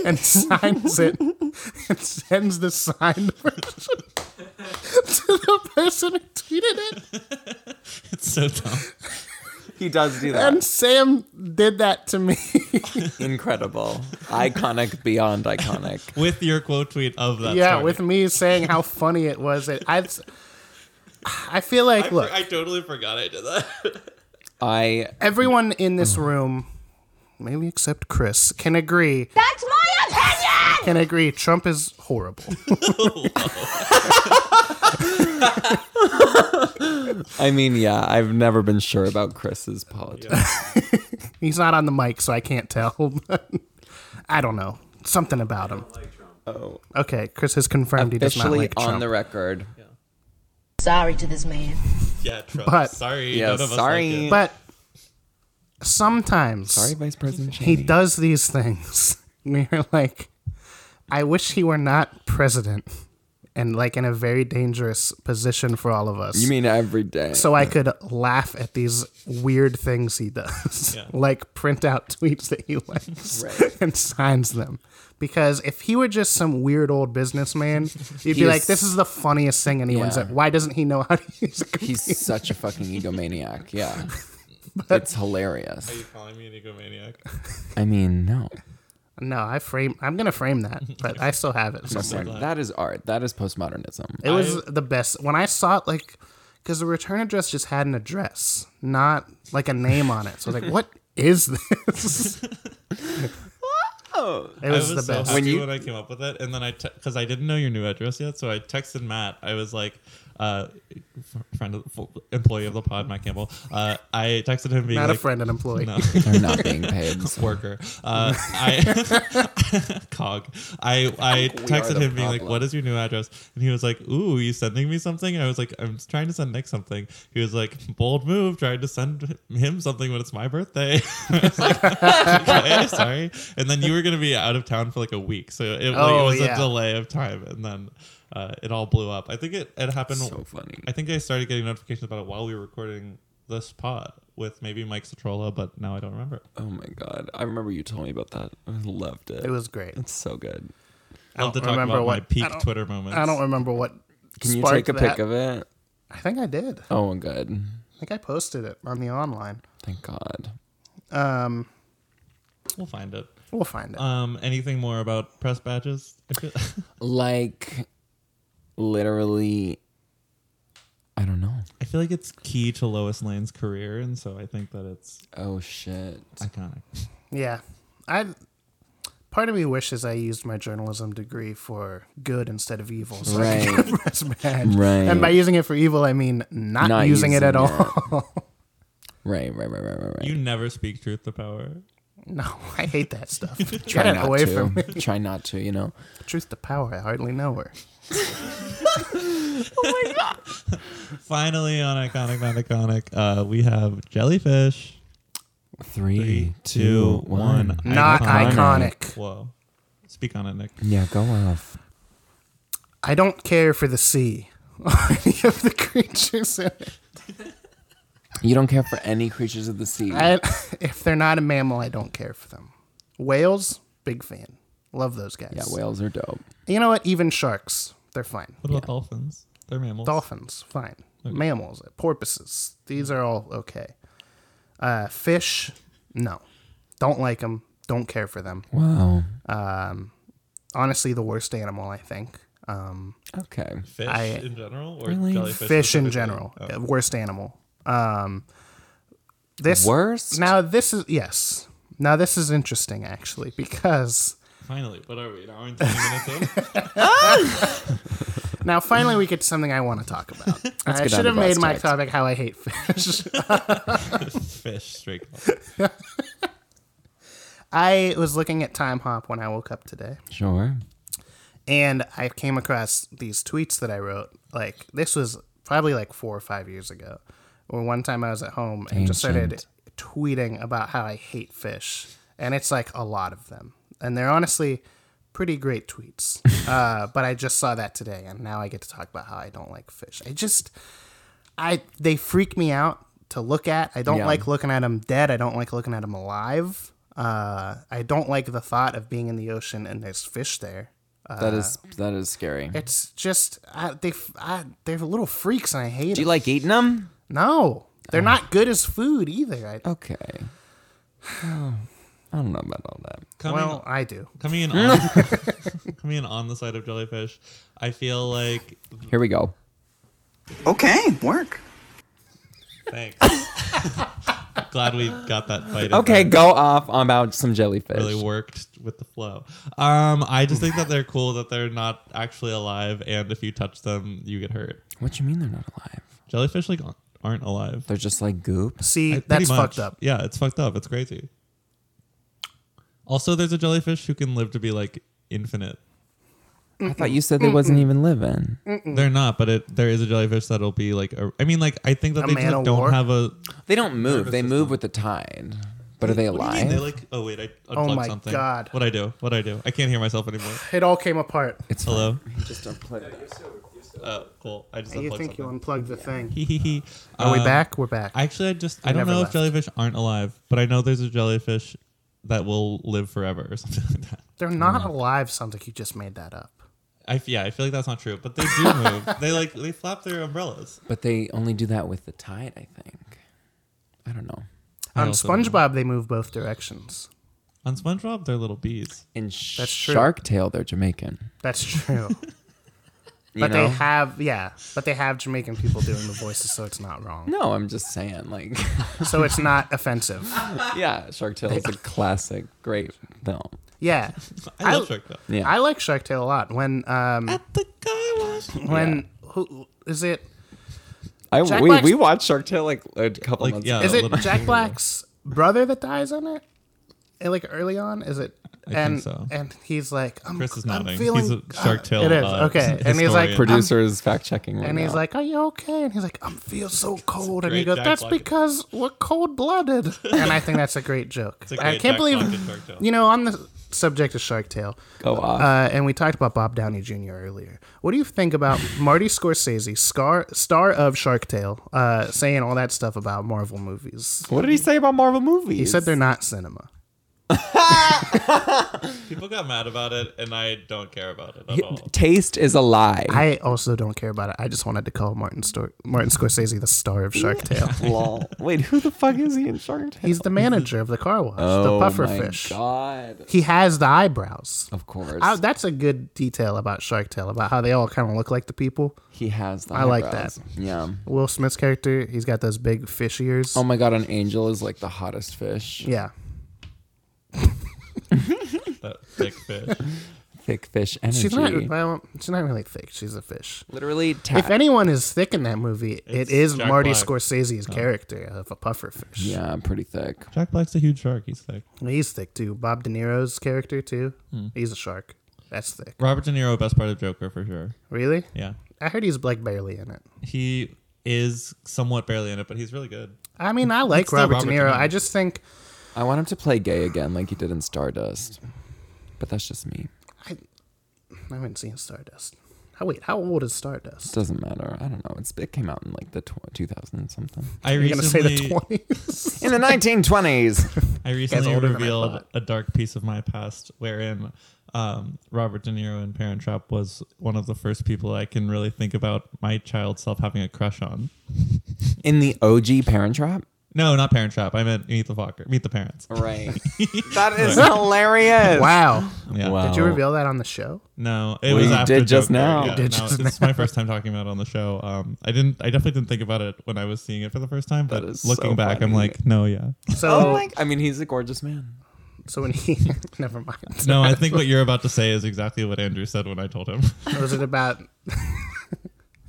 Speaker 6: and signs it and sends the signed version to the person who tweeted it.
Speaker 2: It's so dumb.
Speaker 1: he does do that.
Speaker 6: And Sam did that to me.
Speaker 1: Incredible, iconic beyond iconic.
Speaker 2: With your quote tweet of that.
Speaker 6: yeah,
Speaker 2: story.
Speaker 6: with me saying how funny it was. It, I, I feel like,
Speaker 2: I, for-
Speaker 6: look.
Speaker 2: I totally forgot I did that.
Speaker 1: I
Speaker 6: everyone in this
Speaker 2: Mm.
Speaker 6: room, maybe except Chris, can agree.
Speaker 7: That's my opinion!
Speaker 6: Can agree. Trump is horrible.
Speaker 1: I mean, yeah, I've never been sure about Chris's politics.
Speaker 6: He's not on the mic, so I can't tell. But I don't know something about him. Oh. Okay, Chris has confirmed he does not
Speaker 1: Officially
Speaker 6: like
Speaker 1: on
Speaker 6: Trump.
Speaker 1: the record.
Speaker 10: Sorry to this man.
Speaker 2: Yeah, Trump.
Speaker 6: But-
Speaker 2: sorry.
Speaker 1: Yeah,
Speaker 2: none of us
Speaker 1: sorry.
Speaker 2: like it.
Speaker 6: but sometimes
Speaker 1: Sorry, Vice President.
Speaker 6: he
Speaker 1: Cheney.
Speaker 6: does these things. We're like, I wish he were not president, and like in a very dangerous position for all of us.
Speaker 1: You mean every day?
Speaker 6: so I could laugh at these weird things he does,
Speaker 2: Yeah.
Speaker 6: like print out tweets that he likes and signs them. Because if he were just some weird old businessman, you'd be
Speaker 1: He's-
Speaker 6: like, "This is the funniest thing anyone's
Speaker 1: Yeah.
Speaker 6: done. Why doesn't he know how to use a computer?"
Speaker 1: He's such a fucking egomaniac. Yeah. it's
Speaker 2: Are
Speaker 1: hilarious.
Speaker 2: you calling me an egomaniac?
Speaker 1: I mean, no.
Speaker 6: No, I frame. I'm gonna frame that, but I still have it. somewhere.
Speaker 1: That is art. That is postmodernism.
Speaker 6: It was the best when I saw it. Like, because the return address just had an address, not like a name on it. So I was like, "What is this?" It was,
Speaker 2: I was
Speaker 6: the
Speaker 2: so
Speaker 6: best.
Speaker 2: happy when,
Speaker 1: you-
Speaker 2: I came up with it, and then I because I didn't know your new address yet, so I texted Matt. I was like, uh, f- friend of f- employee of the pod, Matt Campbell. Uh, I texted him being
Speaker 6: not
Speaker 2: like,
Speaker 6: a friend, an employee.
Speaker 2: No.
Speaker 1: They're not being paid. so-
Speaker 2: worker. Uh, I cog. I I texted
Speaker 1: the
Speaker 2: him being like,
Speaker 1: problem.
Speaker 2: "What is your new address?" And he was like, "Ooh, you sending me something?" I was like, "I'm trying to send Nick something." He was like, "Bold move, trying to send him something when it's my birthday." I was like, okay, sorry. And then you were gonna be out of town for like a week, so it, like,
Speaker 6: Oh,
Speaker 2: it was
Speaker 6: yeah.
Speaker 2: a delay of time, and then. Uh, it all blew up. I think it, it happened.
Speaker 1: So funny.
Speaker 2: I think I started getting notifications about it while we were recording this pod with maybe Mike Citrola, but now I don't remember.
Speaker 1: Oh my god. I remember you told me about that. I loved it.
Speaker 6: It was great.
Speaker 1: It's so good.
Speaker 2: I love to
Speaker 6: don't
Speaker 2: talk
Speaker 6: remember
Speaker 2: about my
Speaker 6: what-
Speaker 2: peak
Speaker 6: I don't-
Speaker 2: Twitter moments.
Speaker 6: I don't remember what.
Speaker 1: Can you
Speaker 6: sparked
Speaker 1: take a pic
Speaker 6: that.
Speaker 1: of it?
Speaker 6: I think I did. I
Speaker 1: Oh, good.
Speaker 6: think I posted it on the online.
Speaker 1: Thank God.
Speaker 6: Um,
Speaker 2: We'll find it.
Speaker 6: we'll find it.
Speaker 2: Um, anything more about press badges? I feel-
Speaker 1: Like, literally, I don't know.
Speaker 2: I feel like it's key to Lois Lane's career, and so I think that it's
Speaker 1: Oh shit.
Speaker 2: iconic.
Speaker 6: yeah, I. Part of me wishes I used my journalism degree for good instead of evil. So I
Speaker 1: Right.
Speaker 6: could get a press badge.
Speaker 1: Right.
Speaker 6: And by using it for evil, I mean not,
Speaker 1: Not
Speaker 6: using, it
Speaker 1: using it.
Speaker 6: at all.
Speaker 1: Right, right, right, right, right, right.
Speaker 2: You never speak truth to power.
Speaker 6: no, I hate that stuff. Get
Speaker 1: Try
Speaker 6: it
Speaker 1: not
Speaker 6: away
Speaker 1: to.
Speaker 6: from me.
Speaker 1: Try not to, you know.
Speaker 6: Truth to power. I hardly know her.
Speaker 2: Finally, on iconic, not iconic, uh, we have jellyfish.
Speaker 1: Three,
Speaker 2: two, one.
Speaker 6: Not
Speaker 2: Iconic.
Speaker 6: iconic.
Speaker 2: Whoa, speak on it, Nick.
Speaker 1: Yeah, go off.
Speaker 6: I don't care for the sea or any of the creatures in it.
Speaker 1: You don't care for any creatures of the sea.
Speaker 6: I, if they're not a mammal, I don't care for them. Whales, big fan. Love those guys.
Speaker 1: yeah, whales are dope.
Speaker 6: You know what? Even sharks, they're fine.
Speaker 2: What about dolphins? They're mammals.
Speaker 6: Dolphins, fine. Mammals, porpoises, these are all okay. Uh, fish, no. Don't like them. Don't care for them.
Speaker 1: Wow.
Speaker 6: honestly the worst animal, I think. Um,
Speaker 1: Okay.
Speaker 2: Fish
Speaker 6: I-
Speaker 2: in general or
Speaker 1: Really?
Speaker 2: jellyfish?
Speaker 6: fish in
Speaker 2: specifically?
Speaker 6: general,
Speaker 2: Oh.
Speaker 6: uh, worst animal. Um, this
Speaker 1: Worst?
Speaker 6: Now this is yes. Now this is interesting actually because
Speaker 2: Finally, what are we? An hour and 20 minutes in?
Speaker 6: now finally we get to something I want to talk about. I
Speaker 1: get down
Speaker 6: should
Speaker 1: to
Speaker 6: have made
Speaker 1: brass
Speaker 6: my
Speaker 1: tacks.
Speaker 6: topic how I hate fish.
Speaker 2: Fish, straight.
Speaker 6: I was looking at Time Hop when I woke up today.
Speaker 1: Sure.
Speaker 6: and I came across these tweets that I wrote. Like this was probably like four or five years ago, where one time I was at home and just started tweeting about how I hate fish, and it's like a lot of them, and they're honestly pretty great tweets. uh, but I just saw that today, and now I get to talk about how I don't like fish. I just, I they freak me out to look at. I don't
Speaker 1: Yeah.
Speaker 6: like looking at them dead. I don't like looking at them alive. Uh, I don't like the thought of being in the ocean and there's fish there.
Speaker 1: That is that is scary.
Speaker 6: It's just I, they f- I, they're little freaks, and I hate
Speaker 1: Do
Speaker 6: it.
Speaker 1: you like Oh. eating them?
Speaker 6: no, they're not good as food either. I,
Speaker 1: Okay. I don't know about all that.
Speaker 2: Coming,
Speaker 6: well, I do.
Speaker 2: coming in on, coming in on the side of jellyfish, I feel like
Speaker 1: Here we go.
Speaker 11: Okay, work.
Speaker 2: thanks. Glad we got that fight. in
Speaker 1: Okay,
Speaker 2: there.
Speaker 1: go off about some jellyfish.
Speaker 2: really worked with the flow. Um, I just think that they're cool that they're not actually alive, and if you touch them, you get hurt.
Speaker 1: What do you mean they're not alive?
Speaker 2: Jellyfish like aren't alive.
Speaker 1: They're just like goop.
Speaker 6: See,
Speaker 2: I- pretty
Speaker 6: that's
Speaker 2: much.
Speaker 6: fucked up.
Speaker 2: Yeah, it's fucked up. It's crazy. Also, there's a jellyfish who can live to be like infinite.
Speaker 1: I thought you said they wasn't even living.
Speaker 6: Mm.
Speaker 2: They're not, but it there is a jellyfish that'll be like. A, I mean, like I think that
Speaker 6: A
Speaker 2: they just, like,
Speaker 6: man-o-war?
Speaker 2: don't have a.
Speaker 1: They don't move. They move with the tide. But are they
Speaker 2: What do you mean?
Speaker 1: alive?
Speaker 2: They like. Oh wait, I unplugged
Speaker 6: my
Speaker 2: something.
Speaker 6: God.
Speaker 2: What I do? What I do? I can't hear myself anymore.
Speaker 6: It all came apart.
Speaker 1: it's fine.
Speaker 2: Hello.
Speaker 1: Just unplug it.
Speaker 2: Oh, cool. I just
Speaker 6: you
Speaker 2: unplugged
Speaker 6: think you
Speaker 2: something.
Speaker 6: unplugged the thing?
Speaker 2: Hee hee hee.
Speaker 6: Are we
Speaker 2: Um,
Speaker 6: back? We're back.
Speaker 2: Actually, I just I don't
Speaker 6: never
Speaker 2: know if
Speaker 6: left.
Speaker 2: jellyfish aren't alive, but I know there's a jellyfish that will live forever or something like that.
Speaker 6: they're not alive. Sounds like you just made that up.
Speaker 2: I f- yeah, I feel like that's not true, but they do move. they like they flap their umbrellas.
Speaker 1: But they only do that with the tide, I think. I don't know.
Speaker 6: On
Speaker 2: also don't know.
Speaker 6: SpongeBob, they move both directions.
Speaker 2: On SpongeBob, they're little bees.
Speaker 1: In
Speaker 6: That's true.
Speaker 1: Shark Tale, they're Jamaican.
Speaker 6: That's true.
Speaker 1: You
Speaker 6: but
Speaker 1: know?
Speaker 6: they have, yeah. But they have Jamaican people doing the voices, so it's not wrong.
Speaker 1: No, I'm just saying, like,
Speaker 6: So it's not offensive.
Speaker 1: yeah, Shark Tale is a classic, great film.
Speaker 6: Yeah,
Speaker 2: I love
Speaker 6: I-
Speaker 2: Shark Tale.
Speaker 1: Yeah.
Speaker 6: I like Shark Tale a lot. When um,
Speaker 2: The guy was
Speaker 6: when who is it?
Speaker 1: I,
Speaker 6: Jack
Speaker 1: we,
Speaker 6: Black's-
Speaker 1: we watched Shark Tale like a couple
Speaker 2: Like,
Speaker 1: months
Speaker 2: yeah. um,
Speaker 1: ago.
Speaker 6: Is
Speaker 2: a
Speaker 6: it
Speaker 2: Oh, little
Speaker 6: Jack
Speaker 2: finger.
Speaker 6: Black's brother that dies on it? Eh, Like early on, is it?
Speaker 2: think
Speaker 6: and
Speaker 2: so.
Speaker 6: and he's like, I'm,
Speaker 2: Chris is
Speaker 6: I'm
Speaker 2: nodding.
Speaker 6: feeling.
Speaker 2: He's a Shark Tale.
Speaker 6: it is,
Speaker 2: uh,
Speaker 6: okay. And he's like,
Speaker 2: historian.
Speaker 6: Pretty-
Speaker 1: Producer is fact checking right
Speaker 6: and he's
Speaker 1: now.
Speaker 6: like, "Are you okay?" And he's like, "I'm feel so cold." And
Speaker 2: great
Speaker 6: you go,
Speaker 2: Jack
Speaker 6: "That's
Speaker 2: Black.
Speaker 6: because we're cold blooded." and I think that's a great joke.
Speaker 2: a
Speaker 6: I
Speaker 2: great
Speaker 6: can't
Speaker 2: Jack
Speaker 6: believe
Speaker 2: Black in Shark Tale.
Speaker 6: you know on the subject of Shark Tale.
Speaker 1: go off.
Speaker 6: Uh, and we talked about Bob Downey Jr. earlier. What do you think about Marty Scorsese, scar, star of Shark Tale, uh, saying all that stuff about Marvel movies?
Speaker 1: what did he say about Marvel movies?
Speaker 6: He said they're not cinema.
Speaker 2: people got mad about it, and I don't care about it at all.
Speaker 1: taste is a lie.
Speaker 6: I also don't care about it. I just wanted to call Martin Stor- Martin Scorsese the star of Shark Tale.
Speaker 1: Lol. Wait, who the fuck is he in Shark Tale?
Speaker 6: He's the manager of the car wash,
Speaker 1: oh
Speaker 6: the puffer
Speaker 1: my
Speaker 6: fish.
Speaker 1: God.
Speaker 6: He has the eyebrows.
Speaker 1: Of course.
Speaker 6: I, that's a good detail about Shark Tale, about how they all kind of look like the people.
Speaker 1: he has the
Speaker 6: I like
Speaker 1: eyebrows.
Speaker 6: that.
Speaker 1: Yeah.
Speaker 6: Will Smith's character, he's got those big fish ears.
Speaker 1: Oh my God, an angel is like the hottest fish.
Speaker 6: yeah.
Speaker 2: that thick fish.
Speaker 1: Thick fish energy.
Speaker 6: She's not, well, she's not really thick. She's a fish.
Speaker 1: Literally
Speaker 6: If
Speaker 1: tap.
Speaker 6: anyone is thick in that movie,
Speaker 2: It's
Speaker 6: it's is
Speaker 2: Jack
Speaker 6: Marty
Speaker 2: Black.
Speaker 6: Scorsese's
Speaker 2: Oh.
Speaker 6: character of a puffer fish.
Speaker 1: yeah, pretty thick.
Speaker 2: Jack Black's a huge shark. He's thick.
Speaker 6: He's thick too. Bob De Niro's character too.
Speaker 2: Hmm.
Speaker 6: He's a shark. That's thick.
Speaker 2: Robert De Niro, best part of Joker for sure.
Speaker 6: Really?
Speaker 2: Yeah,
Speaker 6: I heard he's like barely in it.
Speaker 2: he is somewhat barely in it, but he's really good.
Speaker 6: I mean, I like
Speaker 2: still
Speaker 6: Robert, De
Speaker 2: Robert De
Speaker 6: Niro.
Speaker 2: Niro.
Speaker 6: I just think
Speaker 1: I want him to play gay again like he did in Stardust. But that's just me.
Speaker 6: I haven't seen Stardust. Oh, wait, how old is Stardust?
Speaker 1: Doesn't matter. I don't know. It's, it came out in like the tw- 2000 and something.
Speaker 2: I
Speaker 6: You're gonna say
Speaker 2: recently,
Speaker 6: the twenties?
Speaker 1: In the 1920s.
Speaker 2: I
Speaker 6: That's
Speaker 2: recently
Speaker 6: older than I
Speaker 2: revealed
Speaker 6: thought.
Speaker 2: a dark piece of my past wherein um, Robert De Niro in Parent Trap was one of the first people I can really think about my child self having a crush on.
Speaker 1: in the OG Parent Trap.
Speaker 2: No, not Parent Trap. I meant Meet the Focker. Meet the Parents.
Speaker 1: Right.
Speaker 12: That is hilarious.
Speaker 6: Wow.
Speaker 2: Yeah.
Speaker 1: Wow.
Speaker 6: Did you reveal that on the show?
Speaker 2: No, it
Speaker 1: Well,
Speaker 2: was
Speaker 1: you
Speaker 2: after
Speaker 1: did just
Speaker 2: Joker.
Speaker 1: now.
Speaker 2: Yeah,
Speaker 1: You
Speaker 6: did
Speaker 2: no,
Speaker 6: just
Speaker 2: it's my first time talking about it on the show. Um, I didn't. I definitely didn't think about it when I was seeing it for the first time. But
Speaker 1: That is
Speaker 2: looking
Speaker 1: so
Speaker 2: back, I'm
Speaker 1: funny.
Speaker 2: like, no, yeah,
Speaker 6: So,
Speaker 1: Oh, my, I mean, he's a gorgeous man.
Speaker 6: so when he, never mind.
Speaker 2: no. I think what you're about to say is exactly what Andrew said when I told him.
Speaker 6: Was it about?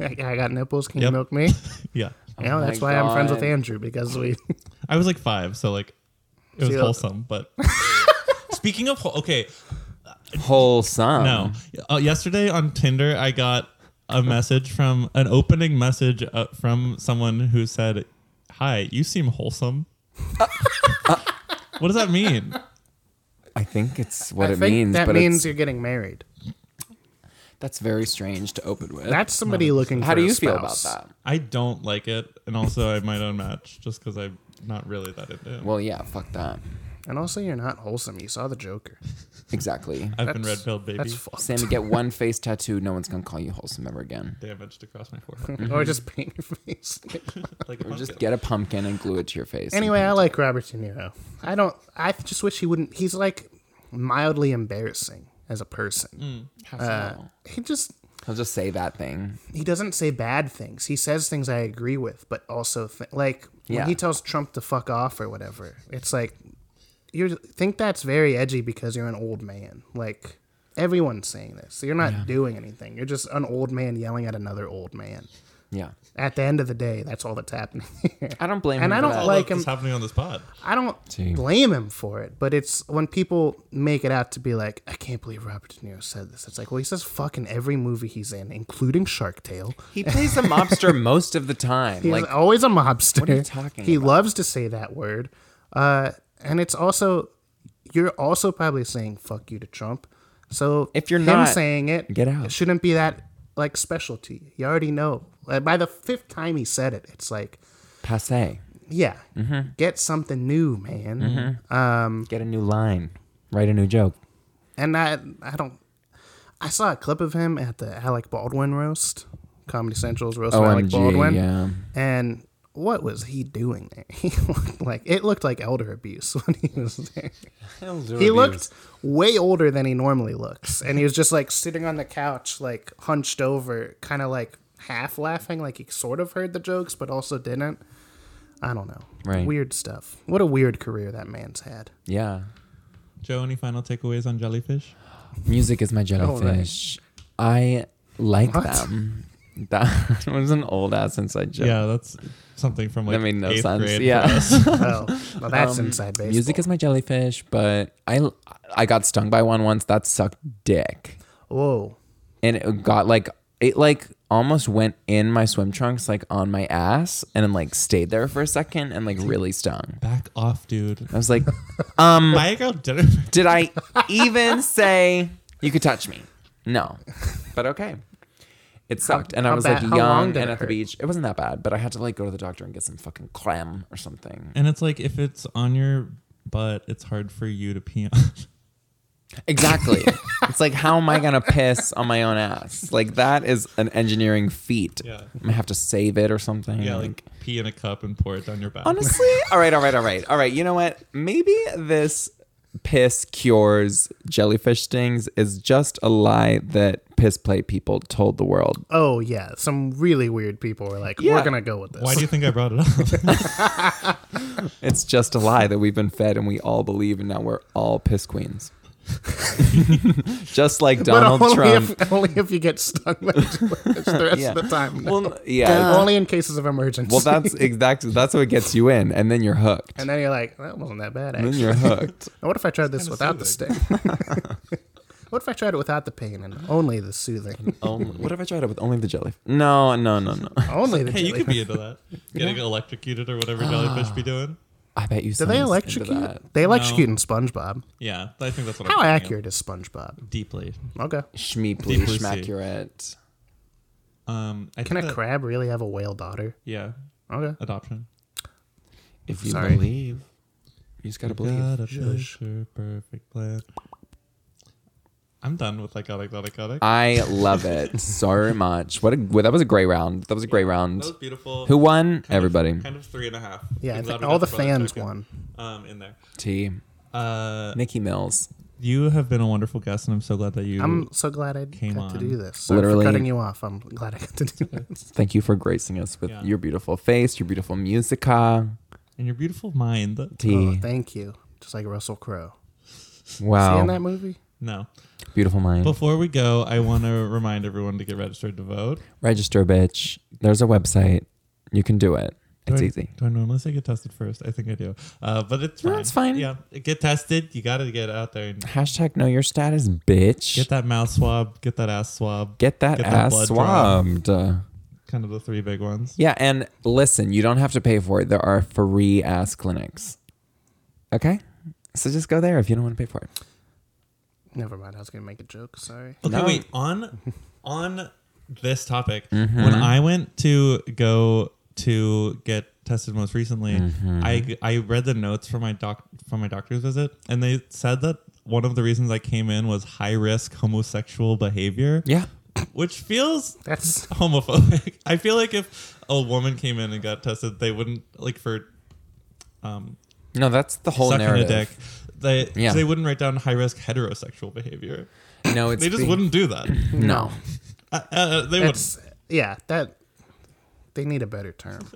Speaker 6: I I got nipples. Can
Speaker 2: Yep.
Speaker 6: you milk me?
Speaker 2: yeah,
Speaker 6: You know,
Speaker 1: my
Speaker 6: that's why I'm friends with
Speaker 1: God.
Speaker 6: Andrew because we.
Speaker 2: I was like five, so like it was
Speaker 6: See,
Speaker 2: wholesome. But speaking of, whole, okay,
Speaker 1: Wholesome.
Speaker 2: No. Uh, yesterday on Tinder, I got a message from an opening message uh, from someone who said, "Hi, you seem wholesome." what does that mean?
Speaker 1: I think it's what
Speaker 6: I
Speaker 1: it
Speaker 6: think
Speaker 1: means.
Speaker 6: that
Speaker 1: but
Speaker 6: means
Speaker 1: it's,
Speaker 6: you're getting married.
Speaker 1: that's very strange to open with.
Speaker 6: That's somebody looking.
Speaker 1: How
Speaker 6: for
Speaker 1: do
Speaker 6: a
Speaker 1: you feel about
Speaker 6: spouse.
Speaker 1: that?
Speaker 2: I don't like it, and also I might unmatch just because I'm not really that into it.
Speaker 1: Well, yeah, fuck that.
Speaker 6: And also, you're not wholesome. You saw the Joker.
Speaker 1: Exactly.
Speaker 2: I've been red
Speaker 6: that's-
Speaker 2: pilled, baby.
Speaker 6: That's fucked.
Speaker 1: Sammy, get one face tattoo. No one's gonna call you wholesome ever again.
Speaker 2: Damaged across my forehead,
Speaker 1: Mm-hmm.
Speaker 6: or just paint your face.
Speaker 2: like a
Speaker 1: Or just
Speaker 2: pumpkin.
Speaker 1: get a pumpkin and glue it to your face.
Speaker 6: anyway, I like Robert De Niro. I don't. I just wish he wouldn't. He's like mildly embarrassing as a
Speaker 2: Mm.
Speaker 6: person.
Speaker 1: Uh,
Speaker 6: He just
Speaker 1: He'll just say that thing.
Speaker 6: he doesn't say bad things. He says things I agree with, but also th- like
Speaker 1: Yeah.
Speaker 6: when he tells Trump to fuck off or whatever, it's like you think that's very edgy because you're an old man. Like everyone's saying this, so you're not doing anything. You're just an old man yelling at another old man.
Speaker 1: Yeah.
Speaker 6: At the end of the day, that's all that's happening. Here.
Speaker 1: I don't blame
Speaker 6: And
Speaker 1: him
Speaker 6: I
Speaker 1: for
Speaker 6: don't
Speaker 1: that.
Speaker 6: like
Speaker 2: Look, it's
Speaker 6: him-
Speaker 2: happening on this pod.
Speaker 6: I don't blame him for it, but it's when people make it out to be like, I can't believe Robert De Niro said this. It's like, well, he says fuck in every movie he's in, including Shark Tale.
Speaker 1: He plays a mobster most of the time.
Speaker 6: He's
Speaker 1: Like
Speaker 6: always a mobster.
Speaker 1: what are you talking
Speaker 6: He
Speaker 1: about?
Speaker 6: loves to say that word. Uh, and it's also, you're also probably saying fuck you to Trump. So
Speaker 1: If you're
Speaker 6: him
Speaker 1: not,
Speaker 6: saying it,
Speaker 1: get out.
Speaker 6: It shouldn't be that like special to you. You already know. Like, by the fifth time he said it, it's like,
Speaker 1: passe.
Speaker 6: yeah,
Speaker 1: Mm-hmm.
Speaker 6: get something new, man.
Speaker 1: Get a new line. Write a new joke.
Speaker 6: And I, I don't. I saw a clip of him at the Alec Baldwin roast, Comedy Central's roast of Alec
Speaker 1: OMG,
Speaker 6: Baldwin.
Speaker 1: yeah.
Speaker 6: And what was he doing there? He looked like it looked like elder abuse when he was there. He looked way older than he normally looks, and he was just like sitting on the couch, like hunched over, kind of like half laughing, like he sort of heard the jokes but also didn't. I don't know.
Speaker 1: Right.
Speaker 6: Weird stuff. What a weird career that man's had.
Speaker 1: Yeah.
Speaker 2: Joe, any final takeaways on jellyfish?
Speaker 1: Music is my jellyfish. I like
Speaker 6: Oh, What?
Speaker 1: them. That was an old ass inside joke.
Speaker 2: Yeah, that's something from like
Speaker 1: That made no
Speaker 2: eighth
Speaker 1: sense.
Speaker 2: grade.
Speaker 1: Yeah.
Speaker 6: Oh, well, that's inside baseball.
Speaker 1: Um, Music is my jellyfish, but I I got stung by one once that sucked dick.
Speaker 6: Whoa.
Speaker 1: and it got like it like almost went in my swim trunks like on my ass and then like stayed there for a second and like really stung
Speaker 2: Back off, dude.
Speaker 1: i was like
Speaker 2: My girl didn't.
Speaker 1: did i even say you could touch me no but okay it sucked and i
Speaker 6: how
Speaker 1: was
Speaker 6: bad-
Speaker 1: like
Speaker 6: how long
Speaker 1: young
Speaker 6: did
Speaker 1: and
Speaker 6: it
Speaker 1: at the
Speaker 6: hurt?
Speaker 1: beach it wasn't that bad but i had to like go to the doctor and get some fucking clam or something
Speaker 2: And it's like if it's on your butt, it's hard for you to pee on.
Speaker 1: exactly it's like how am i gonna piss on my own ass like that is an engineering feat
Speaker 2: Yeah.
Speaker 1: i'm gonna have to save it or something
Speaker 2: yeah, like pee in a cup and pour it down your back.
Speaker 1: Honestly, all right, all right, all right, all right. You know what? Maybe this piss cures jellyfish stings is just a lie that piss play people told the world.
Speaker 6: Oh yeah, some really weird people were like,
Speaker 1: Yeah.
Speaker 6: "We're gonna go with this."
Speaker 2: Why do you think I brought it up?
Speaker 1: It's just a lie that we've been fed and we all believe, and now we're all piss queens. just like
Speaker 6: but
Speaker 1: Donald
Speaker 6: only
Speaker 1: Trump.
Speaker 6: if only if you get stung by jellyfish the rest
Speaker 1: Yeah.
Speaker 6: of the time. no.
Speaker 1: Well, uh, yeah.
Speaker 6: only in cases of emergency.
Speaker 1: Well, that's exactly that's what gets you in, and then you're hooked.
Speaker 6: and then you're like, that wasn't that bad.
Speaker 1: then
Speaker 6: Actually,
Speaker 1: you're hooked.
Speaker 6: what if I tried this without the sting? what if I tried it without the pain and only the soothing?
Speaker 1: Only, Um, what if I tried it with only the jelly? No, no, no, no.
Speaker 6: only the
Speaker 2: hey, you
Speaker 6: jellyfish.
Speaker 2: could be into that. Getting electrocuted or whatever jellyfish be doing.
Speaker 1: I bet you.
Speaker 6: Do they electrocute? They electrocute in SpongeBob.
Speaker 2: Yeah, I think that's what I'm
Speaker 6: How
Speaker 2: thinking of.
Speaker 6: accurate is SpongeBob?
Speaker 2: Deeply.
Speaker 6: Okay.
Speaker 1: Schmeeply,
Speaker 2: Deeply sea.
Speaker 1: schmaccurate.
Speaker 2: Um, I
Speaker 6: Can
Speaker 2: think
Speaker 6: a
Speaker 2: that-
Speaker 6: crab really have a whale daughter?
Speaker 2: Yeah,
Speaker 6: Okay.
Speaker 2: adoption.
Speaker 1: If you
Speaker 6: Sorry.
Speaker 1: believe, you just gotta believe.
Speaker 2: God, a picture perfect plan. I'm done with Iconic, Not Iconic.
Speaker 1: I love it so much. What a well, that was a great round. That was a great round.
Speaker 2: That was beautiful.
Speaker 1: Who won?
Speaker 2: Kind of-
Speaker 1: Everybody.
Speaker 2: kind of three and a half.
Speaker 6: Yeah, I
Speaker 2: I'm
Speaker 6: think
Speaker 2: glad we
Speaker 6: all
Speaker 2: got
Speaker 6: the
Speaker 2: Brothers
Speaker 6: fans
Speaker 2: back in,
Speaker 6: won.
Speaker 2: Um, in there.
Speaker 1: T.
Speaker 2: Uh,
Speaker 1: Nikki Mills.
Speaker 2: you have been a wonderful guest, and I'm so glad that you.
Speaker 6: I'm so glad I got
Speaker 2: Came
Speaker 6: to
Speaker 2: on.
Speaker 6: do this. Sorry
Speaker 1: Literally-
Speaker 6: for cutting you off. I'm glad I got to do this.
Speaker 1: Thank you for gracing us with
Speaker 2: Yeah.
Speaker 1: your beautiful face, your beautiful musica.
Speaker 2: and your beautiful mind.
Speaker 6: Oh,
Speaker 1: T.
Speaker 6: thank you. Just like Russell Crowe. See in that
Speaker 1: wow.
Speaker 6: movie?
Speaker 1: Mm.
Speaker 2: No.
Speaker 1: Beautiful mind.
Speaker 2: Before we go, I want to remind everyone to get registered to vote.
Speaker 1: Register, bitch. There's a website. You can do it.
Speaker 2: Do
Speaker 1: It's
Speaker 2: I-
Speaker 1: easy.
Speaker 2: Do I know? Unless I get tested first, I think I do. Uh, but it's
Speaker 1: No,
Speaker 2: fine.
Speaker 1: it's fine.
Speaker 2: Yeah, get tested. You got to get out there and
Speaker 1: Hashtag know your status, bitch.
Speaker 2: get that mouth swab, get that ass swab,
Speaker 1: Get that
Speaker 2: Get that
Speaker 1: ass
Speaker 2: blood drawn.
Speaker 1: swabbed.
Speaker 2: kind of the three big ones.
Speaker 1: Yeah, and listen, you don't have to pay for it. There are free ass clinics. Okay? So just go there if you don't want to pay for it.
Speaker 6: Never mind. I was gonna make a joke. Sorry.
Speaker 2: Okay,
Speaker 1: No.
Speaker 2: wait on on this topic.
Speaker 1: Mm-hmm.
Speaker 2: When I went to go to get tested most recently,
Speaker 1: Mm-hmm.
Speaker 2: I I read the notes from my doc from my doctor's visit, and they said that one of the reasons I came in was high risk homosexual behavior.
Speaker 1: Yeah.
Speaker 2: which feels
Speaker 6: That's
Speaker 2: homophobic. I feel like if a woman came in and got tested, they wouldn't like for um
Speaker 1: No, that's the whole
Speaker 2: sucking
Speaker 1: narrative.
Speaker 2: a dick. They
Speaker 1: Yeah.
Speaker 2: they wouldn't write down high risk heterosexual behavior.
Speaker 1: No, it's
Speaker 2: They just
Speaker 1: be-
Speaker 2: wouldn't do that.
Speaker 6: no.
Speaker 2: Uh, uh, they wouldn't.
Speaker 6: That's yeah. That they need a better term.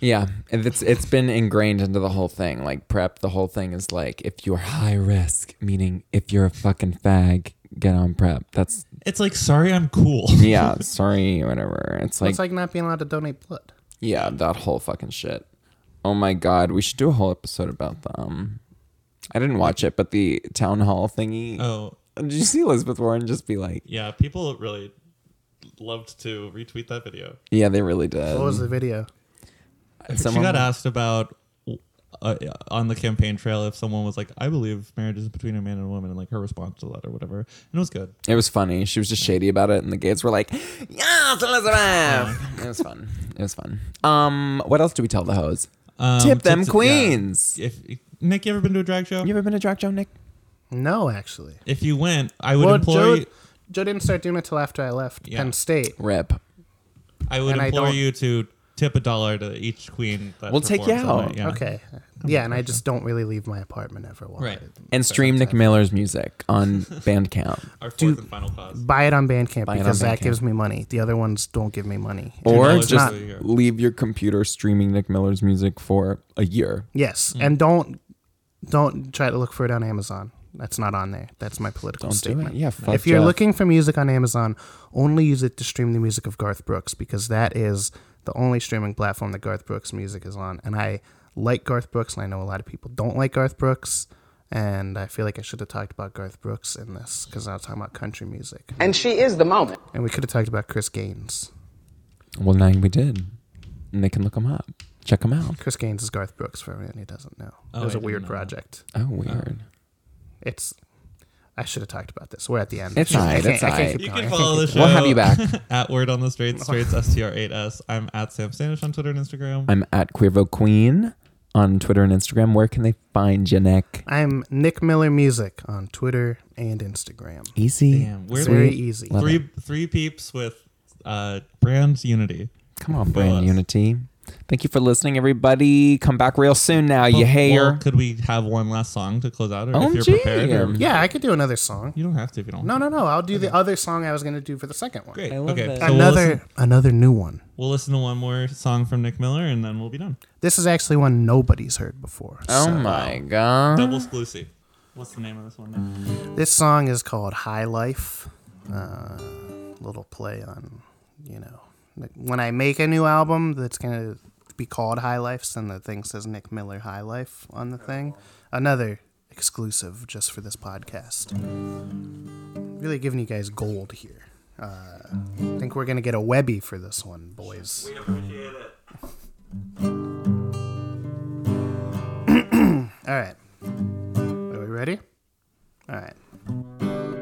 Speaker 1: Yeah, and it's it's been ingrained into the whole thing. Like prep, the whole thing is like if you're high risk, meaning if you're a fucking fag, get on prep. That's
Speaker 2: It's like sorry, I'm cool.
Speaker 1: yeah, sorry, whatever. It's like,
Speaker 6: it's like not being allowed to donate blood.
Speaker 1: yeah, that whole fucking shit. Oh my god, we should do a whole episode about them. I didn't watch it, but the town hall
Speaker 6: Uh.
Speaker 1: thingy.
Speaker 2: Oh
Speaker 1: Did you see Elizabeth Warren just be like,
Speaker 2: yeah, people really loved to retweet that video.
Speaker 1: yeah, they really did.
Speaker 6: What was the video?
Speaker 1: Someone-
Speaker 2: she got asked about uh, on the campaign trail if someone was like, "I believe marriage is between a man and a woman," and like her response to that or whatever, and it was good.
Speaker 1: It was funny. She was just shady about it, and the gays were like, "Yes,
Speaker 6: Oh
Speaker 1: Elizabeth." it was fun. It was fun. Um, what else do we tell the hoes?
Speaker 2: Um,
Speaker 1: Tip them
Speaker 2: yeah.
Speaker 1: queens.
Speaker 2: If Nick, you ever been to a drag show?
Speaker 1: You ever been to drag show, Nick?
Speaker 6: No, actually.
Speaker 2: If you went, I would
Speaker 6: Well,
Speaker 2: implore you,
Speaker 6: Joe, Joe didn't start doing it till after I left
Speaker 2: Yeah.
Speaker 6: Penn State.
Speaker 1: Rip.
Speaker 2: I would
Speaker 6: and I
Speaker 2: implore
Speaker 6: don't-
Speaker 2: you to tip a dollar to each queen. That
Speaker 1: We'll take you
Speaker 2: performs all
Speaker 1: out.
Speaker 2: night, Yeah.
Speaker 6: Okay. Yeah, and I just don't really leave my apartment ever while
Speaker 2: Right.
Speaker 6: I-
Speaker 1: And stream Nick Miller's music on Bandcamp.
Speaker 2: Our fourth
Speaker 6: Dude.
Speaker 2: and final cause.
Speaker 6: Buy it on Bandcamp
Speaker 1: Buy it on
Speaker 6: because that
Speaker 1: Bandcamp.
Speaker 6: gives me money. The other ones don't give me money.
Speaker 1: or
Speaker 2: dollars
Speaker 1: just
Speaker 2: a year.
Speaker 1: leave your computer streaming Nick Miller's music for a year.
Speaker 6: yes,
Speaker 1: Mm.
Speaker 6: and don't don't try to look for it on Amazon. That's not on there. That's my political
Speaker 1: Don't do
Speaker 6: statement.
Speaker 1: it. Yeah, fuck
Speaker 6: if you're
Speaker 1: Jeff.
Speaker 6: looking for music on Amazon, only use it to stream the music of Garth Brooks because that is the only streaming platform that Garth Brooks music is on. And I like Garth Brooks, and I know a lot of people don't like Garth Brooks. And I feel like I should have talked about Garth Brooks in this because I was talking about country music.
Speaker 13: And she is the moment.
Speaker 6: And we could have talked about Chris Gaines.
Speaker 1: Well, now we did. And they can look him up. Check him out.
Speaker 6: Chris Gaines is Garth Brooks for everyone who doesn't know.
Speaker 2: Oh,
Speaker 6: it was
Speaker 2: I
Speaker 6: a
Speaker 2: didn't
Speaker 6: weird
Speaker 2: know that.
Speaker 6: project.
Speaker 1: Oh, weird.
Speaker 6: It's. I should have talked about this. We're at the end.
Speaker 1: It's
Speaker 6: I
Speaker 1: alright,
Speaker 6: can't-
Speaker 1: it's
Speaker 6: I can't
Speaker 1: alright.
Speaker 6: keep
Speaker 2: You
Speaker 6: going.
Speaker 2: can
Speaker 6: I can't
Speaker 2: follow
Speaker 6: keep
Speaker 2: the
Speaker 1: We'll
Speaker 2: show.
Speaker 1: have you back.
Speaker 2: at Word on the Straight, Straits, STR8S. I'm at Sam Standish on Twitter and Instagram.
Speaker 1: I'm at Queervo Queen on Twitter and Instagram. Where can they find you, Nick?
Speaker 6: I'm Nick Miller Music on Twitter and Instagram.
Speaker 1: Easy.
Speaker 2: Damn,
Speaker 6: It's
Speaker 2: we're
Speaker 6: very easy.
Speaker 1: Love
Speaker 2: three three peeps with uh, brand unity.
Speaker 1: Come on, Brand
Speaker 2: us.
Speaker 1: Unity. Thank you for listening, everybody. Come back real soon now, you
Speaker 2: Well,
Speaker 1: hair.
Speaker 2: could we have one last song to close out, or if
Speaker 1: OMG.
Speaker 2: you're prepared? Or,
Speaker 6: Yeah, I could do another song.
Speaker 2: you don't have to if you don't.
Speaker 6: No, no, no. I'll do the other song I was gonna do for the second one.
Speaker 2: Great.
Speaker 1: I love
Speaker 2: okay.
Speaker 1: that.
Speaker 2: So
Speaker 6: Another
Speaker 2: We'll listen,
Speaker 6: another new one.
Speaker 2: we'll listen to one more song from Nick Miller, and then we'll be done.
Speaker 6: This is actually one nobody's heard before.
Speaker 1: Oh
Speaker 6: so-
Speaker 1: my god.
Speaker 2: Double Splucy. What's the name of this one? Nick?
Speaker 6: This song is called High Life. Uh, little play on, you know, like, when I make a new album that's gonna be called High Life, then the thing says Nick Miller High Life on the thing. Another exclusive just for this podcast. Really giving you guys gold here. Uh, I think we're gonna get a Webby for this one, boys.
Speaker 2: appreciate it.
Speaker 6: All right, are we ready? All right.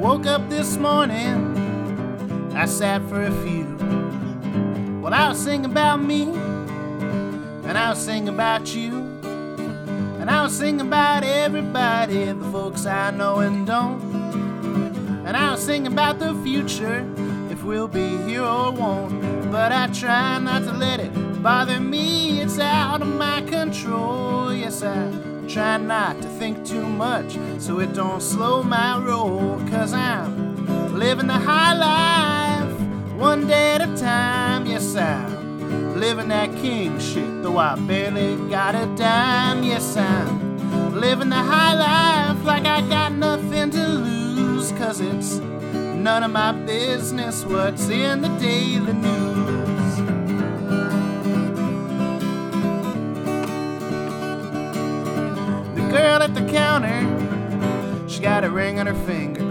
Speaker 6: Woke up this morning, I sat for a few. Well, I'll sing about me, and I'll sing about you.
Speaker 3: And I'll sing about everybody, the folks I know and don't. And I'll sing about the future, if we'll be here or won't. But I try not to let it bother me, it's out of my control. Yes, I try not to think too much, so it don't slow my roll. Cause I'm living the high life, one day at a time. Yes, I'm living that king shit, though I barely got a dime. Yes, I'm living the high life like I got nothing to lose, cause it's none of my business what's in the daily news. The girl at the counter, she got a ring on her finger.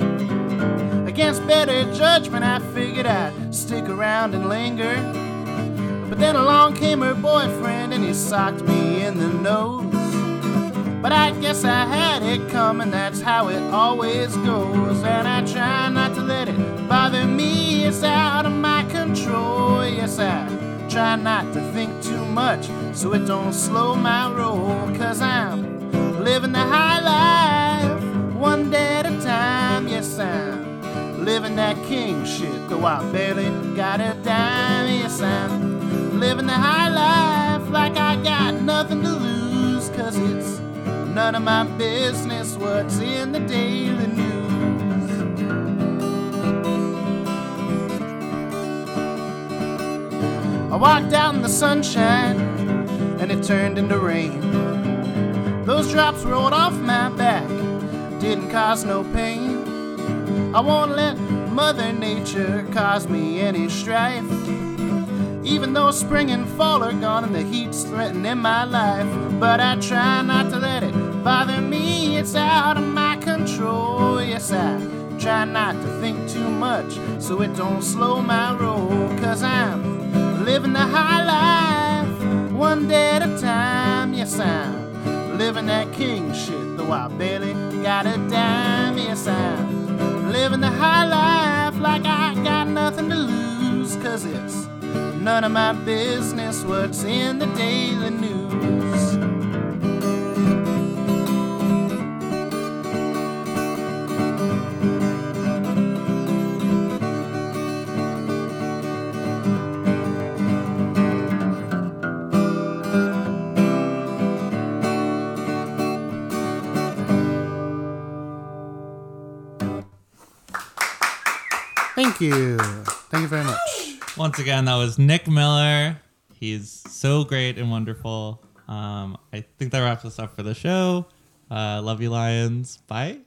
Speaker 3: Against better judgment, I figured I'd stick around and linger. But then along came her boyfriend and he socked me in the nose. But I guess I had it coming, that's how it always goes. And I try not to let it bother me, it's out of my control. Yes, I try not to think too much so it don't slow my roll. Cause I'm living the high life, one day at a time. Yes, I'm living that king shit, though I barely got a dime. Yes, I'm living the high life like I got nothing to lose, cause it's None of my business what's in the daily news. I walked out in the sunshine and it turned into rain. Those drops rolled off my back, didn't cause no pain. I won't let Mother Nature cause me any strife. Even though spring and fall are gone and the heat's threatening my life, but I try not to let it bother me. It's out of my control. Yes, I try not to think too much so it don't slow my roll. Cause I'm living the high life one day at a time. Yes, I'm living that king shit, though I barely got a dime. Yes, I'm living the high life like I got nothing to lose. Cause it's None of my business what's in the daily news. Thank you. Thank you very much.
Speaker 2: Once again, that was Nick Miller. He's so great and wonderful. Um, I think that wraps us up for the show. Uh, love you, Lions. Bye.